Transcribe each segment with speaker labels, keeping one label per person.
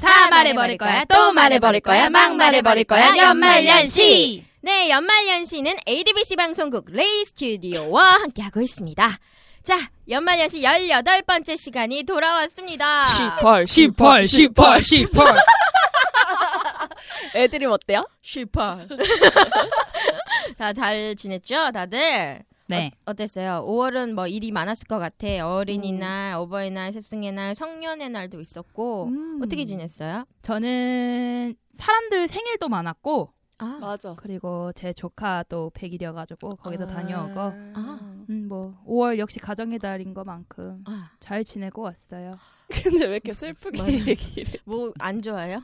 Speaker 1: 다 말해버릴 거야, 또 말해버릴 거야, 막 말해버릴 거야, 연말연시!
Speaker 2: 네, 연말연시는 ADBC 방송국 레이 스튜디오와 함께하고 있습니다. 자, 연말연시 18번째 시간이 돌아왔습니다.
Speaker 3: 18 18 18 18 애드립 어때요?
Speaker 2: 18. 다 잘 지냈죠, 다들?
Speaker 1: 네.
Speaker 2: 어땠어요? 5월은 뭐 일이 많았을 것 같아. 어린이날, 어버이날, 스승의 날, 성년의 날도 있었고. 어떻게 지냈어요?
Speaker 1: 음. 저는 사람들 생일도 많았고,
Speaker 2: 아,
Speaker 3: 맞아
Speaker 1: 그리고 제 조카 또 100일이어가지고 거기서 다녀오고,
Speaker 2: 아.
Speaker 1: 음, 뭐, 5월 역시 가정의 달인 것만큼
Speaker 2: 아,
Speaker 1: 잘 지내고 왔어요.
Speaker 3: 근데 왜 이렇게 슬프게
Speaker 2: 맞아.
Speaker 3: 얘기를
Speaker 2: 뭐 안 좋아요?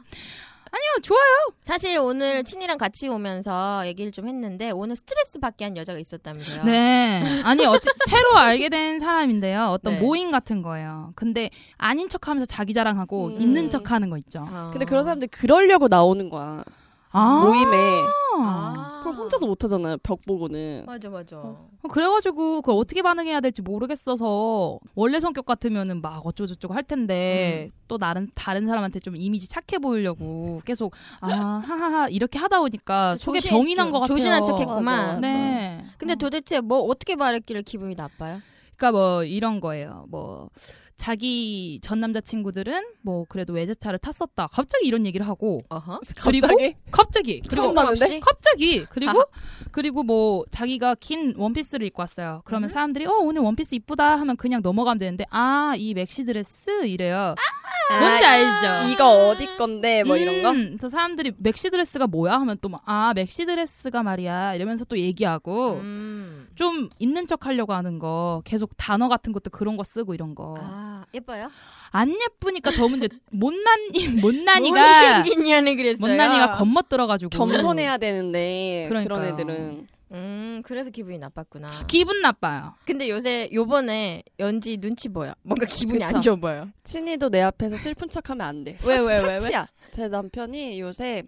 Speaker 1: 아니요, 좋아요.
Speaker 2: 사실 오늘 친이랑 같이 오면서 얘기를 좀 했는데 오늘 스트레스 받게 한 여자가 있었다면서요?
Speaker 1: 네. 아니, 어째, 새로 알게 된 사람인데요. 어떤
Speaker 2: 네.
Speaker 1: 모임 같은 거예요. 근데 아닌 척 하면서 자기 자랑하고
Speaker 3: 음.
Speaker 1: 있는 척 하는 거 있죠.
Speaker 2: 아.
Speaker 3: 근데 그런 사람들 그러려고 나오는 거야
Speaker 1: 아.
Speaker 3: 모임에
Speaker 2: 아.
Speaker 3: 그걸 혼자서 못하잖아요 벽 보고는
Speaker 2: 맞아 맞아.
Speaker 1: 어, 그래가지고 그걸 어떻게 반응해야 될지 모르겠어서 원래 성격 같으면은 막 어쩌고저쩌고 할
Speaker 2: 음.
Speaker 1: 텐데 또 나른 다른 사람한테 좀 이미지 착해 보이려고 계속 아 하하하 이렇게 하다 보니까 속에
Speaker 2: 조신-
Speaker 1: 병이 난 것 같아요.
Speaker 2: 조신한 척했구만.
Speaker 3: 맞아, 맞아.
Speaker 1: 네.
Speaker 2: 근데 도대체 뭐 어떻게 말했길래 기분이 나빠요?
Speaker 1: 그러니까 뭐 이런 거예요. 뭐 자기 전 남자친구들은 뭐 그래도 외제차를 탔었다. 갑자기 이런 얘기를 하고
Speaker 2: 어허.
Speaker 1: 그리고?
Speaker 3: 갑자기
Speaker 1: 갑자기 그리고
Speaker 3: 처음 봤는데?
Speaker 2: 없이?
Speaker 1: 갑자기 그리고 그리고 뭐 자기가 긴 원피스를 입고 왔어요. 그러면 사람들이 어 오늘 원피스 이쁘다 하면 그냥 넘어가면 되는데 아 이 맥시 드레스 이래요. 뭔지 알죠?
Speaker 3: 아, 이거 어디 건데 뭐 이런 거
Speaker 1: 음, 그래서 사람들이 맥시 드레스가 뭐야 하면 또 아 맥시 드레스가 말이야 이러면서 또 얘기하고
Speaker 2: 음.
Speaker 1: 좀 있는 척 하려고 하는 거 계속 단어 같은 것도 그런 거 쓰고 이런 거 안
Speaker 2: 아 예뻐요?
Speaker 1: 예쁘니까 더 문제 못난이
Speaker 2: 뭔
Speaker 1: 못난이가
Speaker 2: 신기냐는 그랬어요.
Speaker 1: 못난이가 겁먹들어가지고
Speaker 3: 겸손해야 되는데 그런
Speaker 1: 그러니까요.
Speaker 3: 애들은
Speaker 2: 음 그래서 기분이 나빴구나.
Speaker 1: 기분 나빠요.
Speaker 2: 근데 요새 요번에 연지 눈치 보여. 뭔가 기분이
Speaker 3: 그쵸.
Speaker 2: 안 좋아 보여.
Speaker 3: 친이도 내 앞에서 슬픈 척하면 안 돼. 아,
Speaker 2: 왜, 왜, 왜, 왜?
Speaker 3: 사치야. 제 남편이 요새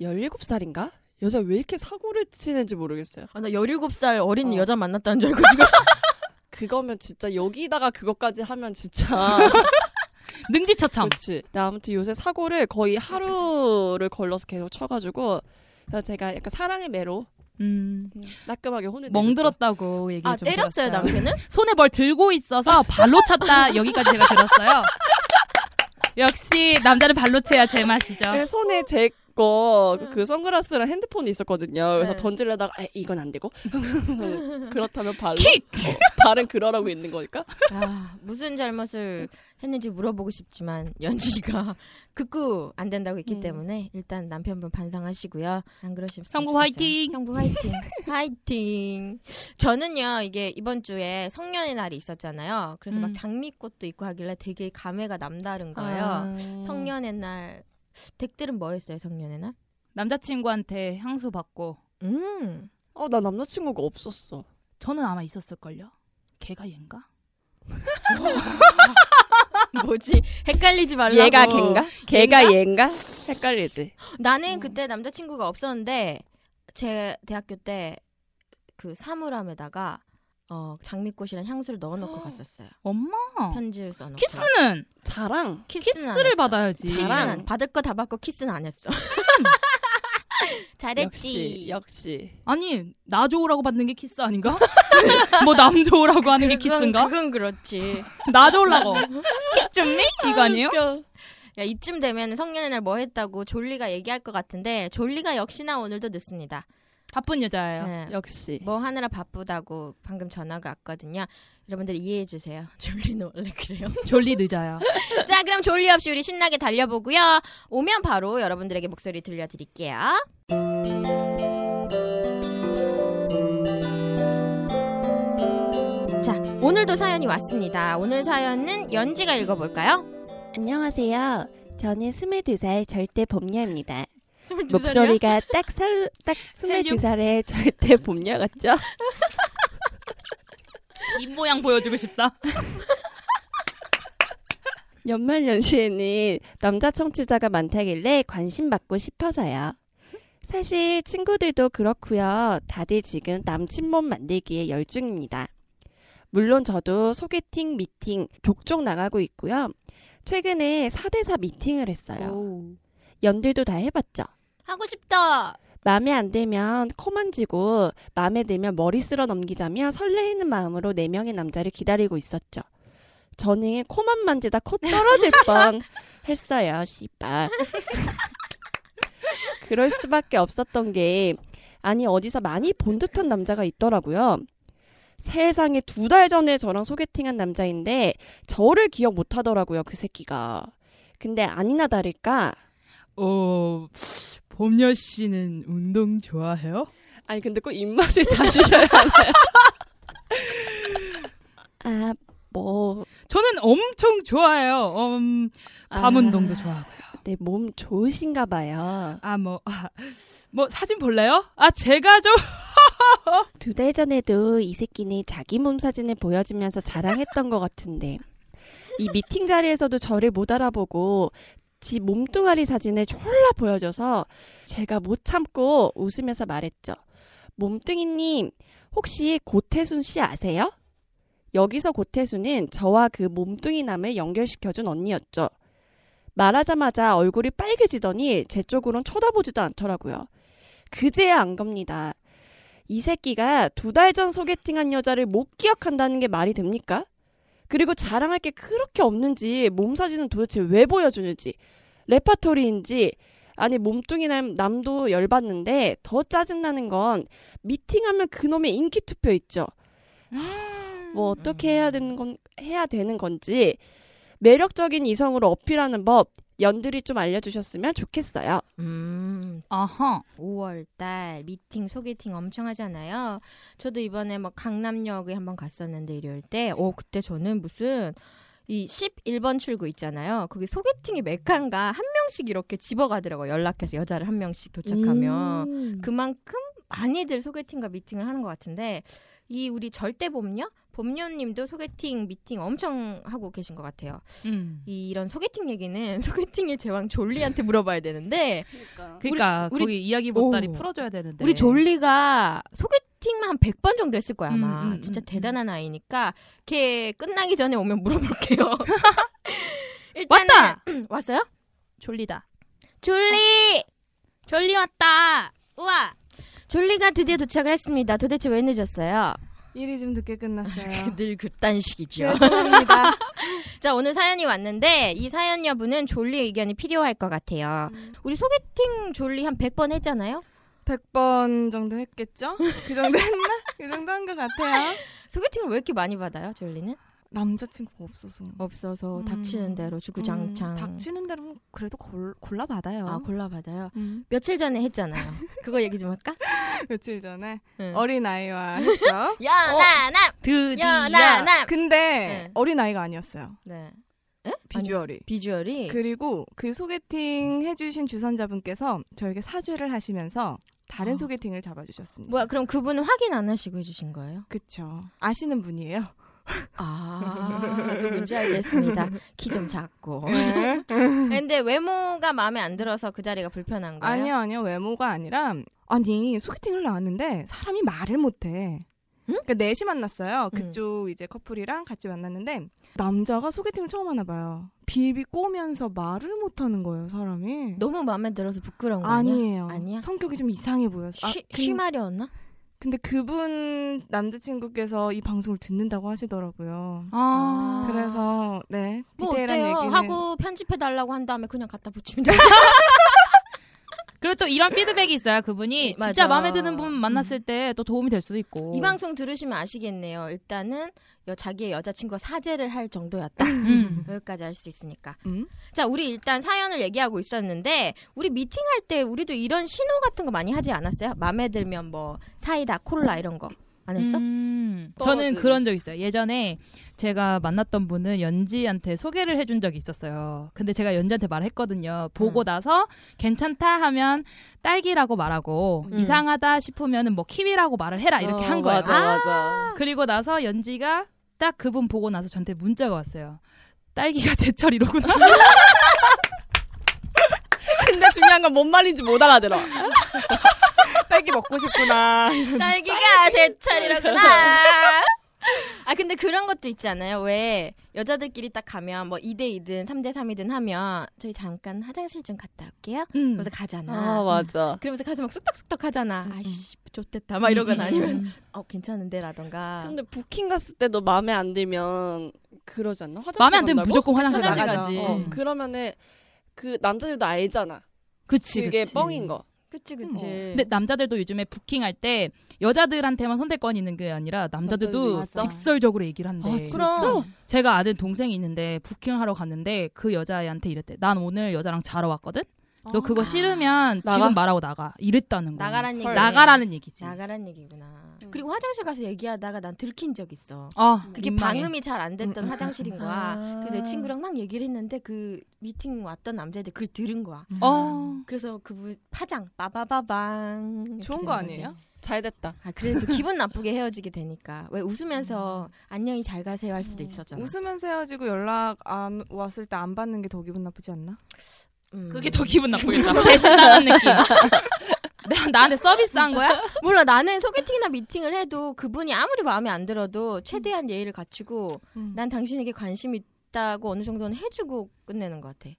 Speaker 3: 17살인가? 요새 왜 이렇게 사고를 치는지 모르겠어요.
Speaker 2: 아, 나 17살 어린
Speaker 3: 어.
Speaker 2: 여자 만났다는 줄 알고 지금.
Speaker 3: 그거면 진짜 여기다가 그것까지 하면
Speaker 1: 아,
Speaker 3: 진짜
Speaker 1: 능지처참.
Speaker 3: 그렇지. 근데 아무튼 요새 사고를 거의 하루를 걸러서 계속 쳐가지고 그래서 제가 약간 사랑의 매로
Speaker 1: 음,
Speaker 3: 음, 따끔하게 혼을
Speaker 1: 멍들었다고 얘기
Speaker 2: 아
Speaker 1: 좀
Speaker 2: 때렸어요
Speaker 1: 들었어요.
Speaker 2: 남편은?
Speaker 1: 손에 뭘 들고 있어서 발로 찼다 여기까지 제가 들었어요. 역시 남자는 발로 채야 제맛이죠.
Speaker 3: 네, 손에 제 거, 그 선글라스랑 핸드폰이 있었거든요. 그래서
Speaker 2: 네.
Speaker 3: 던지려다가, 에, 이건 안 되고. 그렇다면 발로. 어, 발은 그러라고 있는 거니까.
Speaker 2: 아, 무슨 잘못을 했는지 물어보고 싶지만 연지가 극구 안 된다고 했기
Speaker 3: 음.
Speaker 2: 때문에 일단 남편분 반성하시고요. 안 그러시면
Speaker 1: 형부
Speaker 2: 좋겠어요.
Speaker 1: 화이팅!
Speaker 2: 형부 화이팅. 화이팅. 저는요 이게 이번 주에 성년의 날이 있었잖아요. 그래서
Speaker 1: 음. 아.
Speaker 2: 막 장미꽃도 있고 하길래 되게 감회가 남다른 거예요. 성년의 날 댁들은 뭐 했어요 성년의 날?
Speaker 1: 남자친구한테 향수 받고
Speaker 2: 음.
Speaker 3: 어, 나 남자친구가 없었어.
Speaker 1: 저는 아마 있었을걸요. 걔가 얘인가?
Speaker 2: 뭐지? 헷갈리지 말라고.
Speaker 4: 얘가 걘가? 걔가 얘인가? 헷갈리지.
Speaker 2: 나는
Speaker 1: 음.
Speaker 2: 그때 남자친구가 없었는데 제 대학교 때 그 사물함에다가 어 장미꽃이란 향수를 넣어놓고 갔었어요.
Speaker 1: 엄마.
Speaker 2: 편지를 써놓고.
Speaker 1: 키스는
Speaker 4: 자랑.
Speaker 2: 키스는 안
Speaker 1: 키스를
Speaker 2: 했어.
Speaker 1: 받아야지.
Speaker 2: 키스는
Speaker 4: 자랑.
Speaker 2: 안- 받을 거 다 받고 키스는 안 했어.
Speaker 4: 역시
Speaker 2: 잘했지.
Speaker 4: 역시.
Speaker 1: 아니 나 좋으라고 받는 게 키스 아닌가? 뭐 남 좋으라고 하는 게
Speaker 2: 그건-
Speaker 1: 키스인가?
Speaker 2: 그건 그렇지.
Speaker 1: 나 좋으라고 키쭈미 이거 아니에요?
Speaker 2: 야, 이쯤 되면 성년의 날 뭐 했다고 졸리가 얘기할 것 같은데 졸리가 역시나 오늘도 늦습니다.
Speaker 1: 바쁜 여자예요.
Speaker 2: 네.
Speaker 4: 역시.
Speaker 2: 뭐 하느라 바쁘다고 방금 전화가 왔거든요. 여러분들 이해해 주세요. 졸리는 원래 그래요.
Speaker 1: 졸리 늦어요.
Speaker 2: 자, 그럼 졸리 없이 우리 신나게 달려보고요. 오면 바로 여러분들에게 목소리 들려드릴게요. 자, 오늘도 사연이 왔습니다. 오늘 사연은 연지가 읽어볼까요?
Speaker 3: 안녕하세요. 저는 22살 절대 봄녀입니다.
Speaker 2: 22 살이요?
Speaker 3: 목소리가 딱, 서른- 딱 22살의 절대 봄녀 같죠?
Speaker 1: 입 모양 보여주고 싶다.
Speaker 3: 연말 연시에는 남자 청취자가 많다길래 관심 받고 싶어서요. 사실 친구들도 그렇고요. 다들 지금 남친몸 만들기에 열중입니다. 물론 저도 소개팅, 미팅 독종 나가고 있고요. 최근에 4대4 미팅을 했어요. 연들도 다 해봤죠.
Speaker 2: 하고 싶다.
Speaker 3: 마음에 안 들면 코 만지고 마음에 들면 머리 쓸어 넘기자며 설레이는 마음으로 네 명의 남자를 기다리고 있었죠. 저는 코만 만지다 코 떨어질 뻔 했어요. 씨발. 그럴 수밖에 없었던 게 아니 어디서 많이 본 듯한 남자가 있더라고요. 세상에 두 달 전에 저랑 소개팅한 남자인데 저를 기억 못 하더라고요. 그 새끼가. 근데 아니나 다를까
Speaker 1: 어, 봄녀 씨는 운동 좋아해요?
Speaker 3: 아니 근데 꼭 입맛을 다시셔야 하나요? 아, 아뭐
Speaker 1: 저는 엄청 좋아해요. 음, 밤 운동도 좋아하고요.
Speaker 3: 네, 내몸 좋으신가 봐요.
Speaker 1: 아 뭐, 아, 뭐 사진 볼래요? 아 제가 좀
Speaker 3: 두 달 전에도 이 새끼는 자기 몸 사진을 보여주면서 자랑했던 것 같은데 이 미팅 자리에서도 저를 못 알아보고 지 몸뚱아리 사진을 졸라 보여줘서 제가 못 참고 웃으면서 말했죠. 몸뚱이님 혹시 고태순 씨 아세요? 여기서 고태순은 저와 그 몸뚱이 남을 연결시켜준 언니였죠. 말하자마자 얼굴이 빨개지더니 제 쪽으론 쳐다보지도 않더라고요. 그제야 안 겁니다. 이 새끼가 두 달 전 소개팅한 여자를 못 기억한다는 게 말이 됩니까? 그리고 자랑할 게 그렇게 없는지 몸 사진은 도대체 왜 보여주는지 레파토리인지 아니 몸뚱이 남, 남도 열받는데 더 짜증나는 건 미팅하면 그놈의 인기 투표 있죠. 뭐 어떻게 해야 되는 건 해야 되는 건지 매력적인 이성으로 어필하는 법 연들이 좀 알려주셨으면 좋겠어요.
Speaker 2: 음,
Speaker 1: 아하.
Speaker 2: 5월달 미팅 소개팅 엄청 하잖아요. 저도 이번에 막 강남역에 한번 갔었는데 일요일 때, 오 그때 저는 무슨 이 11번 출구 있잖아요. 거기 소개팅이 메카인가 한 명씩 이렇게 집어가더라고 요 연락해서 여자를 한 명씩 도착하면
Speaker 3: 음.
Speaker 2: 그만큼 많이들 소개팅과 미팅을 하는 것 같은데 이 우리 절대 봄녀 봄녀님도 소개팅 미팅 엄청 하고 계신 것 같아요.
Speaker 1: 음.
Speaker 2: 이- 이런 소개팅 얘기는 소개팅의 제왕 졸리한테 물어봐야 되는데
Speaker 1: 그러니까
Speaker 2: 우리-
Speaker 1: 거기 이야기 보따리
Speaker 2: 오.
Speaker 1: 풀어줘야 되는데.
Speaker 2: 우리 졸리가 소개팅만 한 100번 정도 했을 거야, 아마.
Speaker 1: 음, 음,
Speaker 2: 진짜
Speaker 1: 음,
Speaker 2: 대단한 아이니까, 걔 끝나기 전에 오면 물어볼게요. 일단은, 음,
Speaker 1: 왔다.
Speaker 2: 왔어요?
Speaker 1: 졸리다.
Speaker 2: 졸리!
Speaker 1: 졸리 왔다.
Speaker 2: 우와! 졸리가 드디어 도착을 했습니다. 도대체 왜 늦었어요?
Speaker 5: 일이 좀 늦게 끝났어요.
Speaker 2: 늘 그딴 식이죠.
Speaker 5: 죄송합니다.
Speaker 2: 자, 오늘 사연이 왔는데, 이 사연 여부는 졸리 의견이 필요할 것 같아요. 우리 소개팅 졸리 한 100번 했잖아요?
Speaker 5: 100번 정도 했겠죠? 그 정도 했나? 그 정도 한 것 같아요.
Speaker 2: 소개팅을 왜 이렇게 많이 받아요, 졸리는?
Speaker 5: 남자친구가 없어서.
Speaker 2: 없어서
Speaker 5: 음.
Speaker 2: 닥치는 대로 주구장창.
Speaker 5: 음, 닥치는 대로 그래도 골, 골라받아요.
Speaker 2: 아, 골라받아요.
Speaker 5: 음,
Speaker 2: 며칠 전에 했잖아요. 그거 얘기 좀 할까?
Speaker 5: 며칠 전에
Speaker 2: 응.
Speaker 5: 어린아이와 했죠.
Speaker 2: 연하남!
Speaker 1: 드디어.
Speaker 2: 연하남!
Speaker 5: 근데
Speaker 2: 네.
Speaker 5: 어린아이가 아니었어요.
Speaker 2: 네.
Speaker 5: 비주얼이.
Speaker 2: 비주얼이
Speaker 5: 그리고 그 소개팅 해주신 주선자분께서 저에게 사죄를 하시면서 다른
Speaker 2: 아. 뭐?
Speaker 5: 소개팅을 잡아주셨습니다.
Speaker 2: 뭐야 그럼 그분은 확인 안 하시고 해주신 거예요?
Speaker 5: 그쵸. 아시는 분이에요.
Speaker 2: 아, 누군지 알겠습니다. 키 좀 작고. 근데 외모가 마음에 안 들어서 그 자리가 불편한 거예요?
Speaker 5: 아니요, 아니요. 외모가 아니라 아니 소개팅을 나왔는데 사람이 말을 못해. 그러니까 넷이 만났어요. 그쪽 이제 커플이랑 같이 만났는데 남자가 소개팅을 처음 하나 봐요. 비비 꼬면서 말을 못하는 거예요, 사람이.
Speaker 2: 너무 마음에 들어서 부끄러운 거 아니야? 그
Speaker 5: 아니에요.
Speaker 2: 아니야?
Speaker 5: 성격이 좀 이상해 보였어. 아,
Speaker 2: 쉬,
Speaker 5: 근-
Speaker 2: 쉬마려웠나?
Speaker 5: 근데 그분 남자친구께서 이 방송을 듣는다고 하시더라고요.
Speaker 1: 아,
Speaker 5: 그래서 네
Speaker 2: 뭐
Speaker 5: 디테일한
Speaker 2: 어때요?
Speaker 5: 얘기는
Speaker 2: 하고 편집해 달라고 한 다음에 그냥 갖다 붙이면 돼.
Speaker 1: 그리고 또 이런 피드백이 있어요. 그분이
Speaker 2: 맞아.
Speaker 1: 진짜 마음에 드는 분 만났을 때 또 도움이 될 수도 있고.
Speaker 2: 이 방송 들으시면 아시겠네요. 일단은 여, 자기의 여자친구와 사죄를 할 정도였다.
Speaker 1: 음.
Speaker 2: 여기까지 할 수 있으니까.
Speaker 5: 음?
Speaker 2: 자, 우리 일단 사연을 얘기하고 있었는데 우리 미팅할 때 우리도 이런 신호 같은 거 많이 하지 않았어요? 마음에 들면 뭐 사이다, 콜라 이런 거 안 했어?
Speaker 1: 음,
Speaker 5: 떨어지는.
Speaker 1: 저는 그런 적 있어요. 예전에 제가 만났던 분은 연지한테 소개를 해준 적이 있었어요. 근데 제가 연지한테 말했거든요. 보고
Speaker 2: 음.
Speaker 1: 나서 괜찮다 하면 딸기라고 말하고
Speaker 2: 음.
Speaker 1: 이상하다 싶으면 뭐 키위라고 말을 해라 이렇게
Speaker 3: 어,
Speaker 1: 한 거예요.
Speaker 2: 아.
Speaker 6: 맞아 맞아.
Speaker 1: 그리고 나서 연지가 딱 그분 보고 나서 저한테 문자가 왔어요. 딸기가 제철이로구나.
Speaker 7: 근데 중요한 건 뭔 말인지 못 알아들어.
Speaker 5: 딸기 먹고 싶구나.
Speaker 2: 딸기가 제철이라구나. 아 근데 그런 것도 있잖아요. 왜 여자들끼리 딱 가면 뭐 2대 2든 3대 3이든 하면 저희 잠깐 화장실 좀 갔다 올게요.
Speaker 1: 음.
Speaker 2: 그러면서 가잖아.
Speaker 6: 아 맞아.
Speaker 2: 그러면서 가서 막 쑥덕쑥덕 하잖아. 아이씨, 좋댔다. 막
Speaker 1: 음.
Speaker 2: 이러거나 아니면 어 괜찮은데라던가.
Speaker 6: 근데 부킹 갔을 때도 마음에 안 들면 그러지 않나? 화장실
Speaker 1: 마음에 안 들면
Speaker 6: 간다고?
Speaker 1: 무조건 화장실
Speaker 2: 화장실
Speaker 1: 나가죠.
Speaker 2: 가지.
Speaker 6: 어,
Speaker 1: 음.
Speaker 6: 그러면은 그 남자들도 알잖아.
Speaker 1: 그치,
Speaker 6: 그게
Speaker 1: 그치.
Speaker 6: 뻥인 거.
Speaker 2: 그치 그치.
Speaker 1: 뭐. 근데 남자들도 요즘에 부킹할 때 여자들한테만 선택권이 있는 게 아니라 남자들도
Speaker 6: 남자들도 있어?
Speaker 1: 직설적으로 얘기를 한대.
Speaker 6: 아,
Speaker 2: 그럼
Speaker 1: 제가 아는 동생이 있는데 부킹하러 갔는데 그 여자애한테 이랬대. 난 오늘 여자랑 자러 왔거든.
Speaker 2: 어,
Speaker 5: 어.
Speaker 1: 너
Speaker 2: 아.
Speaker 1: 그거 싫으면
Speaker 6: 나가?
Speaker 1: 지금 말하고 나가. 이랬다는 거야.
Speaker 2: 나가란 얘기.
Speaker 1: 나가라는 얘기지.
Speaker 2: 나가란 얘기구나.
Speaker 6: 음.
Speaker 2: 그리고 화장실 가서 얘기하다가 난 들킨 적 있어.
Speaker 1: 아,
Speaker 2: 그게
Speaker 1: 민망해.
Speaker 2: 방음이 잘 안 됐던
Speaker 5: 음.
Speaker 2: 화장실인 거야.
Speaker 6: 아.
Speaker 2: 그내 친구랑 막 얘기를 했는데 그 미팅 왔던 남자애들 그걸 들은 거야.
Speaker 5: 음.
Speaker 1: 어.
Speaker 2: 그래서 그분 파장 빠바바방 이렇게
Speaker 5: 좋은
Speaker 2: 된
Speaker 5: 거
Speaker 2: 거지.
Speaker 5: 아니에요?
Speaker 6: 잘 됐다.
Speaker 2: 아 그래도 기분 나쁘게 헤어지게 되니까 왜
Speaker 6: 음.
Speaker 2: 웃으면서 안녕히 잘 가세요 할 수도 있었잖아.
Speaker 5: 웃으면서 헤어지고 연락 안 왔을 때 안 받는 게 더 기분 나쁘지 않나?
Speaker 2: 음.
Speaker 1: 그게 더 기분 나쁘겠다. 배신당한 느낌. 나, 나한테 서비스한 거야?
Speaker 2: 몰라 나는 소개팅이나 미팅을 해도 그분이 아무리 마음에 안 들어도 최대한 예의를 갖추고
Speaker 5: 음.
Speaker 2: 난 당신에게 관심 있다고 어느 정도는 해주고 끝내는 것 같아.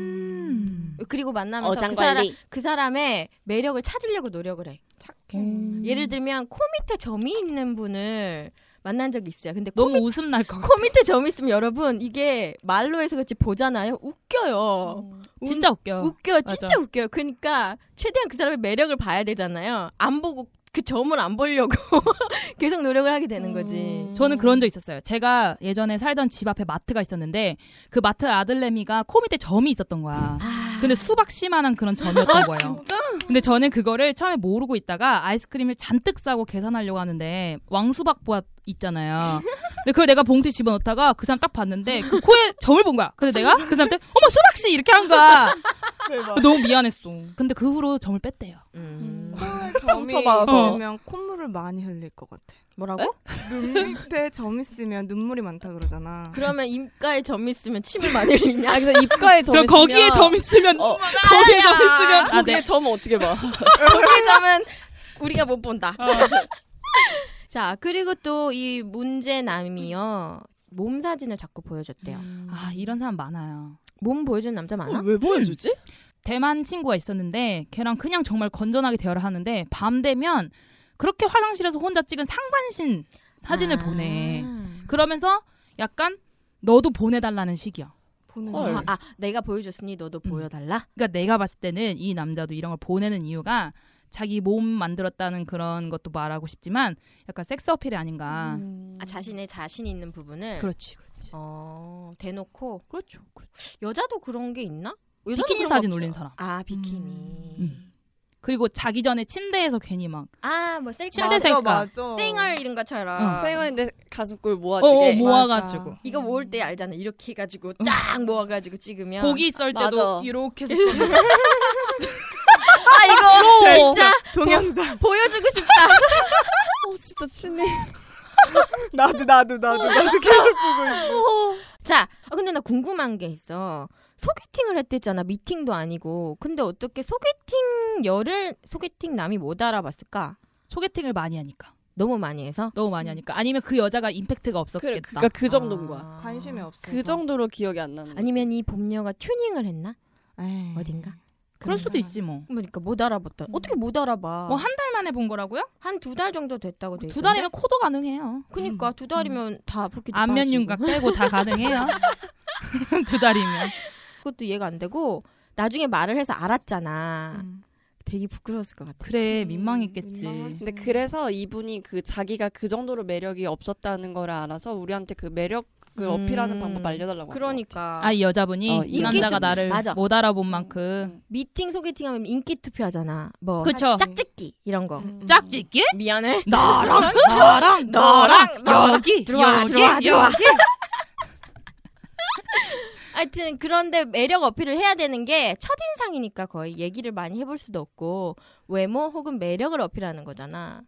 Speaker 1: 음.
Speaker 2: 그리고 만나면서 그, 사람,
Speaker 6: 어장관리.
Speaker 2: 그 사람의 매력을 찾으려고 노력을 해.
Speaker 5: 착해.
Speaker 2: 예를 들면 코 밑에 점이 있는 분을 만난 적이 있어요. 근데 코,
Speaker 1: 너무
Speaker 2: 밑,
Speaker 1: 웃음 날 거.
Speaker 2: 코 밑에 점이 있으면 여러분 이게 말로 해서 그렇지 보잖아요. 웃겨요. 운-
Speaker 1: 진짜 웃겨.
Speaker 2: 웃겨
Speaker 1: 맞아.
Speaker 2: 진짜 웃겨요. 그러니까 최대한 그 사람의 매력을 봐야 되잖아요. 안 보고 그 점을 안 보려고 계속 노력을 하게 되는
Speaker 8: 음.
Speaker 2: 거지.
Speaker 1: 저는 그런 적 있었어요. 제가 예전에 살던 집 앞에 마트가 있었는데 그 마트 아들내미가 코 밑에 점이 있었던 거야.
Speaker 2: 아,
Speaker 1: 근데 수박 씨만한 그런 점이었던 거예요. 근데 저는 그거를 처음에 모르고 있다가 아이스크림을 잔뜩 싸고 계산하려고 하는데 왕수박 보아 있잖아요. 근데 그걸 내가 봉투에 집어넣다가 그 사람 딱 봤는데 그 코에 점을 본 거야. 근데 내가 그 사람한테 어머 수박 씨 이렇게 한 거야. 너무 미안했어. 근데 그 후로 점을 뺐대요.
Speaker 2: 음.
Speaker 1: 받아서.
Speaker 5: 아, 있으면 콧물을 많이 흘릴 것 같아.
Speaker 2: 뭐라고?
Speaker 5: 눈 밑에 점 있으면 눈물이 많다 그러잖아.
Speaker 2: 그러면 입가에 점 있으면 침을 많이 흘리냐?
Speaker 6: 아 그래서 입가에 점
Speaker 1: 그럼
Speaker 6: 있으면
Speaker 1: 거기에 점 있으면
Speaker 6: 어,
Speaker 2: 거기에 점
Speaker 6: 있으면
Speaker 1: 아,
Speaker 6: 거기에
Speaker 1: 네.
Speaker 6: 점 어떻게 봐?
Speaker 2: 거기에 점은 우리가 못 본다.
Speaker 1: 어.
Speaker 2: 자 그리고 또 이 문제남이요 몸 사진을 자꾸 보여줬대요.
Speaker 1: 아 이런 사람 많아요.
Speaker 2: 몸 보여준 남자
Speaker 1: 어,
Speaker 2: 많아?
Speaker 6: 왜 보여주지?
Speaker 1: 음. 대만 친구가 있었는데 걔랑 그냥 정말 건전하게 대화를 하는데 밤 되면 그렇게 화장실에서 혼자 찍은 상반신 사진을
Speaker 2: 아.
Speaker 1: 보내. 그러면서 약간 너도 보내달라는 식이야.
Speaker 5: 보는
Speaker 6: 헐.
Speaker 5: 사람.
Speaker 2: 아, 내가 보여줬으니 너도
Speaker 1: 음.
Speaker 2: 보여달라. 아,
Speaker 1: 그러니까 내가 봤을 때는 이 남자도 이런 걸 보내는 이유가 자기 몸 만들었다는 그런 것도 말하고 싶지만 약간 섹스 어필이 아닌가.
Speaker 2: 아, 자신의 자신 있는 부분을
Speaker 1: 그렇지, 그렇지.
Speaker 2: 어, 대놓고
Speaker 1: 그렇죠, 그렇죠.
Speaker 2: 여자도 그런 게 있나? 여자는
Speaker 1: 비키니
Speaker 2: 그런 거
Speaker 1: 사진
Speaker 2: 없어.
Speaker 1: 올린 사람.
Speaker 2: 아 비키니.
Speaker 1: 음. 그리고 자기 전에 침대에서 괜히 막
Speaker 2: 아뭐 셀카.
Speaker 1: 침대 어, 셀카.
Speaker 5: 맞아.
Speaker 2: 쌩얼 이런 것처럼.
Speaker 6: 생활인데 가슴골
Speaker 1: 어, 어,
Speaker 6: 모아지게.
Speaker 1: 모아가지고
Speaker 2: 이거 뭐 모을 때 알잖아. 이렇게 해가지고
Speaker 1: 음.
Speaker 2: 딱 모아가지고 찍으면.
Speaker 1: 고기 썰 때도
Speaker 6: 맞아.
Speaker 1: 이렇게 해서
Speaker 2: 아 이거 진짜
Speaker 5: 동영상.
Speaker 2: 보여주고 싶다.
Speaker 6: 어, 진짜 친해.
Speaker 5: 나도 나도
Speaker 2: 뭐.
Speaker 5: 나도 나도 계속 보고 있어.
Speaker 2: 자, 아, 근데 나 궁금한 게 있어. 소개팅을 했댔잖아. 미팅도 아니고. 근데 어떻게 소개팅 열을 소개팅 남이 못 알아봤을까?
Speaker 1: 소개팅을 많이 하니까
Speaker 2: 너무 많이 해서?
Speaker 1: 너무 많이 하니까 아니면 그 여자가 임팩트가 없었겠다.
Speaker 7: 그래, 그러니까 그 정도인 거야.
Speaker 2: 아.
Speaker 5: 관심이 없어.
Speaker 7: 그 정도로 기억이 안 나는 거지.
Speaker 2: 아니면 이 봄녀가 튜닝을 했나? 어딘가?
Speaker 5: 음.
Speaker 1: 그럴 수도 있지 뭐.
Speaker 2: 그러니까 못 알아봤다.
Speaker 1: 음.
Speaker 2: 어떻게 못 알아봐?
Speaker 1: 뭐 한 달 만에 본 거라고요?
Speaker 2: 한 두 달 정도 됐다고 돼.
Speaker 1: 두
Speaker 2: 있던데?
Speaker 1: 달이면 코도 가능해요.
Speaker 2: 그니까 두 달이면 다 붓기도
Speaker 1: 안면
Speaker 2: 빠지고.
Speaker 1: 윤곽 빼고 다 가능해요. 두 달이면.
Speaker 2: 그것도 이해가 안 되고 나중에 말을 해서 알았잖아.
Speaker 1: 음.
Speaker 2: 되게 부끄러웠을 것 같아.
Speaker 1: 그래
Speaker 5: 음,
Speaker 1: 민망했겠지.
Speaker 5: 민망하지.
Speaker 7: 근데 그래서 이분이 그 자기가 그 정도로 매력이 없었다는 걸 알아서 우리한테 그 매력을
Speaker 2: 음.
Speaker 7: 어필하는 방법 알려달라고. 한것
Speaker 2: 그러니까
Speaker 1: 아 이 여자분이
Speaker 7: 어,
Speaker 1: 이
Speaker 7: 인기
Speaker 1: 남자가
Speaker 2: 투표.
Speaker 1: 나를
Speaker 2: 맞아.
Speaker 1: 못 알아본 음, 만큼
Speaker 7: 음,
Speaker 2: 미팅 소개팅하면 인기 투표하잖아. 뭐
Speaker 1: 그쵸.
Speaker 2: 하- 짝짓기 이런 거.
Speaker 1: 음. 짝짓기
Speaker 2: 미안해.
Speaker 1: 나랑
Speaker 2: 너랑,
Speaker 1: 나랑 너랑
Speaker 2: 너랑.
Speaker 1: 여기
Speaker 2: 들어와,
Speaker 1: 여기,
Speaker 2: 들어와, 들어와.
Speaker 1: 여기.
Speaker 2: 하여튼 그런데 매력 어필을 해야 되는 게 첫인상이니까 거의 얘기를 많이 해볼 수도 없고 외모 혹은 매력을 어필하는 거잖아.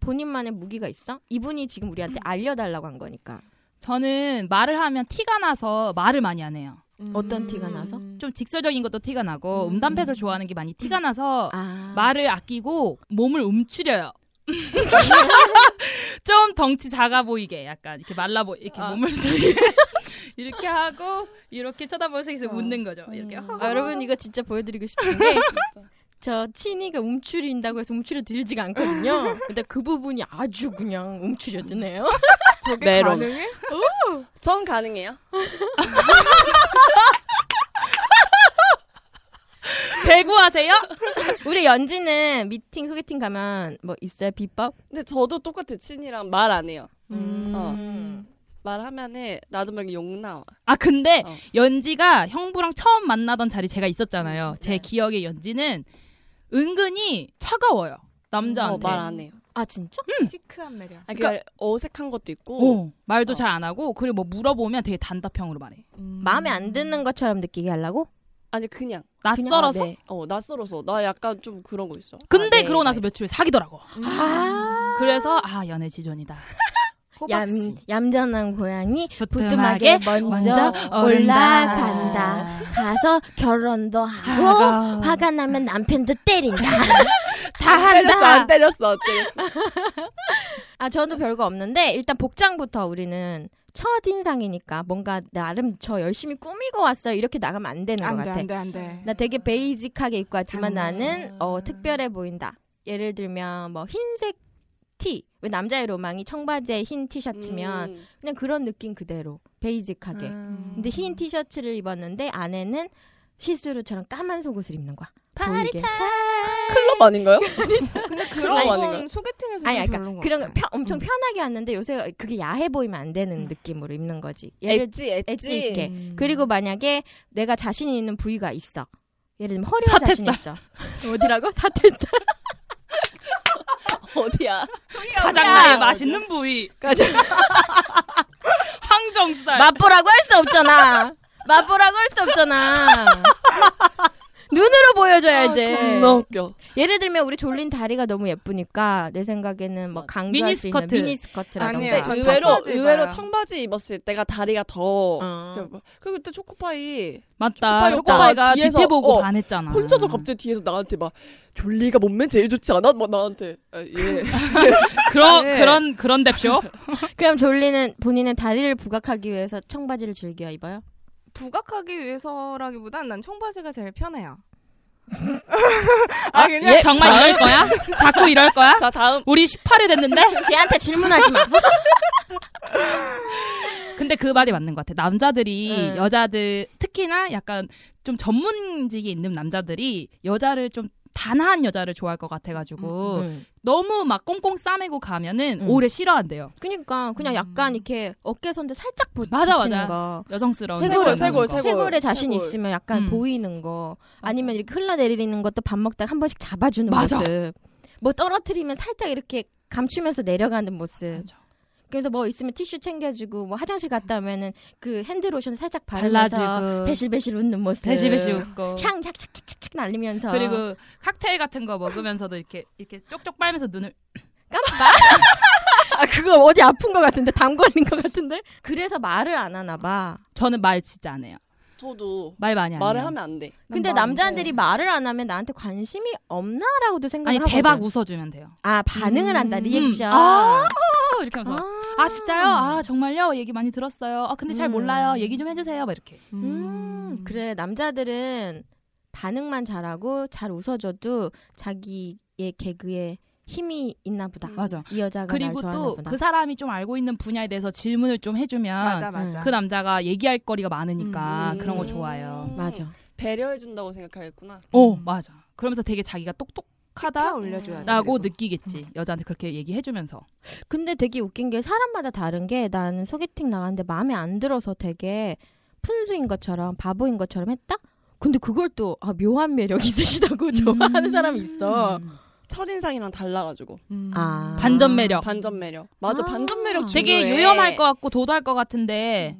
Speaker 2: 본인만의 무기가 있어? 이분이 지금 우리한테 알려달라고 한 거니까.
Speaker 1: 저는 말을 하면 티가 나서 말을 많이 안 해요.
Speaker 5: 음.
Speaker 2: 어떤 티가 나서?
Speaker 1: 좀 직설적인 것도 티가 나고
Speaker 2: 음.
Speaker 1: 음담패설 좋아하는 게 많이 티가 나서
Speaker 2: 아.
Speaker 1: 말을 아끼고 몸을 움츠려요. 좀 덩치 작아 보이게 약간 이렇게 말라 보이 이렇게
Speaker 2: 아.
Speaker 1: 몸을 이렇게 이렇게 하고 이렇게 쳐다보면서 계속
Speaker 2: 어.
Speaker 1: 웃는
Speaker 7: 음.
Speaker 1: 거죠. 이렇게
Speaker 2: 아, 여러분 이거 진짜 보여드리고 싶은 게 저 친이가 움츠린다고 해서 움츠려 들지가 않거든요. 근데 그 부분이 아주 그냥 움츠려 드네요.
Speaker 5: 저게
Speaker 7: 매력.
Speaker 5: 가능해?
Speaker 7: 같아. 전 가능해요.
Speaker 1: 배구하세요?
Speaker 2: 우리 연지는 미팅 소개팅 가면 뭐 있어요 비법?
Speaker 7: 근데 저도 똑같아 친이랑 말 안 해요. 어,
Speaker 2: 음.
Speaker 7: 말하면은 나도 막 욕 나와.
Speaker 1: 아 근데
Speaker 7: 어.
Speaker 1: 연지가 형부랑 처음 만나던 자리 제가 있었잖아요.
Speaker 2: 음,
Speaker 1: 제
Speaker 2: 네.
Speaker 1: 기억에 연지는 은근히 차가워요.
Speaker 7: 어,
Speaker 1: 남자한테.
Speaker 7: 말 안 해요.
Speaker 2: 아 진짜?
Speaker 5: 시크한
Speaker 1: 네.
Speaker 5: 매력.
Speaker 7: 아, 그러니까 어색한 것도 있고
Speaker 1: 어, 말도
Speaker 7: 어.
Speaker 1: 잘 안 하고 그리고 뭐 물어보면 되게 단답형으로 말해.
Speaker 2: 마음에 안 드는 것처럼 느끼게 하려고?
Speaker 7: 아니 그냥
Speaker 2: 그냥,
Speaker 1: 낯설어서.
Speaker 7: 네. 어 낯설어서 나 약간 좀 그런 거 있어.
Speaker 1: 근데
Speaker 7: 아, 네,
Speaker 1: 그러고 나서
Speaker 7: 네.
Speaker 1: 며칠 사귀더라고.
Speaker 5: 음.
Speaker 2: 아
Speaker 1: 그래서 아 연애 지존이다.
Speaker 2: 얌,
Speaker 5: 호박씨.
Speaker 2: 얌전한 고양이 부뚜막에 먼저 올라간다. 가서 결혼도 하고 어,
Speaker 7: 아,
Speaker 2: 화가 나면 남편도 때린다.
Speaker 1: 다
Speaker 7: 때렸어 안
Speaker 1: 한다.
Speaker 7: 때렸어 안 때렸어.
Speaker 2: 아, 저도 별거 없는데 일단 복장부터 우리는 첫 인상이니까 뭔가 나름 저 열심히 꾸미고 왔어요. 이렇게 나가면 안 되는 것
Speaker 5: 안돼
Speaker 2: 같아.
Speaker 5: 안돼 안돼.
Speaker 2: 나 되게 베이직하게 입고 왔지만
Speaker 5: 당연하지.
Speaker 2: 나는 어, 특별해 보인다. 예를 들면 뭐 흰색 티. 왜 남자의 로망이 청바지에 흰 티셔츠면
Speaker 7: 음.
Speaker 2: 그냥 그런 느낌 그대로 베이직하게.
Speaker 1: 아.
Speaker 3: 음.
Speaker 5: 음.
Speaker 2: 근데 흰 티셔츠를 입었는데 안에는 시스루처럼 까만 속옷을 입는 거야. 보이게.
Speaker 7: 클럽 아닌가요?
Speaker 5: 근데 그런
Speaker 7: 아니,
Speaker 5: 건
Speaker 7: 아닌가요?
Speaker 5: 소개팅에서
Speaker 2: 아니,
Speaker 5: 좀
Speaker 2: 그러니까
Speaker 5: 별론 거
Speaker 2: 그런 거
Speaker 5: 같아.
Speaker 2: 펴- 엄청 편하게 왔는데 요새 그게 야해 보이면 안 되는 느낌으로 입는 거지.
Speaker 3: 음.
Speaker 2: 예를
Speaker 7: 엣지 엣지.
Speaker 2: 엣지 있게.
Speaker 5: 음.
Speaker 2: 그리고 만약에 내가 자신이 있는 부위가 있어. 예를 들면 허리가
Speaker 1: 사태살.
Speaker 2: 자신 있어. 어디라고? 사태살.
Speaker 7: 어디야?
Speaker 1: 가장
Speaker 8: 음.
Speaker 1: 나의 맛있는 부위
Speaker 2: 가장
Speaker 1: 항정살.
Speaker 2: 맛보라고 할 수 없잖아. 맛보라고 할 수 없잖아. 눈으로 보여줘야지.
Speaker 1: 아,
Speaker 7: 아,
Speaker 1: 음.
Speaker 7: 겁나 웃겨.
Speaker 2: 예를 들면 우리 졸린 다리가 너무 예쁘니까 내 생각에는 뭐 강조할 수 있는
Speaker 1: 미니스커트.
Speaker 2: 미니스커트라든가. 네.
Speaker 5: 아니에요.
Speaker 7: 근데
Speaker 5: 전
Speaker 7: 의외로
Speaker 5: 청바지
Speaker 7: 의외로
Speaker 5: 입어요.
Speaker 7: 청바지 입었을 때가 다리가 더.
Speaker 2: 어.
Speaker 7: 그리고 그때 초코파이
Speaker 1: 맞다.
Speaker 7: 초코파이
Speaker 1: 초코파이가
Speaker 7: 뒤에서,
Speaker 1: 뒤태 보고
Speaker 7: 어,
Speaker 1: 반했잖아.
Speaker 7: 혼자서 갑자기 뒤에서 나한테 막 졸리가 몸매 제일 좋지 않아? 막 나한테 아, 예.
Speaker 1: 그런
Speaker 5: 네.
Speaker 1: 그런 그런 답쇼.
Speaker 2: 그럼 졸리는 본인의 다리를 부각하기 위해서 청바지를 즐겨 입어요?
Speaker 5: 부각하기 위해서라기보단 난 청바지가 제일 편해요.
Speaker 1: 아,
Speaker 5: 그냥-
Speaker 1: 얘 정말 이럴 거야? 자꾸 이럴 거야?
Speaker 7: 자 다음
Speaker 1: 우리 18이 됐는데?
Speaker 2: 쟤한테 질문하지 마.
Speaker 1: 근데 그 말이 맞는 것 같아. 남자들이
Speaker 7: 네.
Speaker 2: 응.
Speaker 1: 여자들 특히나 약간 좀 전문직이 있는 남자들이 여자를 좀 단아한 여자를 좋아할 것 같아가지고
Speaker 2: 음.
Speaker 1: 너무 막 꽁꽁 싸매고 가면은
Speaker 2: 음.
Speaker 1: 오래 싫어한대요.
Speaker 2: 그니까 그냥 약간 이렇게 어깨 선대 살짝 보,
Speaker 1: 맞아,
Speaker 2: 비치는
Speaker 1: 맞아.
Speaker 2: 거.
Speaker 1: 여성스러운
Speaker 2: 쇄골,
Speaker 1: 사람이라는
Speaker 7: 쇄골,
Speaker 1: 거.
Speaker 7: 쇄골.
Speaker 2: 아, 쇄골에 자신
Speaker 7: 쇄골.
Speaker 2: 있으면 약간
Speaker 1: 음.
Speaker 2: 보이는 거
Speaker 7: 맞아.
Speaker 2: 아니면 이렇게 흘러내리는 것도 밥 먹다가 한 번씩 잡아주는
Speaker 1: 맞아.
Speaker 2: 모습 뭐 떨어뜨리면 살짝 이렇게 감추면서 내려가는 모습
Speaker 1: 맞아.
Speaker 2: 그래서 뭐 있으면 티슈 챙겨주고 뭐 화장실 갔다 오면은 그 핸드로션 살짝 바르면서
Speaker 1: 발라주고
Speaker 2: 배실배실 웃는 모습
Speaker 1: 배시배시
Speaker 2: 네.
Speaker 1: 웃고
Speaker 2: 향향착착착착 날리면서
Speaker 1: 그리고 칵테일 같은 거 먹으면서도 이렇게 이렇게 쪽쪽 빨면서 눈을
Speaker 2: 깜빡 아, 그거 어디 아픈 것 같은데 담 걸린 것 같은데 그래서 말을 안 하나 봐.
Speaker 1: 저는 말 진짜 안 해요.
Speaker 7: 저도
Speaker 1: 말 많이 안
Speaker 7: 말을
Speaker 1: 해요.
Speaker 7: 하면 안 돼.
Speaker 2: 근데
Speaker 5: 네.
Speaker 2: 남자들이 말을 안 하면 나한테 관심이 없나라고도
Speaker 1: 아니
Speaker 2: 생각을 하거든.
Speaker 1: 대박 웃어주면 돼요.
Speaker 2: 아 반응을 한다
Speaker 1: 음.
Speaker 2: 리액션.
Speaker 1: 아, 어, 이렇게 하면서
Speaker 2: 아.
Speaker 1: 아 진짜요? 아 정말요? 얘기 많이 들었어요. 아 근데 잘
Speaker 2: 음.
Speaker 1: 몰라요. 얘기 좀 해주세요. 막 이렇게.
Speaker 2: 음, 그래 남자들은 반응만 잘하고 잘 웃어줘도 자기의 개그에 힘이 있나 보다.
Speaker 1: 음. 맞아.
Speaker 2: 이 여자가
Speaker 1: 그리고
Speaker 2: 날
Speaker 1: 또
Speaker 2: 좋아하나 보다.
Speaker 1: 그 사람이 좀 알고 있는 분야에 대해서 질문을 좀 해주면
Speaker 5: 맞아 맞아.
Speaker 2: 음.
Speaker 1: 그 남자가 얘기할 거리가 많으니까
Speaker 7: 음.
Speaker 1: 그런 거 좋아해요.
Speaker 2: 맞아.
Speaker 7: 배려해준다고 생각하겠구나.
Speaker 1: 어 맞아. 그러면서 되게 자기가
Speaker 5: 다
Speaker 1: 똑똑하다라고
Speaker 5: 올려줘야 돼.
Speaker 2: 음.
Speaker 5: 그리고.
Speaker 7: 음.
Speaker 1: 느끼겠지. 여자한테 그렇게 얘기해주면서.
Speaker 2: 근데 되게 웃긴 게 사람마다 다른 게 나는 소개팅 나갔는데 마음에 안 들어서 되게 푼수인 것처럼 바보인 것처럼 했다? 근데 그걸 또 아, 묘한 매력 있으시다고 좋아하는 사람이 있어.
Speaker 1: 음.
Speaker 7: 첫인상이랑 달라가지고
Speaker 5: 음.
Speaker 2: 아.
Speaker 1: 반전 매력.
Speaker 7: 반전 매력. 맞아
Speaker 2: 아.
Speaker 7: 반전 매력 중요해. 음.
Speaker 1: 되게 요염할 것 같고 도도할 것 같은데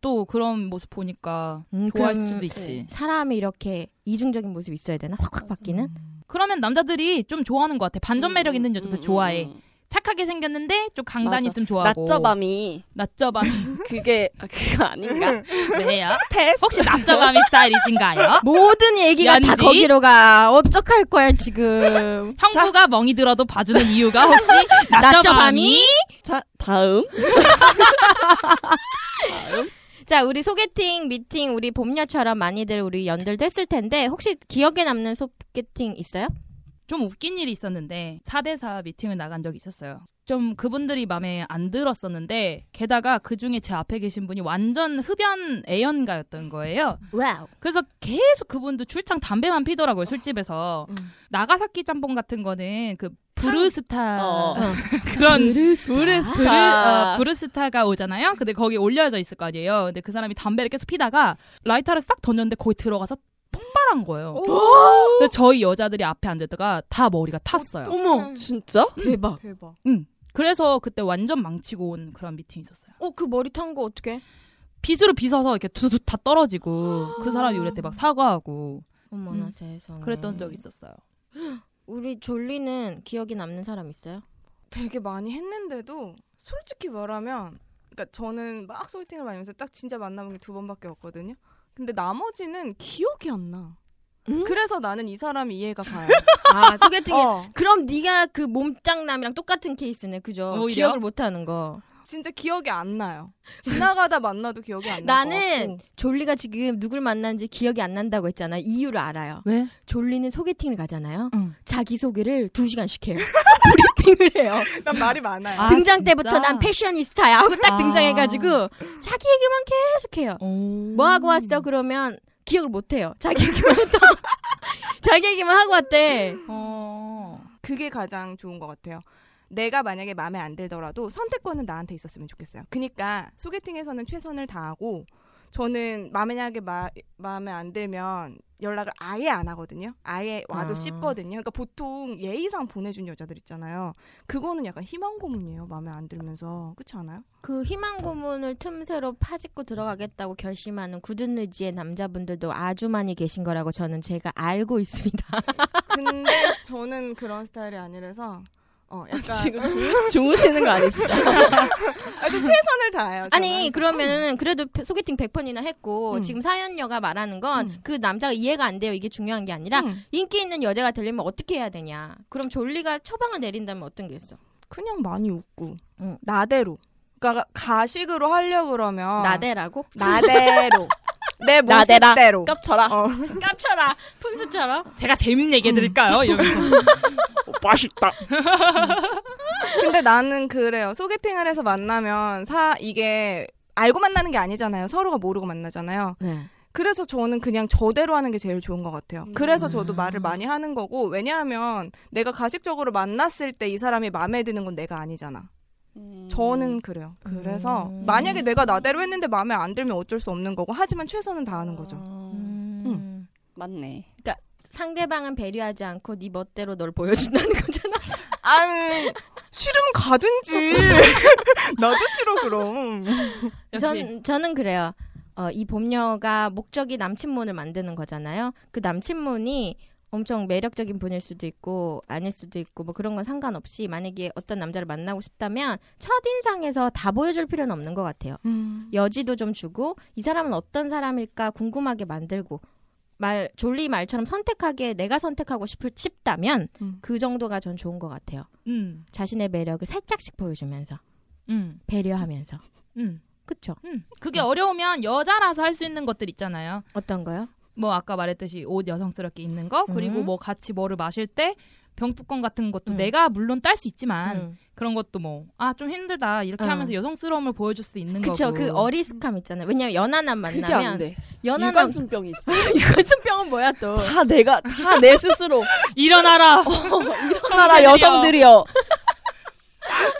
Speaker 1: 또 그런 모습 보니까
Speaker 2: 음,
Speaker 1: 좋아할
Speaker 2: 그럼
Speaker 1: 수도 있지.
Speaker 2: 사람이 이렇게 이중적인 모습이 있어야 되나? 확확 바뀌는?
Speaker 1: 그러면 남자들이 좀 좋아하는 것 같아. 반전 매력 있는 여자들 좋아해.
Speaker 7: 음, 음.
Speaker 1: 착하게 생겼는데 좀 강단
Speaker 7: 맞아.
Speaker 1: 있으면 좋아하고.
Speaker 7: 낮저밤이
Speaker 1: 낮저밤.
Speaker 7: 그게 아, 그거 아닌가?
Speaker 1: 왜요?
Speaker 7: 패스.
Speaker 1: 혹시 낮저밤이 스타일이신가요?
Speaker 7: 뭐?
Speaker 2: 모든 얘기가 다
Speaker 1: 연지?
Speaker 2: 거기로 가. 어떡할 거야 지금.
Speaker 1: 형부가 멍이 들어도 봐주는 이유가 혹시
Speaker 2: 낮저밤이?
Speaker 1: 낮저밤이?
Speaker 7: 자 다음.
Speaker 2: 자, 우리 소개팅, 미팅, 우리 봄녀처럼 많이들 우리 연들도 했을 텐데 혹시 기억에 남는 소개팅 있어요?
Speaker 1: 좀 웃긴 일이 있었는데 4대4 미팅을 나간 적이 있었어요. 좀 그분들이 마음에 안 들었었는데 게다가 그중에 제 앞에 계신 분이 완전 흡연 애연가였던 거예요.
Speaker 2: 와우.
Speaker 1: 그래서 계속 그분도 출장 담배만 피더라고요 술집에서
Speaker 5: 음.
Speaker 1: 나가사키 짬뽕 같은 거는 그 브루스타
Speaker 7: 어.
Speaker 1: 그런 브루스타 브루,
Speaker 7: 브루스타.
Speaker 1: 어, 브루스타가 오잖아요. 근데 거기 올려져 있을 거 아니에요. 근데 그 사람이 담배를 계속 피다가 라이터를 싹 던졌는데 거기 들어가서 폭발한 거예요. 그래서 저희 여자들이 앞에 앉았다가 다 머리가 탔어요.
Speaker 7: 어머 진짜?
Speaker 2: 대박.
Speaker 5: 대박.
Speaker 1: 그래서 그때 완전 망치고 온 그런 미팅이 있었어요.
Speaker 2: 어, 그 머리 탄 거 어떻게?
Speaker 1: 빗으로 빗어서 이렇게 두두 다 떨어지고 그 사람이 요랬대 막 사과하고
Speaker 2: 어머나
Speaker 1: 음.
Speaker 2: 세상에.
Speaker 1: 그랬던 적이 있었어요.
Speaker 2: 우리 졸리는 기억에 남는 사람 있어요?
Speaker 5: 되게 많이 했는데도 솔직히 말하면 그러니까 저는 막 소개팅을 많이 하면서 딱 진짜 만나본 게 두 번밖에 없거든요. 근데 나머지는 기억이 안 나.
Speaker 2: 음?
Speaker 5: 그래서 나는 이 사람이 이해가 가요.
Speaker 2: 아, 소개팅에
Speaker 5: 어,
Speaker 2: 그럼 네가 그 몸짱남이랑 똑같은 케이스네. 그죠?
Speaker 1: 오히려?
Speaker 2: 기억을 못 하는 거.
Speaker 5: 진짜 기억이 안 나요. 지나가다 만나도 기억이 안 나.
Speaker 2: 나는 졸리가 지금 누굴 만났는지 기억이 안 난다고 했잖아. 이유를 알아요.
Speaker 1: 왜?
Speaker 2: 졸리는 소개팅을 가잖아요.
Speaker 1: 응.
Speaker 2: 자기 소개를 두 시간씩 해요. 브리핑을 해요.
Speaker 5: 난 말이 많아요.
Speaker 1: 아,
Speaker 2: 등장
Speaker 1: 진짜?
Speaker 2: 때부터 난 패셔니스타야 하고 딱
Speaker 1: 아.
Speaker 2: 등장해가지고 자기 얘기만 계속해요. 뭐 하고 왔어? 그러면 기억을 못 해요. 자기 얘기만 했다. 자기 얘기만 하고 왔대.
Speaker 1: 어.
Speaker 5: 그게 가장 좋은 것 같아요. 내가 만약에 마음에 안 들더라도 선택권은 나한테 있었으면 좋겠어요. 그러니까 소개팅에서는 최선을 다하고 저는 만약에 마, 마음에 안 들면 연락을 아예 안 하거든요. 아예 와도
Speaker 2: 아.
Speaker 5: 씹거든요. 그러니까 보통 예의상 보내준 여자들 있잖아요. 그거는 약간 희망 고문이에요. 마음에 안 들면서 그렇지 않아요?
Speaker 2: 그 희망 고문을 틈새로 파짓고 들어가겠다고 결심하는 굳은 의지의 남자분들도 아주 많이 계신 거라고 저는 제가 알고 있습니다.
Speaker 5: 근데 저는 그런 스타일이 아니라서 어 약간
Speaker 7: 지금 주무시, 주무시는 거 아니시죠?
Speaker 5: 아주 최선을 다해요.
Speaker 2: 아니
Speaker 5: 저는.
Speaker 2: 그러면은 그래도 페- 소개팅 100번이나 했고
Speaker 5: 음.
Speaker 2: 지금 사연녀가 말하는 건
Speaker 5: 음.
Speaker 2: 그 남자가 이해가 안 돼요. 이게 중요한 게 아니라
Speaker 5: 음,
Speaker 2: 인기 있는 여자가 되려면 어떻게 해야 되냐? 그럼 졸리가 처방을 내린다면 어떤 게 있어?
Speaker 5: 그냥 많이 웃고
Speaker 2: 응.
Speaker 5: 나대로. 그러니까 가식으로 하려 그러면
Speaker 2: 나대라고?
Speaker 5: 나대로 내
Speaker 7: 나대라.
Speaker 5: 모습대로
Speaker 7: 깝쳐라.
Speaker 5: 어.
Speaker 2: 깝쳐라 푼수처럼.
Speaker 1: 제가 재밌는 얘기 해드릴까요? 이러면서.
Speaker 9: 맛있다.
Speaker 5: 근데 나는 그래요 소개팅을 해서 만나면 사 이게 알고 만나는 게 아니잖아요 서로가 모르고 만나잖아요
Speaker 2: 네.
Speaker 5: 그래서 저는 그냥 저대로 하는 게 제일 좋은 것 같아요 그래서 저도
Speaker 2: 음.
Speaker 5: 말을 많이 하는 거고 왜냐하면 내가 가식적으로 만났을 때 이 사람이 마음에 드는 건 내가 아니잖아
Speaker 3: 음.
Speaker 5: 저는 그래요 그래서
Speaker 2: 음.
Speaker 5: 만약에 내가 나대로 했는데 마음에 안 들면 어쩔 수 없는 거고 하지만 최선은 다하는 거죠
Speaker 7: 음,
Speaker 2: 음.
Speaker 7: 맞네.
Speaker 2: 상대방은 배려하지 않고 네 멋대로 널 보여준다는 거잖아.
Speaker 5: 아유 싫으면 가든지 나도 싫어 그럼
Speaker 1: 역시
Speaker 2: 전 저는 그래요. 어, 이 봄녀가 목적이 남친문을 만드는 거잖아요. 그 남친문이 엄청 매력적인 분일 수도 있고 아닐 수도 있고 뭐 그런 건 상관없이 만약에 어떤 남자를 만나고 싶다면 첫인상에서 다 보여줄 필요는 없는 것 같아요.
Speaker 5: 음.
Speaker 2: 여지도 좀 주고 이 사람은 어떤 사람일까 궁금하게 만들고 말 졸리 말처럼 선택하게 내가 선택하고 싶을 싶다면
Speaker 5: 음.
Speaker 2: 그 정도가 전 좋은 것 같아요.
Speaker 1: 음,
Speaker 2: 자신의 매력을 살짝씩 보여주면서
Speaker 1: 음,
Speaker 2: 배려하면서
Speaker 1: 음,
Speaker 2: 그쵸?
Speaker 1: 음. 그게 어려우면 여자라서 할 수 있는 것들 있잖아요.
Speaker 2: 어떤 거요?
Speaker 1: 뭐 아까 말했듯이 옷 여성스럽게 입는 거, 그리고
Speaker 2: 음.
Speaker 1: 뭐 같이 뭐를 마실 때 병뚜껑 같은 것도
Speaker 2: 음.
Speaker 1: 내가 물론 딸 수 있지만
Speaker 2: 음.
Speaker 1: 그런 것도 뭐 아 좀 힘들다 이렇게
Speaker 2: 어.
Speaker 1: 하면서 여성스러움을 보여줄 수 있는
Speaker 2: 그쵸?
Speaker 1: 거고. 음,
Speaker 2: 그 어리숙함 있잖아요. 왜냐면 연하남
Speaker 3: 그게 안
Speaker 2: 만나면
Speaker 3: 돼.
Speaker 2: 연하남
Speaker 3: 유관순병이 있어.
Speaker 2: 유관순병은 뭐야 또?
Speaker 3: 다 내가 다 내 스스로
Speaker 1: 일어나라.
Speaker 3: 일어나라 여성들이여.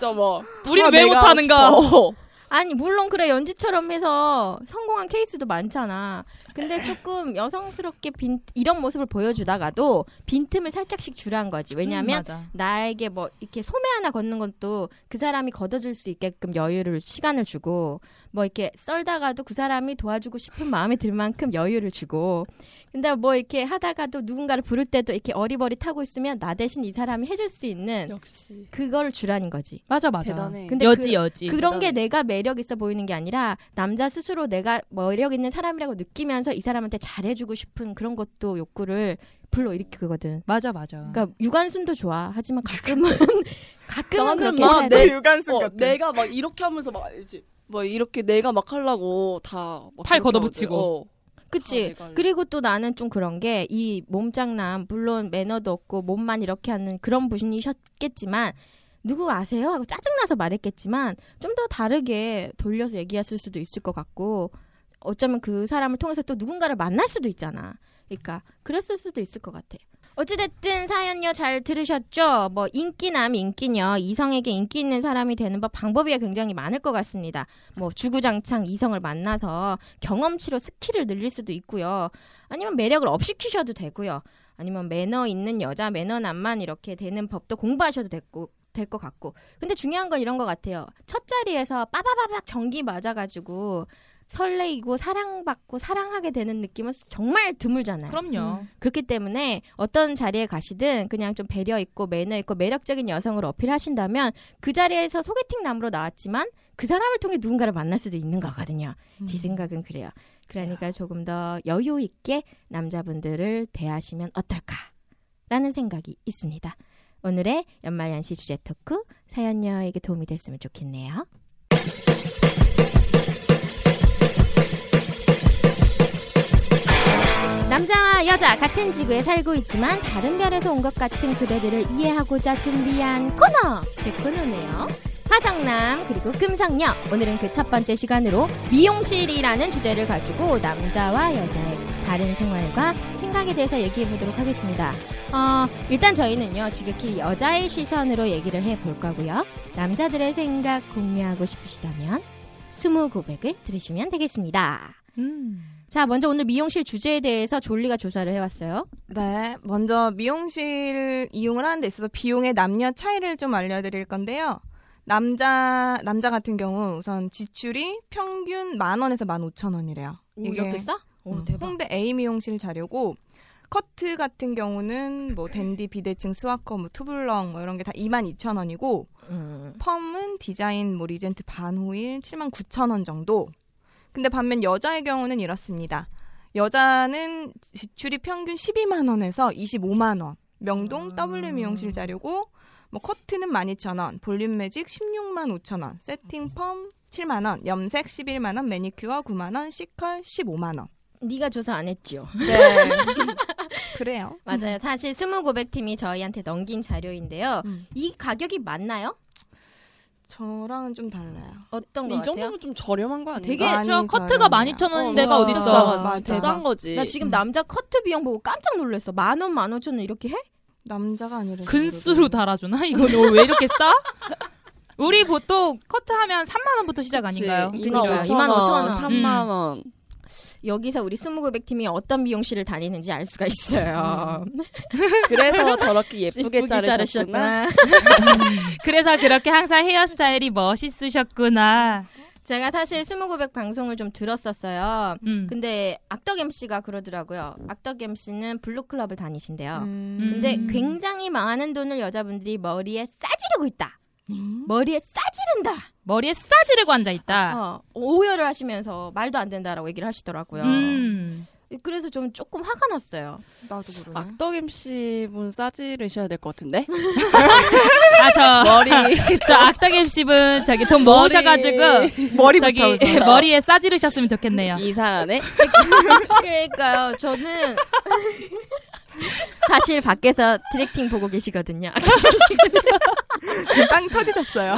Speaker 3: 저뭐
Speaker 1: 우리는 왜 못하는가?
Speaker 3: 어.
Speaker 2: 아니 물론 그래 연지처럼 해서 성공한 케이스도 많잖아. 근데 조금 여성스럽게 빈 이런 모습을 보여주다가도 빈틈을 살짝씩 주란 거지. 왜냐하면
Speaker 1: 음, 맞아.
Speaker 2: 나에게 뭐 이렇게 소매 하나 걷는 것도 그 사람이 걷어줄 수 있게끔 여유를 시간을 주고 뭐 이렇게 썰다가도 그 사람이 도와주고 싶은 마음이 들 만큼 여유를 주고 근데 뭐 이렇게 하다가도 누군가를 부를 때도 이렇게 어리버리타고 있으면 나 대신 이 사람이 해줄 수 있는
Speaker 3: 역시
Speaker 2: 그거를 주라는 거지.
Speaker 1: 맞아 맞아.
Speaker 3: 대단해.
Speaker 2: 근데
Speaker 1: 여지
Speaker 2: 그-
Speaker 1: 여지.
Speaker 2: 그런 게 내가 매력 있어 보이는 게 아니라 남자 스스로 내가 매력 있는 사람이라고 느끼면서 이 사람한테 잘해주고 싶은 그런 것도 욕구를 불러일으키거든.
Speaker 1: 맞아 맞아.
Speaker 2: 그러니까 유관순도 좋아. 하지만 가끔은 가끔은
Speaker 3: 나는
Speaker 2: 그렇게 해야 돼.
Speaker 3: 막내
Speaker 5: 유관순
Speaker 3: 어,
Speaker 5: 같은.
Speaker 3: 내가 막 이렇게 하면서 막 이제 뭐 이렇게 내가 막 하려고
Speaker 1: 팔
Speaker 3: 다팔
Speaker 1: 걷어붙이고.
Speaker 2: 그치. 그리고 또 나는 좀 그런 게 이 몸장남 물론 매너도 없고 몸만 이렇게 하는 그런 분이셨겠지만 누구 아세요? 하고 짜증나서 말했겠지만 좀 더 다르게 돌려서 얘기했을 수도 있을 것 같고 어쩌면 그 사람을 통해서 또 누군가를 만날 수도 있잖아. 그러니까 그랬을 수도 있을 것 같아. 어찌됐든 사연요 잘 들으셨죠? 뭐 인기남 인기녀 이성에게 인기 있는 사람이 되는 법 방법이 굉장히 많을 것 같습니다. 뭐 주구장창 이성을 만나서 경험치로 스킬을 늘릴 수도 있고요. 아니면 매력을 업시키셔도 되고요. 아니면 매너 있는 여자 매너남만 이렇게 되는 법도 공부하셔도 됐고 될 것 같고. 근데 중요한 건 이런 것 같아요. 첫 자리에서 빠바바박 전기 맞아가지고 설레이고 사랑받고 사랑하게 되는 느낌은 정말 드물잖아요.
Speaker 1: 그럼요.
Speaker 2: 그렇기 때문에 어떤 자리에 가시든 그냥 좀 배려 있고 매너 있고 매력적인 여성을 어필하신다면 그 자리에서 소개팅 남으로 나왔지만 그 사람을 통해 누군가를 만날 수도 있는 거거든요. 제 생각은 그래요. 그러니까 조금 더 여유 있게 남자분들을 대하시면 어떨까라는 생각이 있습니다. 오늘의 연말연시 주제 토크 사연녀에게 도움이 됐으면 좋겠네요. 남자와 여자 같은 지구에 살고 있지만 다른 별에서 온 것 같은 그대들을 이해하고자 준비한 코너 백코너네요. 화성남 그리고 금성녀 오늘은 그 첫 번째 시간으로 미용실이라는 주제를 가지고 남자와 여자의 다른 생활과 생각에 대해서 얘기해 보도록 하겠습니다. 어, 일단 저희는요 지극히 여자의 시선으로 얘기를 해 볼 거고요. 남자들의 생각 공유하고 싶으시다면 스무 고백을 들으시면 되겠습니다.
Speaker 1: 음.
Speaker 2: 자, 먼저 오늘 미용실 주제에 대해서 졸리가 조사를 해왔어요.
Speaker 5: 네, 먼저 미용실 이용을 하는 데 있어서 비용의 남녀 차이를 좀 알려드릴 건데요. 남자 남자 같은 경우 우선 지출이 평균 만 원에서 만 오천 원이래요.
Speaker 3: 예.
Speaker 2: 이렇게 써? 오,
Speaker 5: 음,
Speaker 2: 대박.
Speaker 5: 홍대 A 미용실 자료고 커트 같은 경우는 뭐 댄디, 비대칭, 스와커, 뭐 투블럭 뭐 이런 게 다 2만 2천 원이고
Speaker 2: 음.
Speaker 5: 펌은 디자인, 뭐 리젠트, 반호일 7만 9천 원 정도. 근데 반면 여자의 경우는 이렇습니다. 여자는 지출이 평균 12만 원에서 25만 원. 명동 W 미용실 자료고 뭐 커트는 12,000원, 볼륨 매직 16만 5천원, 세팅 펌 7만원, 염색 11만원, 매니큐어 9만원, 시컬 15만원.
Speaker 2: 네가 조사 안 했죠?
Speaker 3: 음.
Speaker 5: 네. 그래요.
Speaker 2: 맞아요. 사실 스무 고백팀이 저희한테 넘긴 자료인데요.
Speaker 5: 음.
Speaker 2: 이 가격이 맞나요?
Speaker 5: 저랑은 좀 달라요.
Speaker 2: 어떤 거
Speaker 3: 이
Speaker 2: 같아요?
Speaker 3: 정도면 좀 저렴한 거 아니야?
Speaker 1: 되게
Speaker 5: 많이
Speaker 1: 저
Speaker 5: 사요.
Speaker 1: 커트가 12,000원 데가
Speaker 5: 맞아.
Speaker 1: 어디 있어?
Speaker 5: 맞아.
Speaker 3: 싸 진짜 싼 거지.
Speaker 2: 나 지금
Speaker 1: 음.
Speaker 2: 남자 커트 비용 보고 깜짝 놀랐어. 만 원, 만 오천 원 이렇게 해?
Speaker 5: 남자가 아니라
Speaker 1: 근수로 달아주나? 이거 너 왜 이렇게 싸? 우리 보통 커트하면 3만 원부터 시작 아닌가요?
Speaker 2: 그치.
Speaker 3: 2만
Speaker 2: 그러니까요.
Speaker 3: 5천 원, 음.
Speaker 2: 25,000원.
Speaker 3: 3만 원.
Speaker 2: 여기서 우리 스무 고백팀이 어떤 미용실을 다니는지 알 수가 있어요.
Speaker 3: 그래서 저렇게 음. 예쁘게
Speaker 2: 예쁘게
Speaker 3: 자르셨구나.
Speaker 2: 자르셨구나.
Speaker 1: 그래서 그렇게 항상 헤어스타일이 멋있으셨구나.
Speaker 2: 제가 사실 스무고백 방송을 좀 들었었어요.
Speaker 1: 음.
Speaker 2: 근데 악덕 MC가 그러더라고요. 악덕 MC는 블루클럽을 다니신대요.
Speaker 5: 음.
Speaker 2: 근데
Speaker 1: 음.
Speaker 2: 굉장히 많은 돈을 여자분들이 머리에 싸지르고 있다.
Speaker 5: 음.
Speaker 2: 머리에 싸지른다.
Speaker 1: 머리에 싸지르고 앉아 있다.
Speaker 2: 어, 오열을 하시면서 말도 안 된다라고 얘기를 하시더라고요.
Speaker 1: 음.
Speaker 2: 그래서 좀 조금 화가 났어요.
Speaker 5: 나도 그러네.
Speaker 3: 악덕 MC 분 싸지르셔야 될 것 같은데?
Speaker 1: 아, 저,
Speaker 3: 머리.
Speaker 1: 저 악덕 MC분 저기 돈
Speaker 3: 머리.
Speaker 1: 모으셔가지고 저기
Speaker 5: 머리부터 우선.
Speaker 2: 어.
Speaker 1: 머리에 싸지르셨으면 좋겠네요.
Speaker 3: 이상하네.
Speaker 2: 그러니까요. 저는 사실 밖에서 디렉팅 보고 계시거든요.
Speaker 5: 지금 빵 터지셨어요.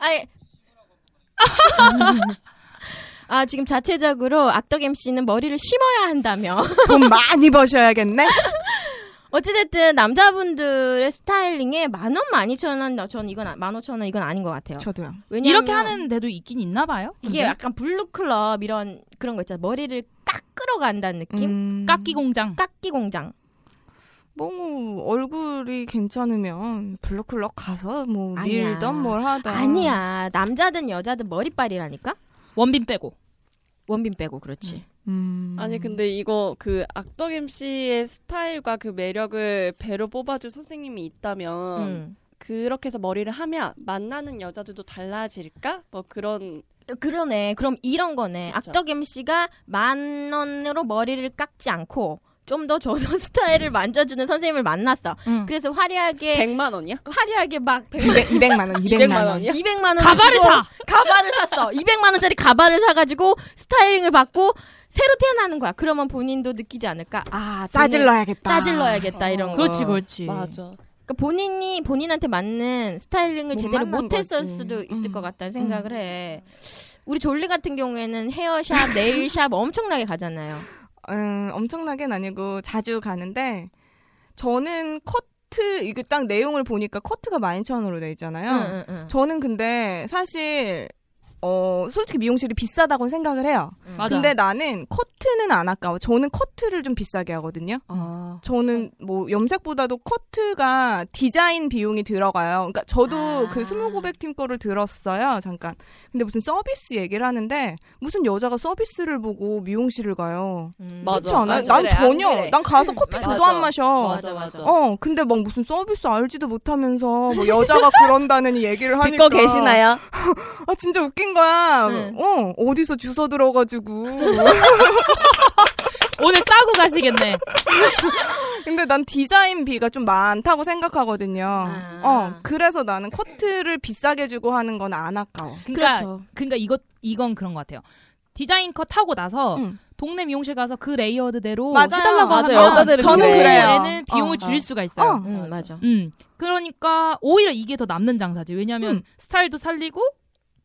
Speaker 2: 아니. 아, 지금 자체적으로 악덕 MC는 머리를 심어야 한다며.
Speaker 5: 돈 많이 버셔야겠네.
Speaker 2: 어찌됐든 남자분들의 스타일링에 만원, 만이천원, 어, 전 이건, 아- 만오천원 이건 아닌 것 같아요.
Speaker 5: 저도요.
Speaker 2: 왜냐면
Speaker 1: 이렇게 하는 데도 있긴 있나 봐요.
Speaker 2: 이게 약간 블루클럽 이런 그런 거 있잖아. 머리를 깎 끌어간다는 느낌?
Speaker 5: 음.
Speaker 1: 깎기 공장.
Speaker 2: 깎기 공장.
Speaker 5: 뭐 얼굴이 괜찮으면 블루클럽 가서 뭐
Speaker 2: 아니야.
Speaker 5: 밀던 뭘 하던
Speaker 2: 아니야. 남자든 여자든 머리빨이라니까?
Speaker 1: 원빈 빼고.
Speaker 2: 원빈 빼고 그렇지.
Speaker 5: 음.
Speaker 3: 아니 근데 이거 그 악덕 MC의 스타일과 그 매력을 배로 뽑아줄 선생님이 있다면
Speaker 2: 음.
Speaker 3: 그렇게 해서 머리를 하면 만나는 여자들도 달라질까? 뭐 그런
Speaker 2: 음. 그러네. 그럼 이런 거네.
Speaker 3: 맞아.
Speaker 2: 악덕 MC가 만 원으로 머리를 깎지 않고 좀 더 조선 스타일을 만져주는 선생님을 만났어.
Speaker 1: 응.
Speaker 2: 그래서 화려하게
Speaker 3: 100만 원이야?
Speaker 2: 화려하게 막 100만
Speaker 5: 200, 200만 원, 200만, 원.
Speaker 3: 예.
Speaker 2: 200만 원
Speaker 1: 가발을 사!
Speaker 2: 가발을 샀어. 200만 원짜리 가발을 사가지고 스타일링을 받고 새로 태어나는 거야. 그러면 본인도 느끼지 않을까? 아
Speaker 5: 싸질러야겠다.
Speaker 2: 싸질러야겠다 이런 거.
Speaker 1: 그렇지, 그렇지.
Speaker 3: 맞아.
Speaker 2: 그러니까 본인이 본인한테 맞는 스타일링을
Speaker 5: 못
Speaker 2: 제대로
Speaker 5: 만난
Speaker 2: 못했을
Speaker 5: 거지.
Speaker 2: 수도 있을
Speaker 5: 음.
Speaker 2: 것 같다는 생각을 해. 우리 졸리 같은 경우에는 헤어샵, 네일샵 엄청나게 가잖아요.
Speaker 5: 음, 엄청나게는 아니고 자주 가는데 저는 커트 이게 딱 내용을 보니까 커트가 12,000원으로 돼 있잖아요.
Speaker 2: 응, 응, 응.
Speaker 5: 저는 근데 사실 어 솔직히 미용실이 비싸다고 생각을 해요.
Speaker 2: 음.
Speaker 1: 맞아.
Speaker 5: 근데 나는 커트는 안 아까워. 저는 커트를 좀 비싸게 하거든요.
Speaker 2: 어.
Speaker 5: 저는 뭐 염색보다도 커트가 디자인 비용이 들어가요. 그러니까 저도
Speaker 2: 아.
Speaker 5: 그 스무고백 팀 거를 들었어요. 잠깐. 근데 무슨 서비스 얘기를 하는데 무슨 여자가 서비스를 보고 미용실을 가요.
Speaker 2: 음.
Speaker 3: 맞아.
Speaker 5: 그렇지 않아요?
Speaker 3: 안
Speaker 5: 난
Speaker 3: 그래, 안
Speaker 5: 전혀.
Speaker 3: 그래.
Speaker 5: 난 가서 커피
Speaker 2: 맞아.
Speaker 5: 줘도 안 마셔.
Speaker 3: 맞아 맞아.
Speaker 5: 어, 근데 막 무슨 서비스 알지도 못하면서 뭐 여자가 그런다는 얘기를 하니까
Speaker 3: 듣고 계시나요?
Speaker 5: 아 진짜 웃긴 거야.
Speaker 2: 네.
Speaker 5: 어 어디서 주워 들어가지고.
Speaker 1: 오늘 싸고 가시겠네.
Speaker 5: 근데 난 디자인 비가 좀 많다고 생각하거든요.
Speaker 2: 아.
Speaker 5: 어 그래서 나는 커트를 비싸게 주고 하는 건 안 아까워.
Speaker 1: 그러니까
Speaker 2: 그렇죠.
Speaker 1: 그러니까 이거 이건 그런 것 같아요. 디자인 컷 하고 나서
Speaker 5: 응.
Speaker 1: 동네 미용실 가서 그 레이어드대로
Speaker 5: 맞아요.
Speaker 1: 해달라고
Speaker 3: 맞아요.
Speaker 1: 하면
Speaker 3: 여자들은
Speaker 1: 저는
Speaker 3: 그래요.
Speaker 1: 그래는 비용을
Speaker 5: 어,
Speaker 1: 줄일 수가 있어요.
Speaker 5: 어
Speaker 2: 응, 맞아.
Speaker 1: 네. 음. 그러니까 오히려 이게 더 남는 장사지. 왜냐하면
Speaker 5: 음.
Speaker 1: 스타일도 살리고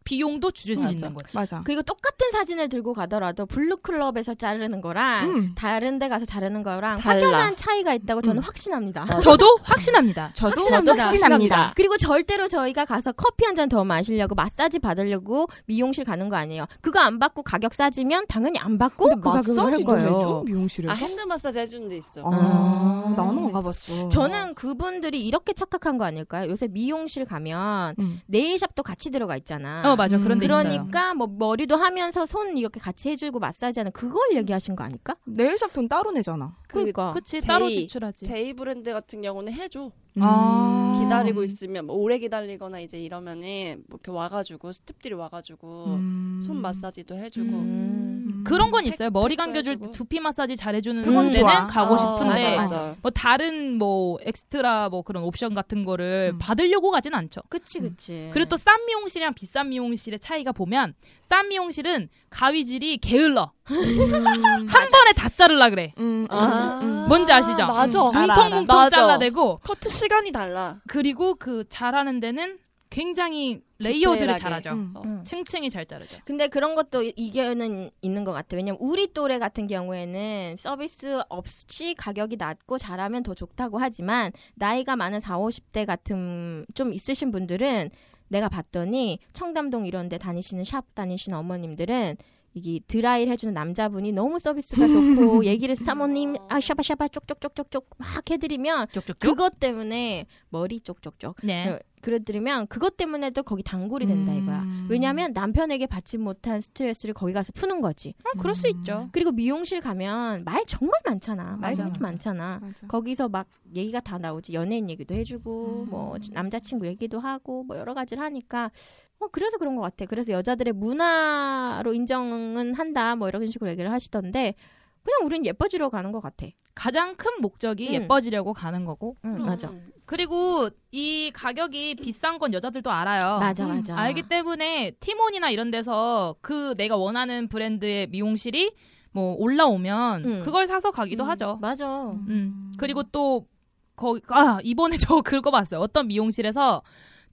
Speaker 1: 비용도 줄일 수 있는 거지.
Speaker 5: 맞아.
Speaker 2: 그리고 똑같은 사진을 들고 가더라도 블루클럽에서 자르는 거랑
Speaker 5: 음.
Speaker 2: 다른 데 가서 자르는 거랑
Speaker 3: 달라.
Speaker 2: 확연한 차이가 있다고 저는 확신합니다.
Speaker 3: 어,
Speaker 1: 저도
Speaker 3: 네.
Speaker 1: 확신합니다.
Speaker 5: 저도
Speaker 2: 확신합니다.
Speaker 5: 확신합니다.
Speaker 2: 그리고 절대로 저희가 가서 커피 한 잔 더 마시려고 마사지 받으려고 미용실 가는 거 아니에요. 그거 안 받고 가격 싸지면 당연히 안 받고 그 가격을 할
Speaker 5: 마사지도 해줘
Speaker 2: 거예요.
Speaker 5: 미용실에서.
Speaker 3: 아 핸드 마사지 해주는 데 있어.
Speaker 5: 아,
Speaker 2: 아.
Speaker 5: 나는 안 가봤어.
Speaker 2: 저는 그분들이 이렇게 착각한 거 아닐까요? 요새 미용실 가면
Speaker 5: 음.
Speaker 2: 네일샵도 같이 들어가 있잖아.
Speaker 1: 어 맞아 그런 데 있어요.
Speaker 2: 그러니까 뭐 머리도 하면서 손 이렇게 같이 해주고 마사지하는 그걸 얘기하신 거 아닐까?
Speaker 5: 네일샵 돈 따로 내잖아.
Speaker 2: 그러니까
Speaker 1: 그치
Speaker 3: 어, 제이-
Speaker 1: 따로 지출하지.
Speaker 3: 제이 브랜드 같은 경우는 해줘.
Speaker 1: 아.
Speaker 3: 기다리고 있으면 뭐 오래 기다리거나 이제 이러면은 뭐 이렇게 와가지고 스탭들이 와가지고
Speaker 5: 음.
Speaker 3: 손 마사지도 해주고
Speaker 2: 음.
Speaker 1: 그런 건 있어요. 머리
Speaker 3: 팩도
Speaker 1: 감겨줄 때
Speaker 3: 해주고.
Speaker 1: 두피 마사지 잘해주는
Speaker 5: 그건
Speaker 1: 데는
Speaker 5: 좋아.
Speaker 1: 가고
Speaker 3: 어,
Speaker 1: 싶은데
Speaker 2: 맞아, 맞아.
Speaker 1: 뭐 다른 뭐 엑스트라 뭐 그런 옵션 같은 거를
Speaker 5: 음.
Speaker 1: 받으려고 가진 않죠.
Speaker 2: 그치 그치.
Speaker 1: 음.
Speaker 3: 네.
Speaker 1: 그리고 또 싼 미용실이랑 비싼 미용실의 차이가 보면 싼 미용실은 가위질이 게을러
Speaker 5: 음.
Speaker 1: 한 번에 다 자르려 그래
Speaker 5: 음.
Speaker 3: 아.
Speaker 5: 음.
Speaker 1: 뭔지 아시죠?
Speaker 3: 맞아.
Speaker 5: 알아, 알아.
Speaker 1: 뭉텅뭉텅
Speaker 3: 맞아.
Speaker 1: 잘라내고
Speaker 3: 커트 시간이 달라.
Speaker 1: 그리고 그 잘하는 데는 굉장히 레이어드를
Speaker 3: 디테일하게.
Speaker 1: 잘하죠.
Speaker 5: 음.
Speaker 2: 응.
Speaker 1: 층층이 잘 자르죠.
Speaker 2: 근데 그런 것도 이- 이견은 있는 것 같아. 요 왜냐면 우리 또래 같은 경우에는 서비스 없이 가격이 낮고 잘하면 더 좋다고 하지만 나이가 많은 4, 50대 같은 좀 있으신 분들은 내가 봤더니 청담동 이런 데 다니시는 샵 다니시는 어머님들은 이게 드라이를 해주는 남자분이 너무 서비스가 좋고 얘기를 사모님 아 샤바샤바 쪽쪽쪽쪽쪽 막 해드리면
Speaker 1: 쪽쪽쪽.
Speaker 2: 그것 때문에 머리 쪽쪽쪽
Speaker 1: 네.
Speaker 2: 그려드리면 그것 때문에 또 거기 단골이 된다 이거야.
Speaker 1: 음.
Speaker 2: 왜냐하면 남편에게 받지 못한 스트레스를 거기 가서 푸는 거지.
Speaker 6: 아, 그럴
Speaker 2: 음.
Speaker 6: 수 있죠.
Speaker 2: 그리고 미용실 가면 말 정말 많잖아. 말
Speaker 1: 맞아,
Speaker 2: 정말
Speaker 1: 맞아.
Speaker 2: 많잖아.
Speaker 5: 맞아.
Speaker 2: 거기서 막 얘기가 다 나오지. 연예인 얘기도 해주고,
Speaker 1: 음.
Speaker 2: 뭐 남자친구 얘기도 하고, 뭐 여러 가지를 하니까. 어, 그래서 그런 것 같아. 그래서 여자들의 문화로 인정은 한다. 뭐 이런 식으로 얘기를 하시던데, 그냥 우린 예뻐지러 가는 것 같아.
Speaker 1: 가장 큰 목적이
Speaker 2: 음.
Speaker 1: 예뻐지려고 가는 거고 음.
Speaker 3: 음,
Speaker 2: 응, 맞아.
Speaker 1: 그리고 이 가격이 비싼 건 여자들도 알아요.
Speaker 2: 맞아, 맞아.
Speaker 1: 어. 음. 알기 때문에 티몬이나 이런 데서 그 내가 원하는 브랜드의 미용실이 뭐 올라오면
Speaker 2: 음.
Speaker 1: 그걸 사서 가기도
Speaker 2: 음,
Speaker 1: 하죠.
Speaker 2: 맞아.
Speaker 1: 음. 그리고 또 거기 아 이번에 저 긁어봤어요. 어떤 미용실에서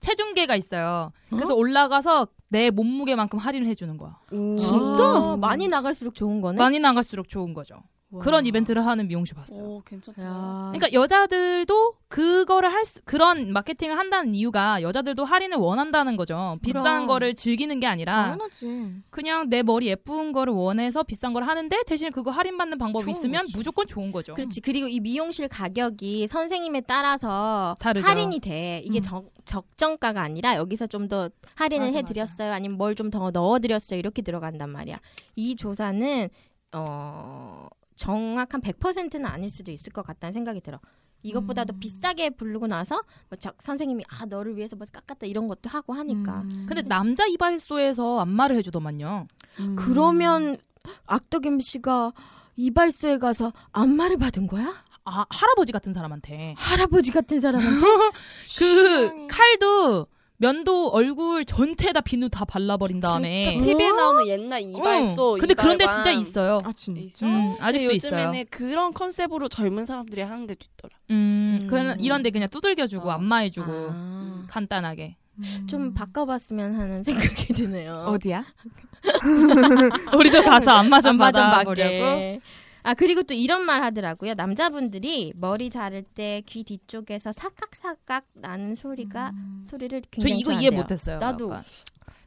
Speaker 1: 체중계가 있어요. 그래서 올라가서 내 몸무게만큼 할인을 해주는 거야.
Speaker 5: 음.
Speaker 2: 음. 진짜? 많이 나갈수록 좋은 거네.
Speaker 1: 많이 나갈수록 좋은 거죠.
Speaker 2: 와.
Speaker 1: 그런 이벤트를 하는 미용실 봤어요.
Speaker 3: 오, 괜찮다.
Speaker 2: 야.
Speaker 1: 그러니까 여자들도 그거를 할 수, 그런 마케팅을 한다는 이유가 여자들도 할인을 원한다는 거죠. 비싼
Speaker 2: 그럼.
Speaker 1: 거를 즐기는 게 아니라
Speaker 5: 당연하지.
Speaker 1: 그냥 내 머리 예쁜 거를 원해서 비싼 걸 하는데 대신 그거 할인 받는 방법이
Speaker 5: 좋은
Speaker 1: 있으면
Speaker 5: 거지.
Speaker 1: 무조건 좋은 거죠.
Speaker 2: 그렇지. 그리고 이 미용실 가격이 선생님에 따라서
Speaker 1: 다르죠.
Speaker 2: 할인이 돼. 이게
Speaker 1: 음.
Speaker 2: 적, 적정가가 아니라 여기서 좀 더 할인을
Speaker 1: 맞아,
Speaker 2: 해드렸어요. 아니면 뭘 좀 더 넣어드렸어요. 이렇게 들어간단 말이야. 이 조사는 어, 정확한 100%는 아닐 수도 있을 것 같다는 생각이 들어. 이것보다
Speaker 1: 음.
Speaker 2: 도 비싸게 부르고 나서 뭐 저- 선생님이 아 너를 위해서 뭐 깎았다 이런 것도 하고 하니까
Speaker 5: 음.
Speaker 1: 근데 남자 이발소에서 안마를 해주더만요.
Speaker 5: 음.
Speaker 2: 그러면 악덕임 씨가 이발소에 가서 안마를 받은 거야?
Speaker 1: 아 할아버지 같은 사람한테
Speaker 2: 할아버지 같은 사람한테
Speaker 1: 그 칼도 면도 얼굴 전체에다 비누 다 발라버린 다음에
Speaker 3: 진짜 TV에 나오는 옛날 이발소.
Speaker 1: 응. 근데 그런 데
Speaker 3: 이발관.
Speaker 1: 진짜 있어요.
Speaker 5: 아 진짜.
Speaker 3: 있어?
Speaker 1: 음,
Speaker 3: 근데
Speaker 1: 아직도 있어요.
Speaker 3: 요즘에는 그런 컨셉으로 젊은 사람들이 하는 데도 있더라.
Speaker 1: 음,
Speaker 2: 음.
Speaker 1: 그런 이런데 그냥 두들겨주고
Speaker 3: 어.
Speaker 1: 안마해주고
Speaker 2: 아.
Speaker 1: 간단하게.
Speaker 2: 좀 바꿔봤으면 하는 생각이 드네요.
Speaker 5: 어디야?
Speaker 1: 우리도 가서 안마 좀
Speaker 2: 안마 좀
Speaker 1: 받아
Speaker 2: 받게.
Speaker 1: 보려고.
Speaker 2: 아 그리고 또 이런 말 하더라고요. 남자분들이 머리 자를 때 귀 뒤쪽에서 사각사각 나는 소리가 소리를
Speaker 1: 저
Speaker 2: 굉장히
Speaker 1: 이거
Speaker 2: 안
Speaker 1: 이해
Speaker 2: 돼요.
Speaker 1: 못했어요.
Speaker 2: 나도.
Speaker 1: 약간.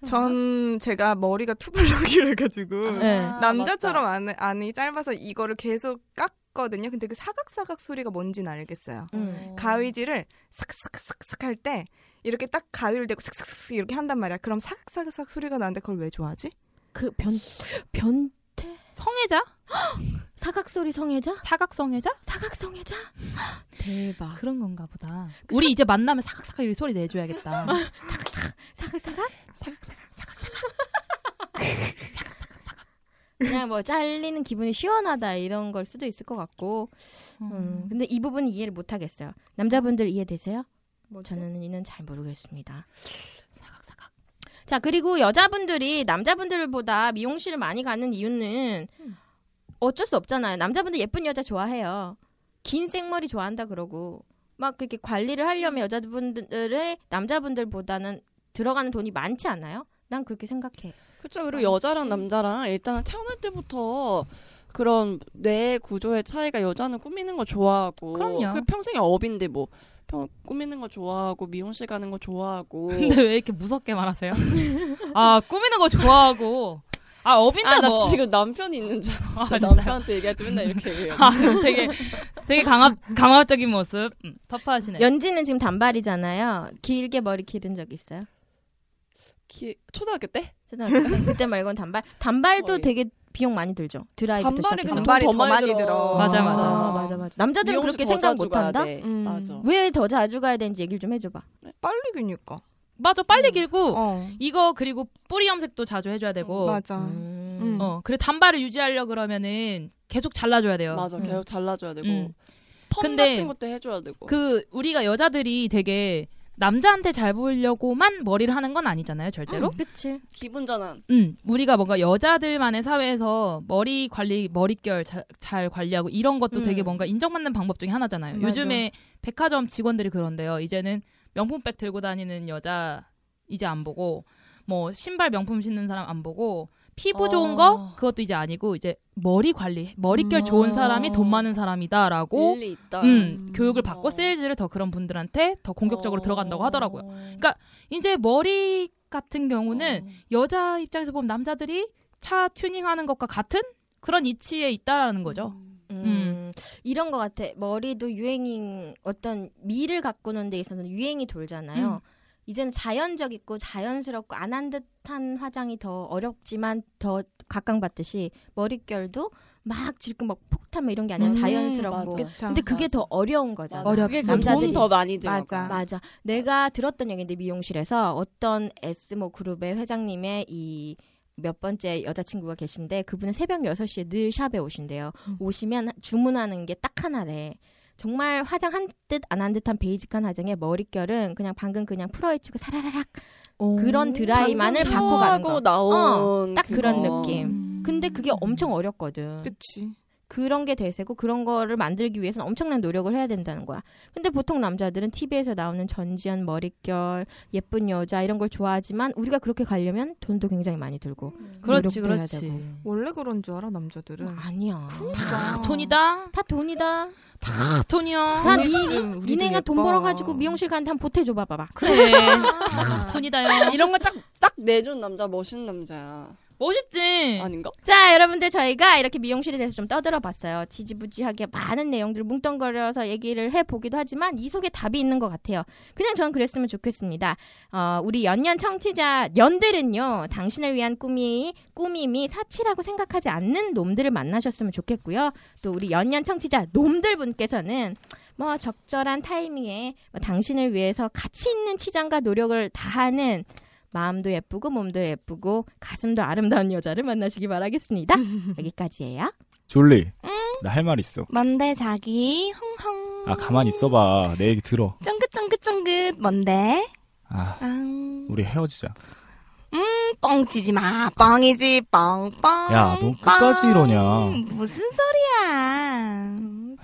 Speaker 5: 전 제가 머리가 투블럭이라
Speaker 1: 음.
Speaker 5: 가지고
Speaker 3: 아,
Speaker 2: 네.
Speaker 5: 남자처럼 안이, 안이 짧아서 이거를 계속 깎거든요. 근데 그 사각사각 소리가 뭔지는 알겠어요.
Speaker 2: 음.
Speaker 5: 가위질을 슥슥슥슥 할 때 이렇게 딱 가위를 대고 슥슥슥 이렇게 한단 말이야. 그럼 사각사각 소리가 나는데 그걸 왜 좋아하지?
Speaker 2: 그 변 변
Speaker 1: 성애자?
Speaker 2: 사각 소리 성애자?
Speaker 1: 사각 성애자?
Speaker 2: 사각 성애자? 대박.
Speaker 1: 그런 건가 보다. 우리 이제 만나면 사각사각 이 소리 내줘야겠다.
Speaker 2: 사각사각 사각사각
Speaker 1: 사각사각 사각사각.
Speaker 2: 그냥 뭐 잘리는 기분이 시원하다 이런 걸 수도 있을 것 같고.
Speaker 1: 어.
Speaker 2: 음. 근데 이 부분 이해를 못 하겠어요. 남자분들 이해되세요? 저는 이는 잘 모르겠습니다.
Speaker 1: 사각사각.
Speaker 2: 자, 그리고 여자분들이 남자분들보다 미용실을 많이 가는 이유는
Speaker 1: 음.
Speaker 2: 어쩔 수 없잖아요. 남자분들 예쁜 여자 좋아해요. 긴 생머리 좋아한다 그러고 막 그렇게 관리를 하려면 여자분들의 남자분들보다는 들어가는 돈이 많지 않아요? 난 그렇게 생각해.
Speaker 3: 그렇죠. 그리고 여자랑 남자랑 일단은 태어날 때부터 그런 뇌 구조의 차이가 여자는 꾸미는 거 좋아하고
Speaker 1: 그럼요.
Speaker 3: 그 평생의 업인데 뭐 평, 꾸미는 거 좋아하고 미용실 가는 거 좋아하고
Speaker 1: 근데 왜 이렇게 무섭게 말하세요? 아 꾸미는 거 좋아하고. 아 업인데
Speaker 3: 아 나
Speaker 1: 뭐.
Speaker 3: 지금 남편이 있는 줄
Speaker 1: 아,
Speaker 3: 알았어.
Speaker 1: 진짜요?
Speaker 3: 남편한테 얘기할 때 맨날 이렇게 얘기해요.
Speaker 1: 아, 되게 되게 강압 강압적인 모습. 음, 터프하시네.
Speaker 2: 연지는 지금 단발이잖아요. 길게 머리 기른 적 있어요?
Speaker 3: 기- 초등학교 때?
Speaker 2: 초등학교 때? 그때 말고는 단발. 단발도
Speaker 3: 거의. 되게
Speaker 2: 되게 비용 많이 들죠. 드라이기도
Speaker 3: 단발이 근데
Speaker 5: 단발이
Speaker 3: 돈더
Speaker 5: 더 많이 들어.
Speaker 1: 맞아,
Speaker 2: 맞아,
Speaker 1: 맞아.
Speaker 2: 맞아, 맞아. 남자들은
Speaker 3: 미용실
Speaker 2: 그렇게
Speaker 3: 더
Speaker 2: 생각
Speaker 3: 자주
Speaker 2: 못
Speaker 3: 가야
Speaker 2: 한다?
Speaker 3: 돼.
Speaker 5: 음.
Speaker 3: 맞아.
Speaker 2: 왜 더 자주 가야 되는지 얘기를 좀 해줘봐.
Speaker 5: 빨리 기니까.
Speaker 1: 맞아 빨리 길고
Speaker 5: 어.
Speaker 1: 이거 그리고 뿌리 염색도 자주 해줘야 되고.
Speaker 5: 맞아.
Speaker 2: 어. 음.
Speaker 5: 음.
Speaker 1: 어 그리고 단발을 유지하려 그러면은 계속 잘라줘야 돼요.
Speaker 3: 맞아.
Speaker 2: 음.
Speaker 3: 계속 잘라줘야 되고
Speaker 1: 음.
Speaker 3: 펌
Speaker 1: 근데
Speaker 3: 같은 것도 해줘야 되고.
Speaker 1: 그 우리가 여자들이 되게 남자한테 잘 보이려고만 머리를 하는 건 아니잖아요, 절대로. 음.
Speaker 2: 그치.
Speaker 3: 기분 전환.
Speaker 1: 우리가 뭔가 여자들만의 사회에서 머리 관리, 머릿결 자- 잘 관리하고 이런 것도
Speaker 2: 음.
Speaker 1: 되게 뭔가 인정받는 방법 중에 하나잖아요.
Speaker 2: 맞아.
Speaker 1: 요즘에 백화점 직원들이 그런데요. 이제는 명품백 들고 다니는 여자 이제 안 보고 뭐 신발 명품 신는 사람 안 보고 피부 좋은 거
Speaker 3: 어.
Speaker 1: 그것도 이제 아니고 이제 머리 관리, 머릿결
Speaker 3: 음.
Speaker 1: 좋은 사람이 돈 많은 사람이다라고
Speaker 3: 일리 있다.
Speaker 1: 음, 교육을 받고
Speaker 3: 어.
Speaker 1: 세일즈를 더 그런 분들한테 더 공격적으로
Speaker 3: 어.
Speaker 1: 들어간다고 하더라고요. 그러니까 이제 머리 같은 경우는
Speaker 3: 어.
Speaker 1: 여자 입장에서 보면 남자들이 차 튜닝하는 것과 같은 그런 이치에 있다라는 거죠.
Speaker 2: 음. 이런 거
Speaker 3: 음.
Speaker 2: 같아. 머리도 유행인 어떤 미를 가꾸는 데 있어서는 유행이 돌잖아요. 이제는 자연적 있고 자연스럽고 안 한 듯한 화장이 더 어렵지만 더 각광받듯이 머릿결도 막 질끈 막 폭탄 이런 게 아니라
Speaker 3: 음,
Speaker 2: 자연스럽고
Speaker 3: 맞아.
Speaker 5: 그쵸.
Speaker 2: 근데 그게
Speaker 3: 맞아.
Speaker 2: 더 어려운 거잖아.
Speaker 1: 어렵-
Speaker 3: 그게
Speaker 2: 남자들이-
Speaker 3: 돈더 많이 들어가.
Speaker 5: 맞아.
Speaker 2: 맞아. 내가 들었던 얘기인데 미용실에서 어떤 S모 그룹의 회장님의 이 몇 번째 여자친구가 계신데 그분은 새벽 6시에 늘 샵에 오신대요. 오시면 주문하는 게 딱 하나래. 정말 화장 한 듯 안 한 듯한 베이직한 화장에 머릿결은 그냥 방금 그냥 풀어헤치고 사라라락 그런 드라이만을 갖고
Speaker 3: 방금
Speaker 2: 가는
Speaker 3: 샤워하고
Speaker 2: 거. 어,
Speaker 3: 나온
Speaker 2: 딱 그런
Speaker 1: 어.
Speaker 3: 그거.
Speaker 2: 느낌. 근데 그게 엄청 어렵거든.
Speaker 5: 그치.
Speaker 2: 그런 게 대세고 그런 거를 만들기 위해서는 엄청난 노력을 해야 된다는 거야. 근데 보통 남자들은 TV에서 나오는 전지현 머릿결, 예쁜 여자 이런 걸 좋아하지만 우리가 그렇게 가려면 돈도 굉장히 많이 들고
Speaker 1: 그렇지
Speaker 2: 노력도 해야
Speaker 1: 그렇지.
Speaker 2: 되고.
Speaker 5: 원래 그런 줄 알아 남자들은.
Speaker 2: 뭐 아니야.
Speaker 5: 그러니까.
Speaker 1: 돈이다.
Speaker 2: 다 돈이다. 아.
Speaker 1: 다 돈이야.
Speaker 2: 다
Speaker 5: 우리-
Speaker 2: 니,
Speaker 5: 응, 우리도
Speaker 2: 니네가 돈
Speaker 5: 예뻐.
Speaker 2: 벌어가지고 미용실 가는데 한 보태줘 봐봐봐.
Speaker 1: 그래. 다 돈이다요.
Speaker 3: 이런 거 딱 딱 내준 남자 멋있는 남자야.
Speaker 1: 멋있지.
Speaker 3: 아닌가?
Speaker 2: 자, 여러분들 저희가 이렇게 미용실에 대해서 좀 떠들어봤어요. 지지부지하게 많은 내용들을 뭉뚱거려서 얘기를 해보기도 하지만 이 속에 답이 있는 것 같아요. 그냥 전 그랬으면 좋겠습니다. 어, 우리 연년 청취자 연들은요. 당신을 위한 꿈이 꾸밈이 사치라고 생각하지 않는 놈들을 만나셨으면 좋겠고요. 또 우리 연년 청취자 놈들 분께서는 뭐 적절한 타이밍에 뭐 당신을 위해서 가치 있는 치장과 노력을 다하는 마음도 예쁘고 몸도 예쁘고 가슴도 아름다운 여자를 만나시기 바라겠습니다. 여기까지예요.
Speaker 10: 졸리 나 할 말 있어
Speaker 5: 뭔데 자기 헝헝.
Speaker 10: 아 가만히 있어봐 내 얘기 들어
Speaker 5: 쫑긋쫑긋쫑긋 뭔데?
Speaker 10: 아
Speaker 5: 음,
Speaker 10: 우리 헤어지자
Speaker 5: 뻥치지 마. 뻥이지 뻥뻥.
Speaker 10: 야, 너 끝까지
Speaker 11: 아.
Speaker 5: 뻥.
Speaker 10: 이러냐.
Speaker 5: 무슨 소리야.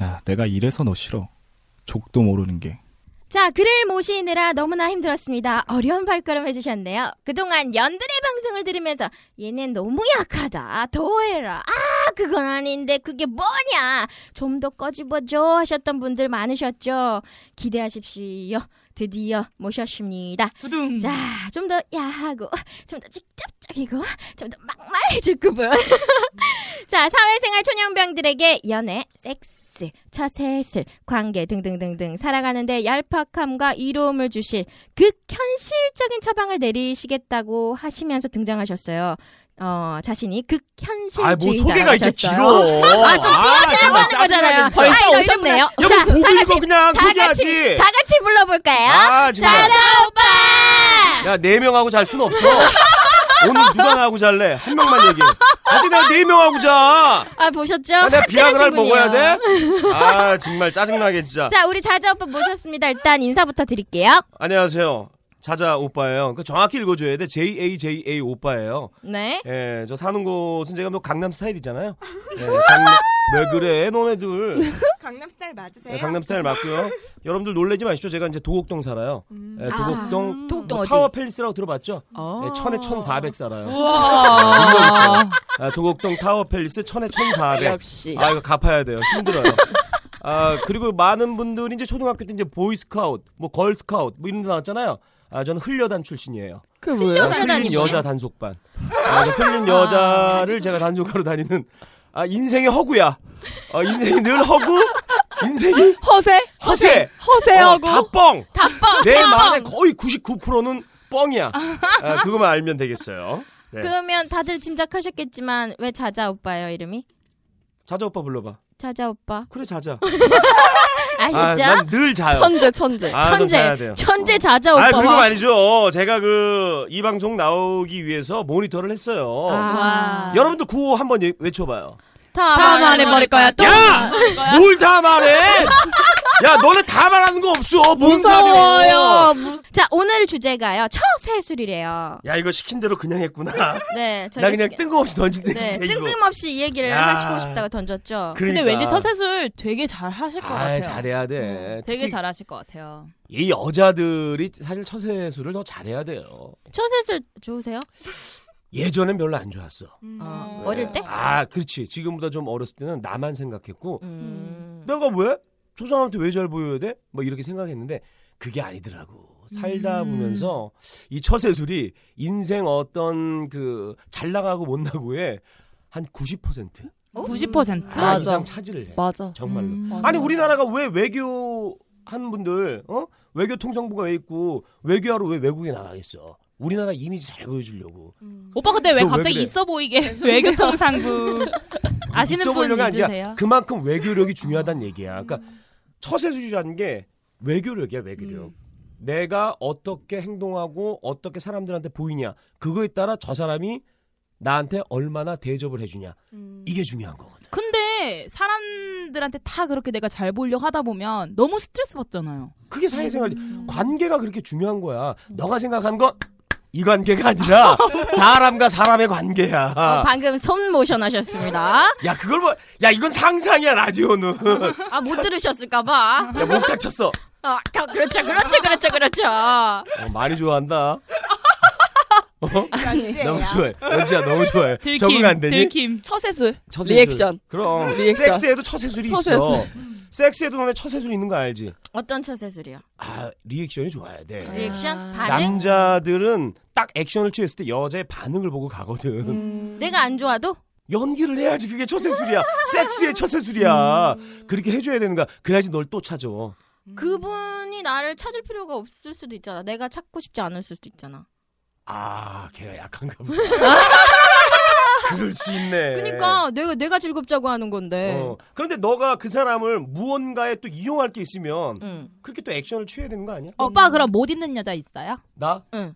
Speaker 10: 야 내가 이래서 너 싫어 족도 모르는 게
Speaker 2: 자, 그를 모시느라 너무나 힘들었습니다. 어려운 발걸음 해주셨네요. 그동안 연들의 방송을 들으면서 얘는 너무 약하다. 더해라. 아, 그건 아닌데 그게 뭐냐. 좀 더 꺼집어줘 하셨던 분들 많으셨죠. 기대하십시오. 드디어 모셨습니다.
Speaker 1: 두둥.
Speaker 2: 자, 좀 더 야하고, 좀 더 직접적이고, 좀 더 막말해줄 그분. 자, 사회생활 초년병들에게 연애, 섹스, 처세술, 관계 등등등등 살아가는데 얄팍함과 이로움을 주실 극현실적인 처방을 내리시겠다고 하시면서 등장하셨어요. 어, 자신이
Speaker 1: 아, 뭐
Speaker 2: 극현실주의자라고 하셨어요. 아, 좀 띄워주려고 하는 거잖아요. 아, 이거
Speaker 3: 오셨네요.
Speaker 2: 자, 다 같이,
Speaker 12: 그냥
Speaker 2: 다 같이, 다 같이 불러볼까요?
Speaker 12: 아
Speaker 2: 짜라 오빠!
Speaker 12: 야, 네 명하고 잘 순 없어. 오늘 누가 나하고 잘래? 한 명만 얘기해. 아직 내가 네 명하고 자.
Speaker 2: 아, 보셨죠?
Speaker 12: 야, 내가 비아그라를
Speaker 2: 화끈하신
Speaker 12: 먹어야
Speaker 2: 분이에요.
Speaker 12: 돼? 아, 정말 짜증나게 진짜.
Speaker 2: 자, 우리 자자 오빠 모셨습니다. 일단 인사부터 드릴게요.
Speaker 12: 안녕하세요. 자자 오빠예요. 그 정확히 읽어줘야 돼. JAJA 오빠예요.
Speaker 2: 네.
Speaker 12: 예, 저 사는 곳은 제가 뭐 강남 스타일이잖아요. 예, 강남, 왜 그래, 너네들.
Speaker 5: 네, 강남 스타일 맞으세요?
Speaker 12: 예, 강남 스타일 맞고요. 여러분들 놀래지 마시죠. 제가 이제 도곡동 살아요.
Speaker 5: 음.
Speaker 12: 예, 도곡동
Speaker 2: 도곡동
Speaker 12: 뭐
Speaker 2: 어디?
Speaker 12: 타워 팰리스라고 들어봤죠?
Speaker 2: 어.
Speaker 12: 예, 천에 천사백 살아요.
Speaker 1: 우와.
Speaker 12: 아, 도곡동 타워 팰리스 천에 천사백.
Speaker 3: 역시.
Speaker 12: 아 이거 갚아야 돼요. 힘들어요. 아 그리고 많은 분들이 이제 초등학교 때 이제 보이스카웃, 뭐 걸스카웃 뭐 이런 데 나왔잖아요. 아 저는 흘려단 출신이에요.
Speaker 3: 그게 뭐예요?
Speaker 12: 아, 흘린
Speaker 2: 흘려단이시죠?
Speaker 12: 여자 단속반. 아, 저 흘린 여자를 제가 단속하러 다니는. 아 인생이 허구야. 아 인생이 늘 허구. 인생이
Speaker 3: 허세?
Speaker 12: 허세.
Speaker 3: 허세하고
Speaker 12: 어, 다 뻥.
Speaker 2: 다뻥.
Speaker 12: 내 마음의 거의 99%는 뻥이야. 아, 그거만 알면 되겠어요. 네.
Speaker 2: 그러면 다들 짐작하셨겠지만 왜 자자 오빠예요, 이름이?
Speaker 12: 자자 오빠 불러봐.
Speaker 2: 자자 오빠.
Speaker 12: 그래 자자.
Speaker 2: 아셨죠?
Speaker 12: 아, 난 늘 자요.
Speaker 3: 천재 천재.
Speaker 12: 아, 전
Speaker 2: 천재.
Speaker 12: 자야 돼요.
Speaker 2: 천재 자자
Speaker 12: 아,
Speaker 2: 오빠.
Speaker 12: 그런 거
Speaker 2: 와.
Speaker 12: 아니죠. 제가 그 이 방송 나오기 위해서 모니터를 했어요.
Speaker 2: 아.
Speaker 12: 여러분들 구호 한번 예- 외쳐봐요.
Speaker 2: 다,
Speaker 6: 다
Speaker 2: 말해
Speaker 6: 말해버릴
Speaker 2: 버릴
Speaker 6: 거야. 또
Speaker 1: 아,
Speaker 12: 야! 뭘 다 말해? 야, 너네 다 말하는 거 없어. 뭐. 뭔
Speaker 3: 무서워요. 무서...
Speaker 2: 자, 오늘 주제가요. 처세술이래요.
Speaker 12: 소리야. 야, 아, 이거 시킨 대로 그냥 했구나. 나
Speaker 2: 네. 저희가
Speaker 12: 그냥
Speaker 2: 시-
Speaker 12: 뜬금없이 던진다.
Speaker 2: 네,
Speaker 12: 이거.
Speaker 2: 뜬금없이 이 얘기를
Speaker 12: 야.
Speaker 2: 하시고 싶다고 던졌죠.
Speaker 12: 그러니까.
Speaker 1: 근데 왠지 처세술 되게 잘 하실 것
Speaker 12: 아,
Speaker 1: 같아요. 음,
Speaker 12: 잘해야 돼.
Speaker 1: 되게
Speaker 12: 특히
Speaker 1: 잘 하실 것 같아요.
Speaker 12: 이 여자들이 사실 처세술을 더 잘해야 돼요.
Speaker 2: 처세술 좋으세요?
Speaker 12: 예전엔 별로 안 좋았어.
Speaker 2: 어,
Speaker 1: 뭐,
Speaker 12: 네.
Speaker 2: 어릴 때?
Speaker 12: 아, 그렇지. 지금보다 좀 어렸을 때는 나만 생각했고
Speaker 2: 음.
Speaker 12: 내가 왜? 저 사람한테 왜 잘 보여야 돼? 뭐 이렇게 생각했는데 그게 아니더라고. 살다
Speaker 1: 음.
Speaker 12: 보면서 이 처세술이 인생 어떤 그 잘 나가고 못 나고의 한 90%
Speaker 2: 어?
Speaker 1: 90%.
Speaker 12: 다
Speaker 3: 맞아.
Speaker 12: 이상 차지를 해.
Speaker 3: 맞아.
Speaker 12: 정말로.
Speaker 1: 음.
Speaker 12: 아니 우리나라가 왜 외교 한 분들 어? 외교 통상부가 왜 있고 외교하러 왜 외국에 나가겠어? 우리나라 이미지 잘 보여주려고.
Speaker 1: 오빠 근데 왜
Speaker 12: 너왜
Speaker 1: 갑자기
Speaker 12: 그래?
Speaker 1: 있어 보이게 외교통상부 아시는
Speaker 12: 있어
Speaker 1: 분
Speaker 12: 보이려는 게
Speaker 1: 있으세요?
Speaker 12: 아니라 그만큼 외교력이 중요하다는 얘기야. 그러니까 처세술이라는 게 외교력이야
Speaker 2: 음.
Speaker 5: 음,
Speaker 12: 외교력.
Speaker 2: 어,
Speaker 12: 내가 어떻게 행동하고 어떻게 사람들한테 보이냐 그거에 따라 저 사람이 나한테 얼마나 대접을 해주냐
Speaker 5: 음.
Speaker 12: 이게 중요한 거.
Speaker 1: 근데 사람들한테 다 그렇게 내가 잘 보려고 하다 보면 너무 스트레스 받잖아요.
Speaker 12: 그게 사회생활 관계가 그렇게 중요한 거야. 너가 생각한 건 이 관계가 아니라 사람과 사람의 관계야.
Speaker 2: 어, 방금 손 모션 하셨습니다.
Speaker 12: 야 그걸 뭐? 야 이건 상상이야 라디오는.
Speaker 2: 아, 못 들으셨을까봐.
Speaker 12: 야목 닥쳤어.
Speaker 2: 아, 가- 그렇죠, 그렇죠, 그렇죠, 그렇죠.
Speaker 12: 어, 많이 좋아한다. 어?
Speaker 2: 연재야.
Speaker 12: 너무 좋아해. 연지야 너무 좋아해.
Speaker 3: 네, 들킴,
Speaker 12: 적응 안 되니?
Speaker 1: 들킴.
Speaker 3: 처세술.
Speaker 12: 처세술.
Speaker 3: 리액션. 음,
Speaker 12: 그럼
Speaker 3: 리액션.
Speaker 12: 섹스에도 처세술이 있어.
Speaker 3: 처세술.
Speaker 12: 섹스에도 너네 처세술 있는 거 알지?
Speaker 2: 어떤 처세술이요?
Speaker 12: 아 리액션이 좋아야 돼.
Speaker 2: 리액션? 반응?
Speaker 12: 남자들은 딱 액션을 취했을 때 여자의 반응을 보고 가거든.
Speaker 2: 내가 안 좋아도?
Speaker 12: 연기를 해야지 그게 처세술이야. 섹스의 처세술이야.
Speaker 3: 음.
Speaker 12: 그렇게 해줘야 되는 거야. 그래야지 널 또 찾아.
Speaker 2: 음. 그분이 나를 찾을 필요가 없을 수도 있잖아. 내가 찾고 싶지 않을 수도 있잖아.
Speaker 12: 아 걔가 약한가 보다. 그럴 수 있네.
Speaker 2: 그러니까 내가 내가 즐겁자고 하는 건데.
Speaker 12: 어. 그런데 너가 그 사람을 무언가에 또 이용할 게 있으면
Speaker 2: 응.
Speaker 12: 그렇게 또 액션을 취해야 되는 거 아니야?
Speaker 1: 오빠 그럼 못 있는 여자 있어요?
Speaker 12: 나?
Speaker 2: 응.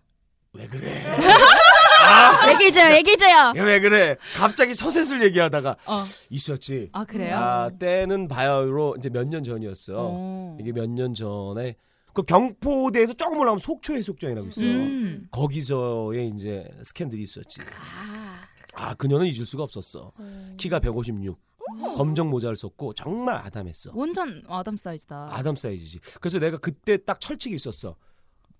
Speaker 12: 왜 그래? 아,
Speaker 2: 애기자야, 애기자야.
Speaker 12: 야, 왜 그래? 갑자기 처세술 얘기하다가
Speaker 1: 어.
Speaker 12: 있었지.
Speaker 1: 아, 그래요?
Speaker 12: 아, 때는 바야흐로 이제 몇 년 전이었어. 이게 몇 년 전에 그 경포대에서 조금 올라가면 속초 해수욕장이라고 있어요.
Speaker 1: 음.
Speaker 12: 거기서의 이제 스캔들이 있었지. 아, 그녀는 잊을 수가 없었어. 어. 키가 156. 검정 모자를 썼고 정말 아담했어.
Speaker 1: 완전 아담 사이즈다.
Speaker 12: 아담 사이즈지. 그래서 내가 그때 딱 철칙이 있었어.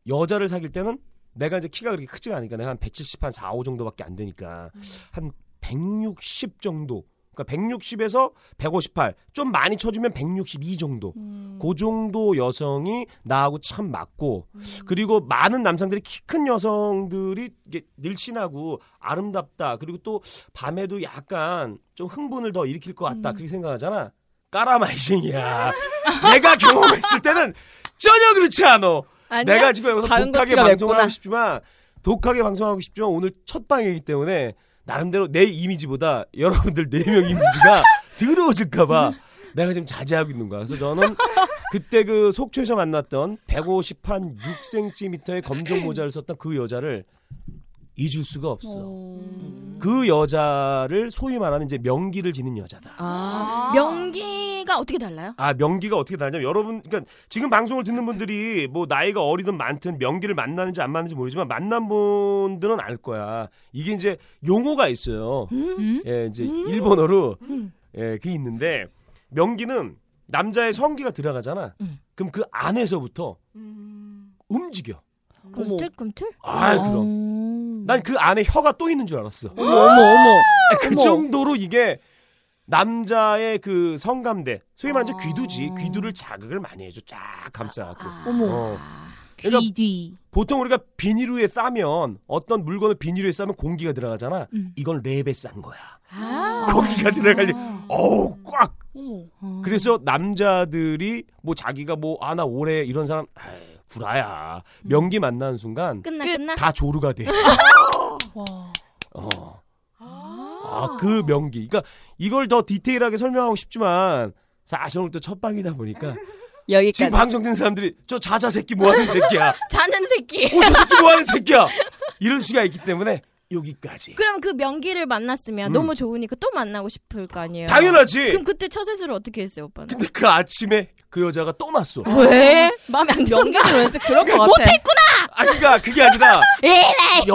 Speaker 12: 여자를 사귈 때는 내가 이제 키가 그렇게 크지가 않으니까 내가 한 170, 한 4, 5 정도밖에 안 되니까 한 160 정도. 그러니까 160에서 158. 좀 많이 쳐주면 162 정도. 그 정도 여성이 나하고 참 맞고 그리고 많은 남성들이 키 큰 여성들이 이게 늘씬하고 아름답다. 그리고 또 밤에도 약간 좀 흥분을 더 일으킬 것
Speaker 1: 음.
Speaker 12: 같다. 그렇게 생각하잖아. 까라마이싱이야. 내가 경험했을 때는 전혀 그렇지 않아.
Speaker 3: 아니야?
Speaker 12: 내가 지금 여기서
Speaker 3: 작은
Speaker 12: 독하게
Speaker 3: 거치가 맵구나.
Speaker 12: 방송하고 싶지만 독하게 방송하고 싶지만 오늘 첫 방이기 때문에 나름대로 내 이미지보다 여러분들 네 명 이미지가 더러워질까봐 내가 지금 자제하고 있는 거야. 그래서 저는 그때 그 속초에서 만났던 150한 6cm의 검정 모자를 썼던 그 여자를 잊을 수가 없어. 그 여자를 소위 말하는 이제 명기를 지닌 여자다.
Speaker 2: 아, 명기가 어떻게 달라요?
Speaker 12: 아 명기가 어떻게 다르냐면 여러분 그러니까 지금 방송을 듣는 분들이 뭐 나이가 어리든 많든 명기를 만나는지 안 만나는지 모르지만 만난 분들은 알 거야 이게 이제 용어가 있어요 예 이제 일본어로 예 그게 있는데 명기는 남자의 성기가 들어가잖아 그럼 그 안에서부터 움직여
Speaker 2: 꿈틀꿈틀?
Speaker 12: 아 그럼 난 그 안에 혀가 또 있는 줄 알았어
Speaker 3: 어머 어머.
Speaker 12: 아, 그
Speaker 3: 어머.
Speaker 1: 뭐.
Speaker 12: 정도로 이게 남자의 그 성감대 소위 말하는
Speaker 1: 아.
Speaker 12: 귀두지 귀두를 자극을 많이 해줘 쫙 감싸갖고
Speaker 1: 아, 어머.
Speaker 12: 어. 그러니까
Speaker 1: 귀뒤.
Speaker 12: 보통 우리가 비닐우에 싸면 어떤 물건을 비닐우에 싸면 공기가 들어가잖아
Speaker 1: 음.
Speaker 12: 이건 랩에 싼 거야
Speaker 2: 아.
Speaker 12: 공기가 들어가려 어우 꽉
Speaker 3: 어머.
Speaker 12: 그래서 남자들이 뭐 자기가 뭐 아 나 올해 이런 사람 에이, 구라야
Speaker 1: 음.
Speaker 12: 명기 만나는 순간
Speaker 2: 끝나 끝나.
Speaker 12: 다 조르가 돼 어. 아, 그 명기. 그러니까 이걸 더 디테일하게 설명하고 싶지만 사실 오늘 또 첫 방이다 보니까
Speaker 3: 여기까지.
Speaker 12: 지금 방송 듣는 사람들이 저 자자 새끼 뭐 하는 새끼야.
Speaker 2: 자는 새끼.
Speaker 12: 오, 저 새끼 뭐 하는 새끼야. 이럴 수가 있기 때문에 여기까지.
Speaker 2: 그럼 그 명기를 만났으면
Speaker 12: 음.
Speaker 2: 너무 좋으니까 또 만나고 싶을 거 아니에요.
Speaker 12: 당연하지.
Speaker 2: 그럼 그때 처세술을 어떻게 했어요, 오빠는? 아.
Speaker 12: 근데 그 아침에 그 여자가 떠났어.
Speaker 2: 왜? 마음에 안 든다.
Speaker 3: 연기는 왠지 그럴 것 같아.
Speaker 2: 못했구나.
Speaker 12: 아, 그니까 그게 아니라
Speaker 2: 이래.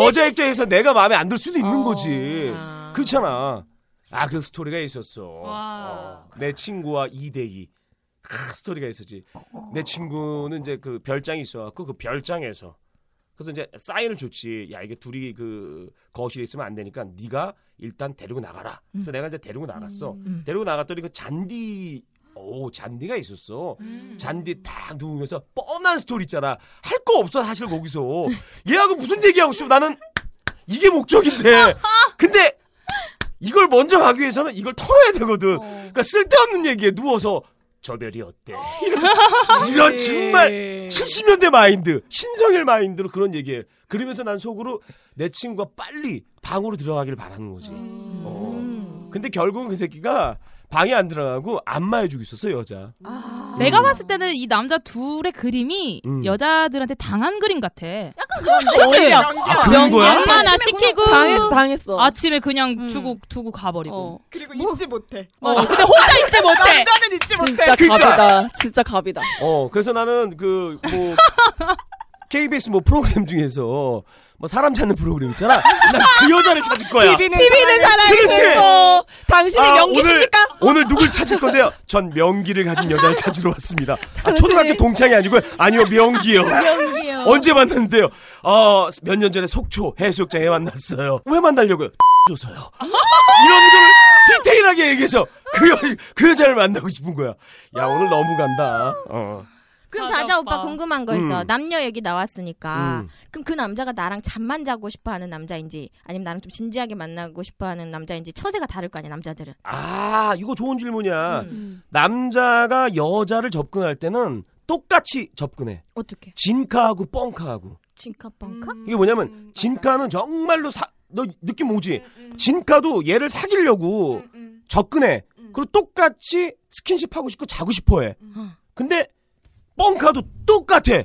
Speaker 12: 여자 입장에서 내가 마음에 안 들 수도 있는 거지.
Speaker 2: 아.
Speaker 12: 예. 그렇잖아. 아, 그 스토리가 있었어.
Speaker 1: 와.
Speaker 12: 어, 내 친구와 2대2. 크, 스토리가 있었지. 내 친구는 이제 그 별장이 있어갖고 그 별장에서 그래서 이제 사인을 줬지. 야 이게 둘이 그 거실에 있으면 안 되니까 네가 일단 데리고 나가라. 그래서 내가 이제 데리고 나갔어.
Speaker 3: 음.
Speaker 12: 데리고 나갔더니 그 잔디 오 잔디가 있었어.
Speaker 1: 음.
Speaker 6: 음.
Speaker 12: 잔디 딱 누우면서 뻔한 스토리 있잖아. 할 거 없어 사실 거기서 얘하고 무슨 얘기하고 싶어 나는 이게 목적인데 근데
Speaker 6: 어.
Speaker 12: 이걸 먼저 가기 위해서는 이걸 털어야 되거든. 그러니까 쓸데없는 얘기에 누워서 저별이 어때? 이런-
Speaker 6: 네.
Speaker 12: 이런 정말 70년대 마인드, 신성일 마인드로 그런 얘기해. 그러면서 난 속으로 내 친구가 빨리 방으로 들어가길 바라는 거지. 어. 근데 결국은 그 새끼가 방에 안 들어가고 안마해주고 있었어 여자.
Speaker 1: 내가 봤을 때는 이 남자 둘의 그림이
Speaker 12: 음.
Speaker 1: 여자들한테 당한 그림 같아. 약간
Speaker 6: 그런데? 아, 그런 거야?
Speaker 1: 얼마나
Speaker 6: 아침에
Speaker 1: 시키고
Speaker 6: 그냥 당했어, 당했어.
Speaker 1: 아침에 그냥 주고 두고 가버리고.
Speaker 3: 어.
Speaker 13: 그리고 잊지 못해.
Speaker 6: 어, 근데 혼자 잊지 못해.
Speaker 13: 남자는 잊지
Speaker 6: 진짜
Speaker 13: 못해.
Speaker 12: 그러니까
Speaker 6: 갑이다. 진짜 갑이다.
Speaker 12: 어, 그래서 나는 그 뭐 KBS 뭐 프로그램 중에서 뭐 사람 찾는 프로그램 있잖아. 난 그 여자를 찾을 거야.
Speaker 13: TV는
Speaker 12: 그렇지.
Speaker 13: 사랑해서 당신은
Speaker 12: 아,
Speaker 13: 연기십니까?
Speaker 6: 어.
Speaker 12: 오늘, 오늘 누굴 찾을 건데요? 전 명기를 가진 여자를 찾으러 왔습니다. 아, 초등학교 동창이 아니고요. 아니요, 명기요.
Speaker 13: 명기요.
Speaker 12: 언제 만났는데요? 어, 몇 년 전에 속초 해수욕장에 만났어요. 왜 만나려고요? 줘서요. 이런 걸 디테일하게 얘기해서 그, 여, 그 여자를 만나고 싶은 거야. 야, 오늘 너무 간다. 어.
Speaker 2: 그럼 자자 오빠 궁금한 거 있어.
Speaker 12: 음.
Speaker 2: 남녀 얘기 나왔으니까.
Speaker 12: 음.
Speaker 2: 그럼 그 남자가 나랑 잠만 자고 싶어 하는 남자인지 아니면 나랑 좀 진지하게 만나고 싶어 하는 남자인지 처세가 다를 거 아니야, 남자들은.
Speaker 12: 아, 이거 좋은 질문이야.
Speaker 2: 음.
Speaker 12: 남자가 여자를 접근할 때는 똑같이 접근해.
Speaker 2: 어떻게?
Speaker 12: 진카하고 뻥카하고.
Speaker 2: 진카빵카?
Speaker 12: 이게 뭐냐면 진카는 정말로 사, 너 느낌 오지? 진카도 얘를 사귀려고
Speaker 5: 음.
Speaker 13: 음.
Speaker 12: 접근해. 그리고 똑같이 스킨십 하고 싶고 자고 싶어해. 근데 뻥카도 똑같아.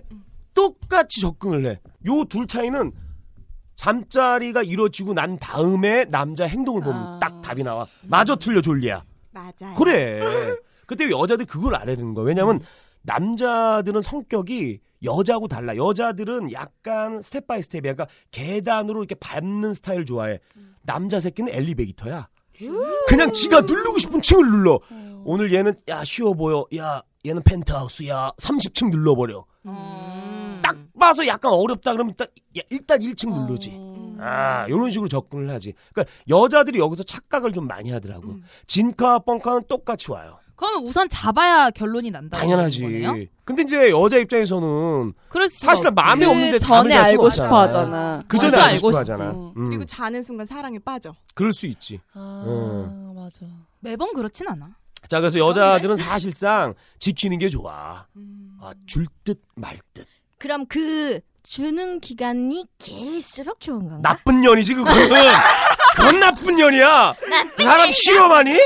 Speaker 12: 똑같이 접근을 해. 요 둘 차이는 잠자리가 이루어지고 난 다음에 남자 행동을 보면 딱 답이 나와. 마저 틀려 졸리야.
Speaker 13: 맞아요.
Speaker 12: 그래. 그때 여자들 그걸 알아야 되는 거야. 왜냐면 남자들은 성격이 여자하고 달라. 여자들은 약간 스텝 바이 스텝이야. 그러니까 계단으로 이렇게 밟는 스타일 좋아해. 남자 새끼는 엘리베이터야. 그냥 지가 누르고 싶은 층을 눌러. 오늘 얘는 야 쉬워 보여. 야 얘는 펜트하우스야. 30층 눌러버려.
Speaker 2: 음.
Speaker 12: 딱 봐서 약간 어렵다 그러면 딱 야, 일단 1층
Speaker 3: 어.
Speaker 12: 누르지.
Speaker 6: 음.
Speaker 12: 아 이런 식으로 접근을 하지. 그러니까 여자들이 여기서 착각을 좀 많이 하더라고.
Speaker 5: 음.
Speaker 13: 음.
Speaker 12: 진카 뻥카는 똑같이 와요.
Speaker 1: 그러면 우선 잡아야 결론이 난다.
Speaker 12: 당연하지. 근데 이제 여자 입장에서는
Speaker 1: 그럴 수가
Speaker 12: 사실
Speaker 1: 없지.
Speaker 12: 마음이
Speaker 1: 그
Speaker 12: 없는데
Speaker 1: 전에
Speaker 12: 잠을 잘
Speaker 1: 알고
Speaker 12: 수가
Speaker 1: 싶어
Speaker 12: 없잖아.
Speaker 1: 하잖아.
Speaker 12: 그 전에
Speaker 1: 먼저
Speaker 12: 알고 싶어
Speaker 1: 알고
Speaker 12: 하잖아.
Speaker 1: 싶지.
Speaker 12: 음.
Speaker 13: 그리고 자는 순간 사랑에 빠져.
Speaker 12: 그럴 수 있지. 음.
Speaker 1: 맞아. 매번 그렇진 않아.
Speaker 12: 자 그래서 여자들은 사실상 지키는 게 좋아.
Speaker 13: 음.
Speaker 12: 아, 줄듯말 듯.
Speaker 2: 그럼 그 주는 기간이 길수록 좋은 건가?
Speaker 12: 나쁜 년이지 그거는. 그건 나쁜 년이야. 그 사람 싫어하니?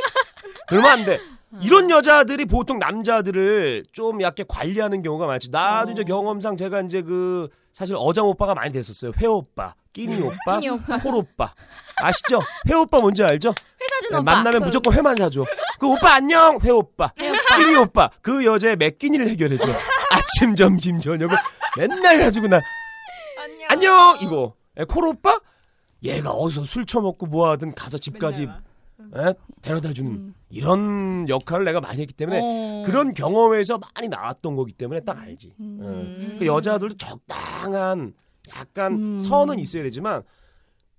Speaker 12: 그러면 안 돼. 이런 여자들이 보통 남자들을 좀 약간 관리하는 경우가 많죠. 나도
Speaker 2: 어.
Speaker 12: 이제 경험상 제가 이제 그 사실 어장 오빠가 많이 됐었어요. 회 오빠, 끼니 오빠,
Speaker 2: 음. 끼니 오빠.
Speaker 12: 콜 오빠. 아시죠? 회 오빠 뭔지 알죠?
Speaker 2: 회 사준
Speaker 12: 네,
Speaker 2: 오빠.
Speaker 12: 만나면 무조건 회만 사줘. 그 오빠 안녕 회 오빠, 끼니 오빠. 그 여자의 몇 끼니를 해결해줘. 아침, 점심, 저녁을 맨날 해주고 나 안녕 이거 에, 콜 오빠 얘가 어디서 술 처먹고 뭐하든 가서 집까지 에? 데려다 주는 이런 역할을 내가 많이 했기 때문에
Speaker 13: 어.
Speaker 12: 그런 경험에서 많이 나왔던 거기 때문에 딱 알지 어.
Speaker 2: 음.
Speaker 12: 그 여자들도 적당한 약간 선은 있어야 되지만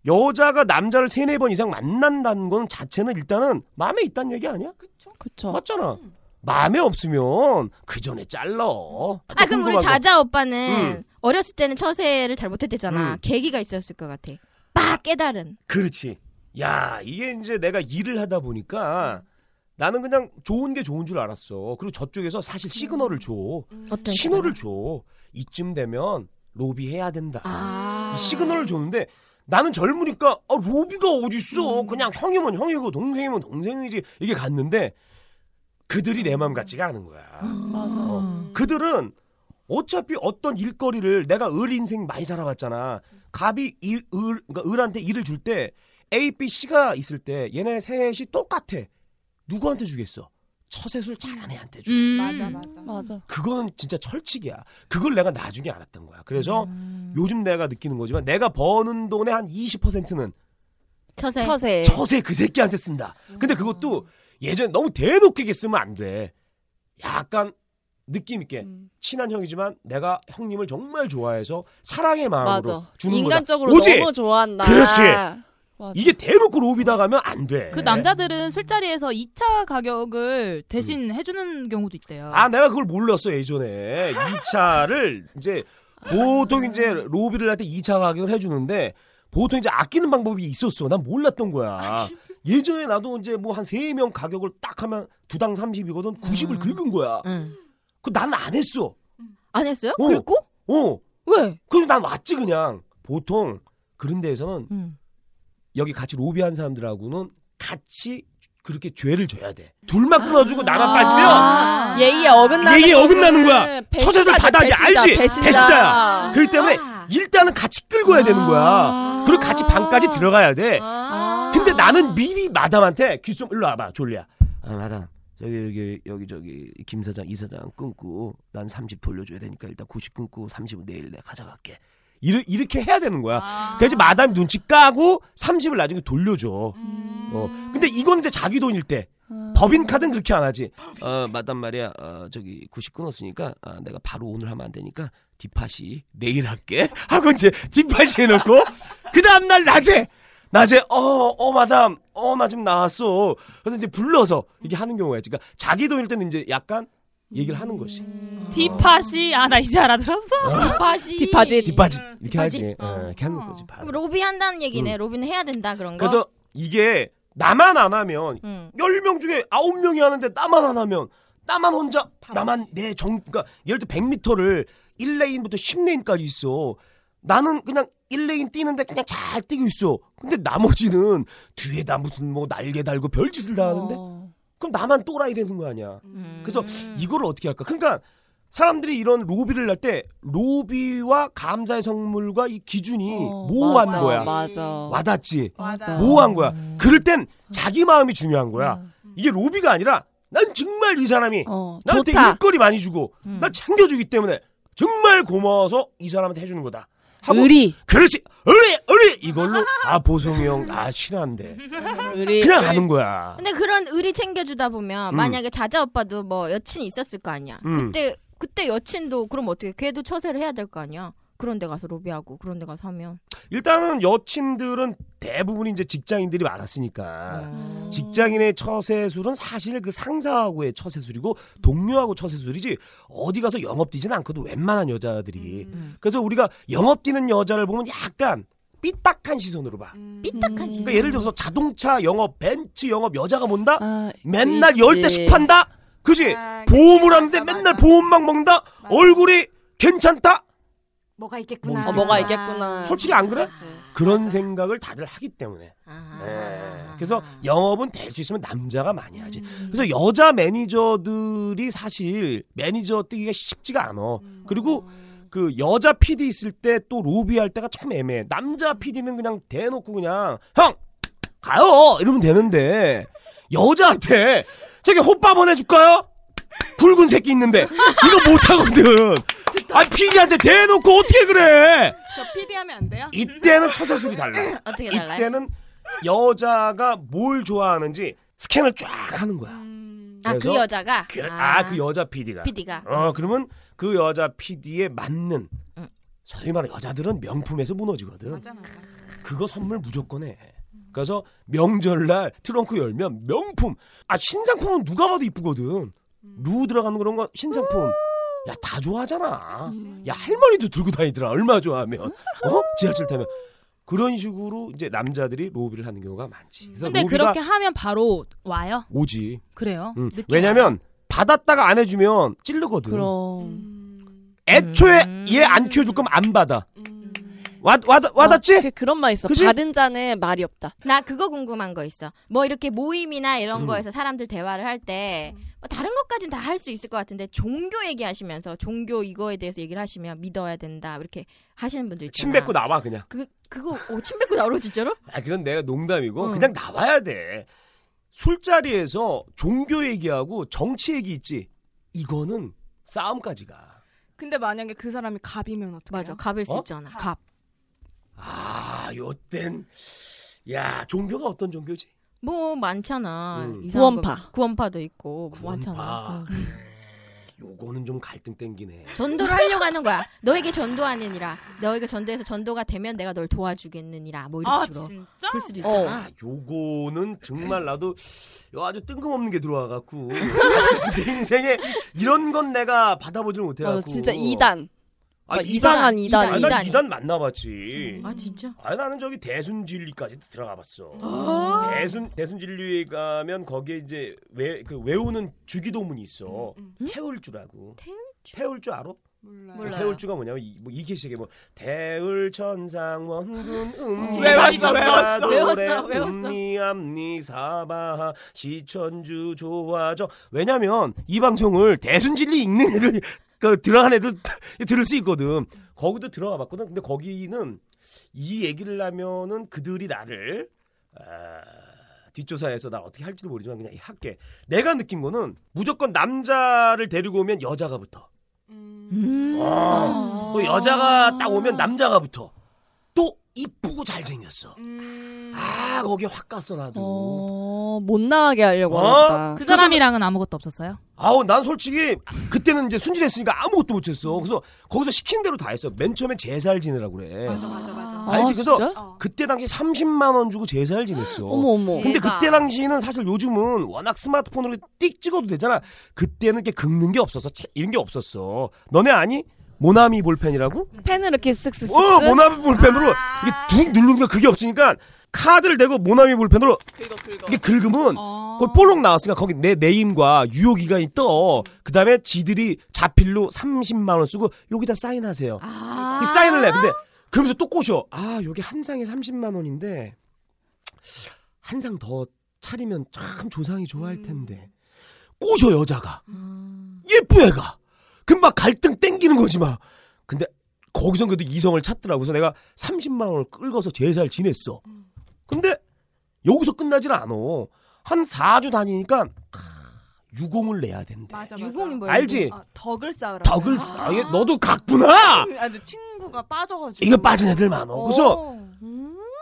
Speaker 12: 여자가 남자를 세네 번 이상 만난다는 건 자체는 일단은 마음에 있다는 얘기 아니야? 그쵸.
Speaker 6: 그쵸.
Speaker 12: 맞잖아. 마음에 없으면 그 전에 잘러.
Speaker 2: 아 그럼 우리 자자 오빠는
Speaker 12: 음.
Speaker 2: 어렸을 때는 처세를 잘 못했댔잖아.
Speaker 12: 음.
Speaker 2: 계기가 있었을 것 같아. 막 깨달은.
Speaker 12: 그렇지. 야, 이게 이제 내가 일을 하다 보니까 나는 그냥 좋은 게 좋은 줄 알았어. 그리고 저쪽에서 사실 시그널을 줘.
Speaker 2: 어떤
Speaker 12: 신호를 줘. 이쯤 되면 로비 해야 된다. 이 시그널을 줬는데 나는 젊으니까 아, 로비가 어딨어. 그냥 형이면 형이고 동생이면 동생이지. 이게 갔는데 그들이 내 마음 같지가 않은 거야.
Speaker 6: 맞아.
Speaker 12: 어.
Speaker 6: 음.
Speaker 12: 그들은 어차피 어떤 일거리를 내가 을 인생 많이 살아봤잖아. 갑이 일, 을, 그러니까 을한테 일을 줄 때 A, B, C가 있을 때 얘네 셋이 똑같아. 누구한테 주겠어? 처세술 잘하는 애한테
Speaker 1: 음.
Speaker 12: 줘.
Speaker 13: 맞아 맞아.
Speaker 6: 맞아.
Speaker 12: 그거는 진짜 철칙이야. 그걸 내가 나중에 알았던 거야. 그래서 요즘 내가 느끼는 거지만 내가 버는 돈의 한 20%는
Speaker 2: 처세.
Speaker 3: 네.
Speaker 6: 처세.
Speaker 12: 처세 그 새끼한테 쓴다. 근데 그것도 예전에 너무 대놓게 쓰면 안 돼. 약간 느낌 있게 친한 형이지만 내가 형님을 정말 좋아해서 사랑의 마음으로
Speaker 6: 맞아.
Speaker 12: 주는
Speaker 6: 인간적으로
Speaker 12: 거다. 오직
Speaker 6: 너무 좋아한다.
Speaker 12: 그렇지.
Speaker 6: 맞아.
Speaker 12: 이게 대놓고 로비다 가면 안 돼.
Speaker 1: 그 남자들은 술자리에서 2차 가격을 대신 해주는 경우도 있대요.
Speaker 12: 음. 아 내가 그걸 몰랐어 예전에 2차를 이제 보통 이제 로비를 할 때 2차 가격을 해주는데 보통 이제 아끼는 방법이 있었어 난 몰랐던 거야 예전에 나도 이제 뭐 한 세 명 가격을 딱 하면 두 당 30이거든. 90을
Speaker 6: 음.
Speaker 12: 긁은 거야. 그 나는 안 했어.
Speaker 2: 안 했어요?
Speaker 12: 어.
Speaker 2: 긁고?
Speaker 12: 어.
Speaker 2: 왜?
Speaker 12: 그리고 난 왔지 그냥. 보통 그런 데에서는
Speaker 2: 음.
Speaker 12: 여기 같이 로비한 사람들하고는 같이 그렇게 죄를 져야 돼. 둘만 끊어주고 나만
Speaker 3: 아.
Speaker 12: 빠지면
Speaker 3: 예의에 어긋나는
Speaker 12: 아. 예의에 어긋나는 거야.
Speaker 3: 거는 배신자네,
Speaker 12: 처세술 받아야 돼.
Speaker 3: 배신자,
Speaker 12: 알지?
Speaker 3: 배신자.
Speaker 12: 배신자야.
Speaker 3: 아.
Speaker 12: 그렇기 때문에
Speaker 2: 아.
Speaker 12: 일단은 같이 끌고 와야 되는 거야. 그리고
Speaker 3: 아.
Speaker 12: 같이 방까지 들어가야 돼. 예.
Speaker 2: 아.
Speaker 12: 근데 나는 미리 마담한테 귀쏨 일로 와봐 졸리야. 아, 마담 여기 여기 여기 저기 김 사장 이 사장 끊고 난 30 돌려줘야 되니까 일단 90 끊고 30은 내일 내가 가져갈게. 이르, 이렇게 해야 되는 거야. 그래서 마담이 눈치 까고 30을 나중에 돌려줘. 어. 근데 이건 이제 자기 돈일 때. 법인 카드는 그렇게 안 하지. 어, 마담 말이야. 어, 저기 90 끊었으니까 아, 내가 바로 오늘 하면 안 되니까 디파시 내일 할게. 하고 이제 디파시 해놓고 그 다음 날 낮에 낮에 어어 마담 어 나 지금 나왔어. 그래서 이제 불러서 이게 하는 경우가 있지. 그러니까 자기 돈일 때는 이제 약간 얘기를 하는
Speaker 2: 음.
Speaker 12: 거지.
Speaker 1: 디파시 아 나 이제 알아들었어.
Speaker 2: 디파시.
Speaker 12: 디파지 이렇게 하지. 어, 이렇게 하는 거지.
Speaker 2: 그럼 로비 한다는 얘기네.
Speaker 12: 음.
Speaker 2: 로비는 해야 된다 그런 거.
Speaker 12: 그래서 이게 나만 안 하면
Speaker 2: 음.
Speaker 12: 10명 중에 9명이 하는데 나만 안 하면 나만 혼자 나만 내 정 그러니까 예를 들어 100m를 1레인부터 10레인까지 있어. 나는 그냥 1레인 뛰는데 그냥 잘 뛰고 있어. 근데 나머지는 뒤에다 무슨 뭐 날개 달고 별짓을 다 하는데 그럼 나만 또라이 되는 거 아니야. 그래서
Speaker 3: 음.
Speaker 2: 음.
Speaker 12: 이걸 어떻게 할까? 그러니까 사람들이 이런 로비를 할 때 로비와 감사의 선물과 이 기준이 모호한
Speaker 3: 어, 맞아, 음.
Speaker 12: 거야.
Speaker 3: 맞아.
Speaker 12: 와닿지.
Speaker 3: 맞아.
Speaker 13: 음.
Speaker 12: 모호한 거야. 그럴 땐 자기 마음이 중요한 거야. 이게 로비가 아니라 난 정말 이 사람이 나한테
Speaker 3: 어, 좋다. 음.
Speaker 12: 일거리 많이 주고
Speaker 2: 음.
Speaker 12: 나 챙겨주기 때문에 정말 고마워서 이 사람한테 해주는 거다. 하고
Speaker 3: 의리.
Speaker 12: 그렇지. 의리 의리 이걸로 아 보성이 형아 싫어한대.
Speaker 3: 의리.
Speaker 12: 그냥 하는 거야.
Speaker 2: 근데 그런 의리 챙겨주다 보면
Speaker 12: 음.
Speaker 2: 만약에 자자 오빠도 뭐 여친이 있었을 거 아니야.
Speaker 12: 음.
Speaker 2: 그때 그때 여친도 그럼 어떻게? 걔도 처세를 해야 될 거 아니야. 그런 데 가서 로비하고 그런 데 가서 하면
Speaker 12: 일단은 여친들은 대부분 이제 직장인들이 많았으니까
Speaker 13: 음.
Speaker 12: 직장인의 처세술은 사실 그 상사하고의 처세술이고 동료하고 처세술이지 어디 가서 영업 뛰진 않거든 웬만한 여자들이
Speaker 13: 음.
Speaker 12: 그래서 우리가 영업 뛰는 여자를 보면 약간 삐딱한 시선으로 봐.
Speaker 13: 음.
Speaker 2: 삐딱한 시선.
Speaker 12: 그러니까 예를 들어서 자동차 영업, 벤츠 영업 여자가
Speaker 13: 아,
Speaker 12: 본다.
Speaker 3: 아,
Speaker 12: 맨날
Speaker 3: 있지.
Speaker 12: 열 대씩 판다. 그지? 보험을 하는데 맨날 보험만 먹는다. 얼굴이 괜찮다.
Speaker 13: 뭐가 있겠구나.
Speaker 3: 어, 뭐가 있겠구나.
Speaker 12: 솔직히 안 그래? 그런 생각을 다들 하기 때문에.
Speaker 2: 네.
Speaker 12: 예. 그래서 영업은 될 수 있으면 남자가 많이 하지. 그래서 여자 매니저들이 사실 매니저 뜨기가 쉽지가 않아. 그리고 그 여자 PD 있을 때 또 로비할 때가 참 애매해. 남자 PD는 그냥 대놓고 그냥 형 가요 이러면 되는데 여자한테 저기 호빠 보내줄까요? 굵은 새끼 있는데 이거 못하거든. 아 PD한테 대놓고 어떻게 그래?
Speaker 13: 저 PD 하면 안 돼요?
Speaker 12: 이때는 처세술이 달라.
Speaker 2: 어떻게 달라요?
Speaker 12: 이때는 여자가 뭘 좋아하는지 스캔을 쫙 하는 거야.
Speaker 2: 아 그
Speaker 12: 그래서
Speaker 2: 여자가
Speaker 12: 그래- 아, 그 여자 PD가.
Speaker 2: PD가.
Speaker 12: 어, 그러면 그 여자 PD에 맞는 소위 말해 여자들은 명품에서 무너지거든. 그거 선물 무조건 해. 그래서 명절날 트렁크 열면 명품. 아 신상품은 누가 봐도 이쁘거든. 루 들어가는 그런 거 신상품. 야 다 좋아하잖아. 야 할머니도 들고 다니더라. 얼마 좋아하면. 어? 지하철 타면. 그런 식으로 이제 남자들이 로비를 하는 경우가 많지. 그래서
Speaker 1: 근데
Speaker 12: 로비가
Speaker 1: 그렇게 하면 바로 와요.
Speaker 12: 오지.
Speaker 1: 그래요?
Speaker 12: 응.
Speaker 1: 느낌
Speaker 12: 왜냐면 받았다가 안 해주면 찌르거든. 음. 애초에
Speaker 1: 음.
Speaker 12: 얘 안 키워줄 거면 안 받아. 와, 와,
Speaker 1: 어,
Speaker 12: 와닿지?
Speaker 2: 그, 런 말 있어.
Speaker 12: 그치?
Speaker 2: 받은 자는 말이 없다. 나 그거 궁금한 거 있어. 뭐 이렇게 모임이나 이런
Speaker 12: 음.
Speaker 2: 거에서 사람들 대화를 할 때뭐 다른 것까진 다 할 수 있을 것 같은데 종교 얘기하시면서 종교 이거에 대해서 얘기를 하시면 믿어야 된다 이렇게 하시는 분들 있잖아.
Speaker 12: 침 뱉고 나와 그냥.
Speaker 2: 그 그거 어, 침 뱉고 나오러 진짜로?
Speaker 12: 아, 그건 내가 농담이고
Speaker 3: 어.
Speaker 12: 그냥 나와야 돼. 술자리에서 종교 얘기하고 정치 얘기 있지. 이거는 싸움까지 가.
Speaker 13: 근데 만약에 그 사람이 갑이면 어떡해? 맞아.
Speaker 2: 갑일
Speaker 12: 수 어?
Speaker 2: 있잖아.
Speaker 13: 갑.
Speaker 12: 아, 요땐 야, 종교가 어떤 종교지?
Speaker 2: 뭐 많잖아.
Speaker 12: 음.
Speaker 2: 이상한 거.
Speaker 12: 구원파.
Speaker 2: 구원파도 있고 뭐
Speaker 12: 아.
Speaker 3: 어.
Speaker 2: 많잖아. 응.
Speaker 12: 예, 요거는 좀 갈등 땡기네.
Speaker 2: 전도를 하려고 하는 거야. 너에게 전도하느니라. 너에게 전도해서 전도가 되면 내가 널 도와주겠느니라. 뭐 이런
Speaker 12: 아,
Speaker 2: 식으로.
Speaker 1: 진짜?
Speaker 2: 그럴 수도
Speaker 3: 어.
Speaker 2: 있잖아.
Speaker 12: 아, 요거는 정말 나도 요 아주 뜬금없는 게 들어와 갖고 내 인생에 이런 건 내가 받아보질 못해 갖고.
Speaker 3: 어, 진짜 이단
Speaker 12: 아,
Speaker 3: 이단한, 이단,
Speaker 12: 아니, 난
Speaker 3: 이단.
Speaker 12: 이단
Speaker 3: 음.
Speaker 12: 만나봤지.
Speaker 2: 아 진짜?
Speaker 12: 아 나는 저기 대순진리까지 들어가봤어.
Speaker 2: 아.
Speaker 12: 대순 대순진리에 가면 거기에 이제 외 그 외우는 주기도문이 있어. 음,
Speaker 13: 음,
Speaker 12: 태울주라고. 태울주. 태울주 알아?
Speaker 2: 몰라요.
Speaker 12: 태울주가 뭐냐면 이, 뭐 이게 시게 뭐 대울 천상 원군 음지
Speaker 2: 어. 진짜
Speaker 12: 사사
Speaker 2: 외웠어.
Speaker 12: 노래
Speaker 2: 외웠어, 외웠어.
Speaker 12: 음니 암니 사바하 시천주 조화저 왜냐면 이 방송을 대순진리 읽는 애들 그 들어간 애들 들을 수 있거든. 거기도 들어가 봤거든. 근데 거기는 이 얘기를 하면은 그들이 나를 아, 뒷조사해서 나 어떻게 할지도 모르지만 그냥 할게. 내가 느낀 거는 무조건 남자를 데리고 오면 여자가 붙어.
Speaker 13: 음.
Speaker 3: 아.
Speaker 12: 어. 또 여자가 딱 오면 남자가 붙어. 또 이쁘고 잘생겼어.
Speaker 13: 음.
Speaker 12: 아 거기 확 갔어 나도.
Speaker 3: 어, 못 나가게 하려고
Speaker 12: 어?
Speaker 3: 하다.
Speaker 12: 그
Speaker 1: 사람이랑은 아무것도 없었어요?
Speaker 12: 아우 난 솔직히 그때는 이제 순진했으니까 아무것도 못했어. 그래서 거기서 시킨 대로 다 했어. 맨 처음에 제사를 지내라 그래. 맞아 맞아 맞아. 알지?
Speaker 3: 아,
Speaker 12: 그래서
Speaker 3: 진짜?
Speaker 12: 그때 당시 30만 원 주고 제사를 지냈어.
Speaker 3: 어머, 어머.
Speaker 12: 근데
Speaker 3: 대박.
Speaker 12: 그때 당시는 사실 요즘은 워낙 스마트폰으로 띡 찍어도 되잖아. 그때는 이렇게 긁는 게 없었어. 차- 이런 게 없었어. 너네 아니? 모나미 볼펜이라고?
Speaker 3: 펜을 이렇게 쓱쓱쓱.
Speaker 12: 어 모나미 볼펜으로 이게 툭 누르니까 그게 없으니까 카드를 대고 모나미 볼펜으로 이게 긁으면 거기 볼록 나왔으니까 거기 내 네임과 유효 기간이 떠. 그다음에 지들이 자필로 30만 원 쓰고 여기다 사인하세요.
Speaker 2: 아.
Speaker 13: 아.
Speaker 12: 이 사인을 해. 근데 그러면서 또 꼬셔. 아 여기 한 상에 30만 원인데 한 상 더 차리면 참 조상이 좋아할 텐데 꼬셔 여자가
Speaker 13: 음.
Speaker 12: 예쁘 애가 금방 갈등 땡기는 거지 막 근데 거기선 그래도 이성을 찾더라고 그래서 내가 30만 원을 끌고서 제사를 지냈어 근데 여기서 끝나질 않아 한 4주 다니니까 캬, 유공을 내야 된대
Speaker 13: 맞아 맞아. 유공이
Speaker 12: 뭐야, 알지? 유공?
Speaker 13: 덕을 쌓으라.
Speaker 12: 덕을 쓰- 아, 얘 너도 갔구나
Speaker 13: 아, 근데 친구가 빠져가지고.
Speaker 12: 이거 빠진 애들 많어 그래서
Speaker 13: 어.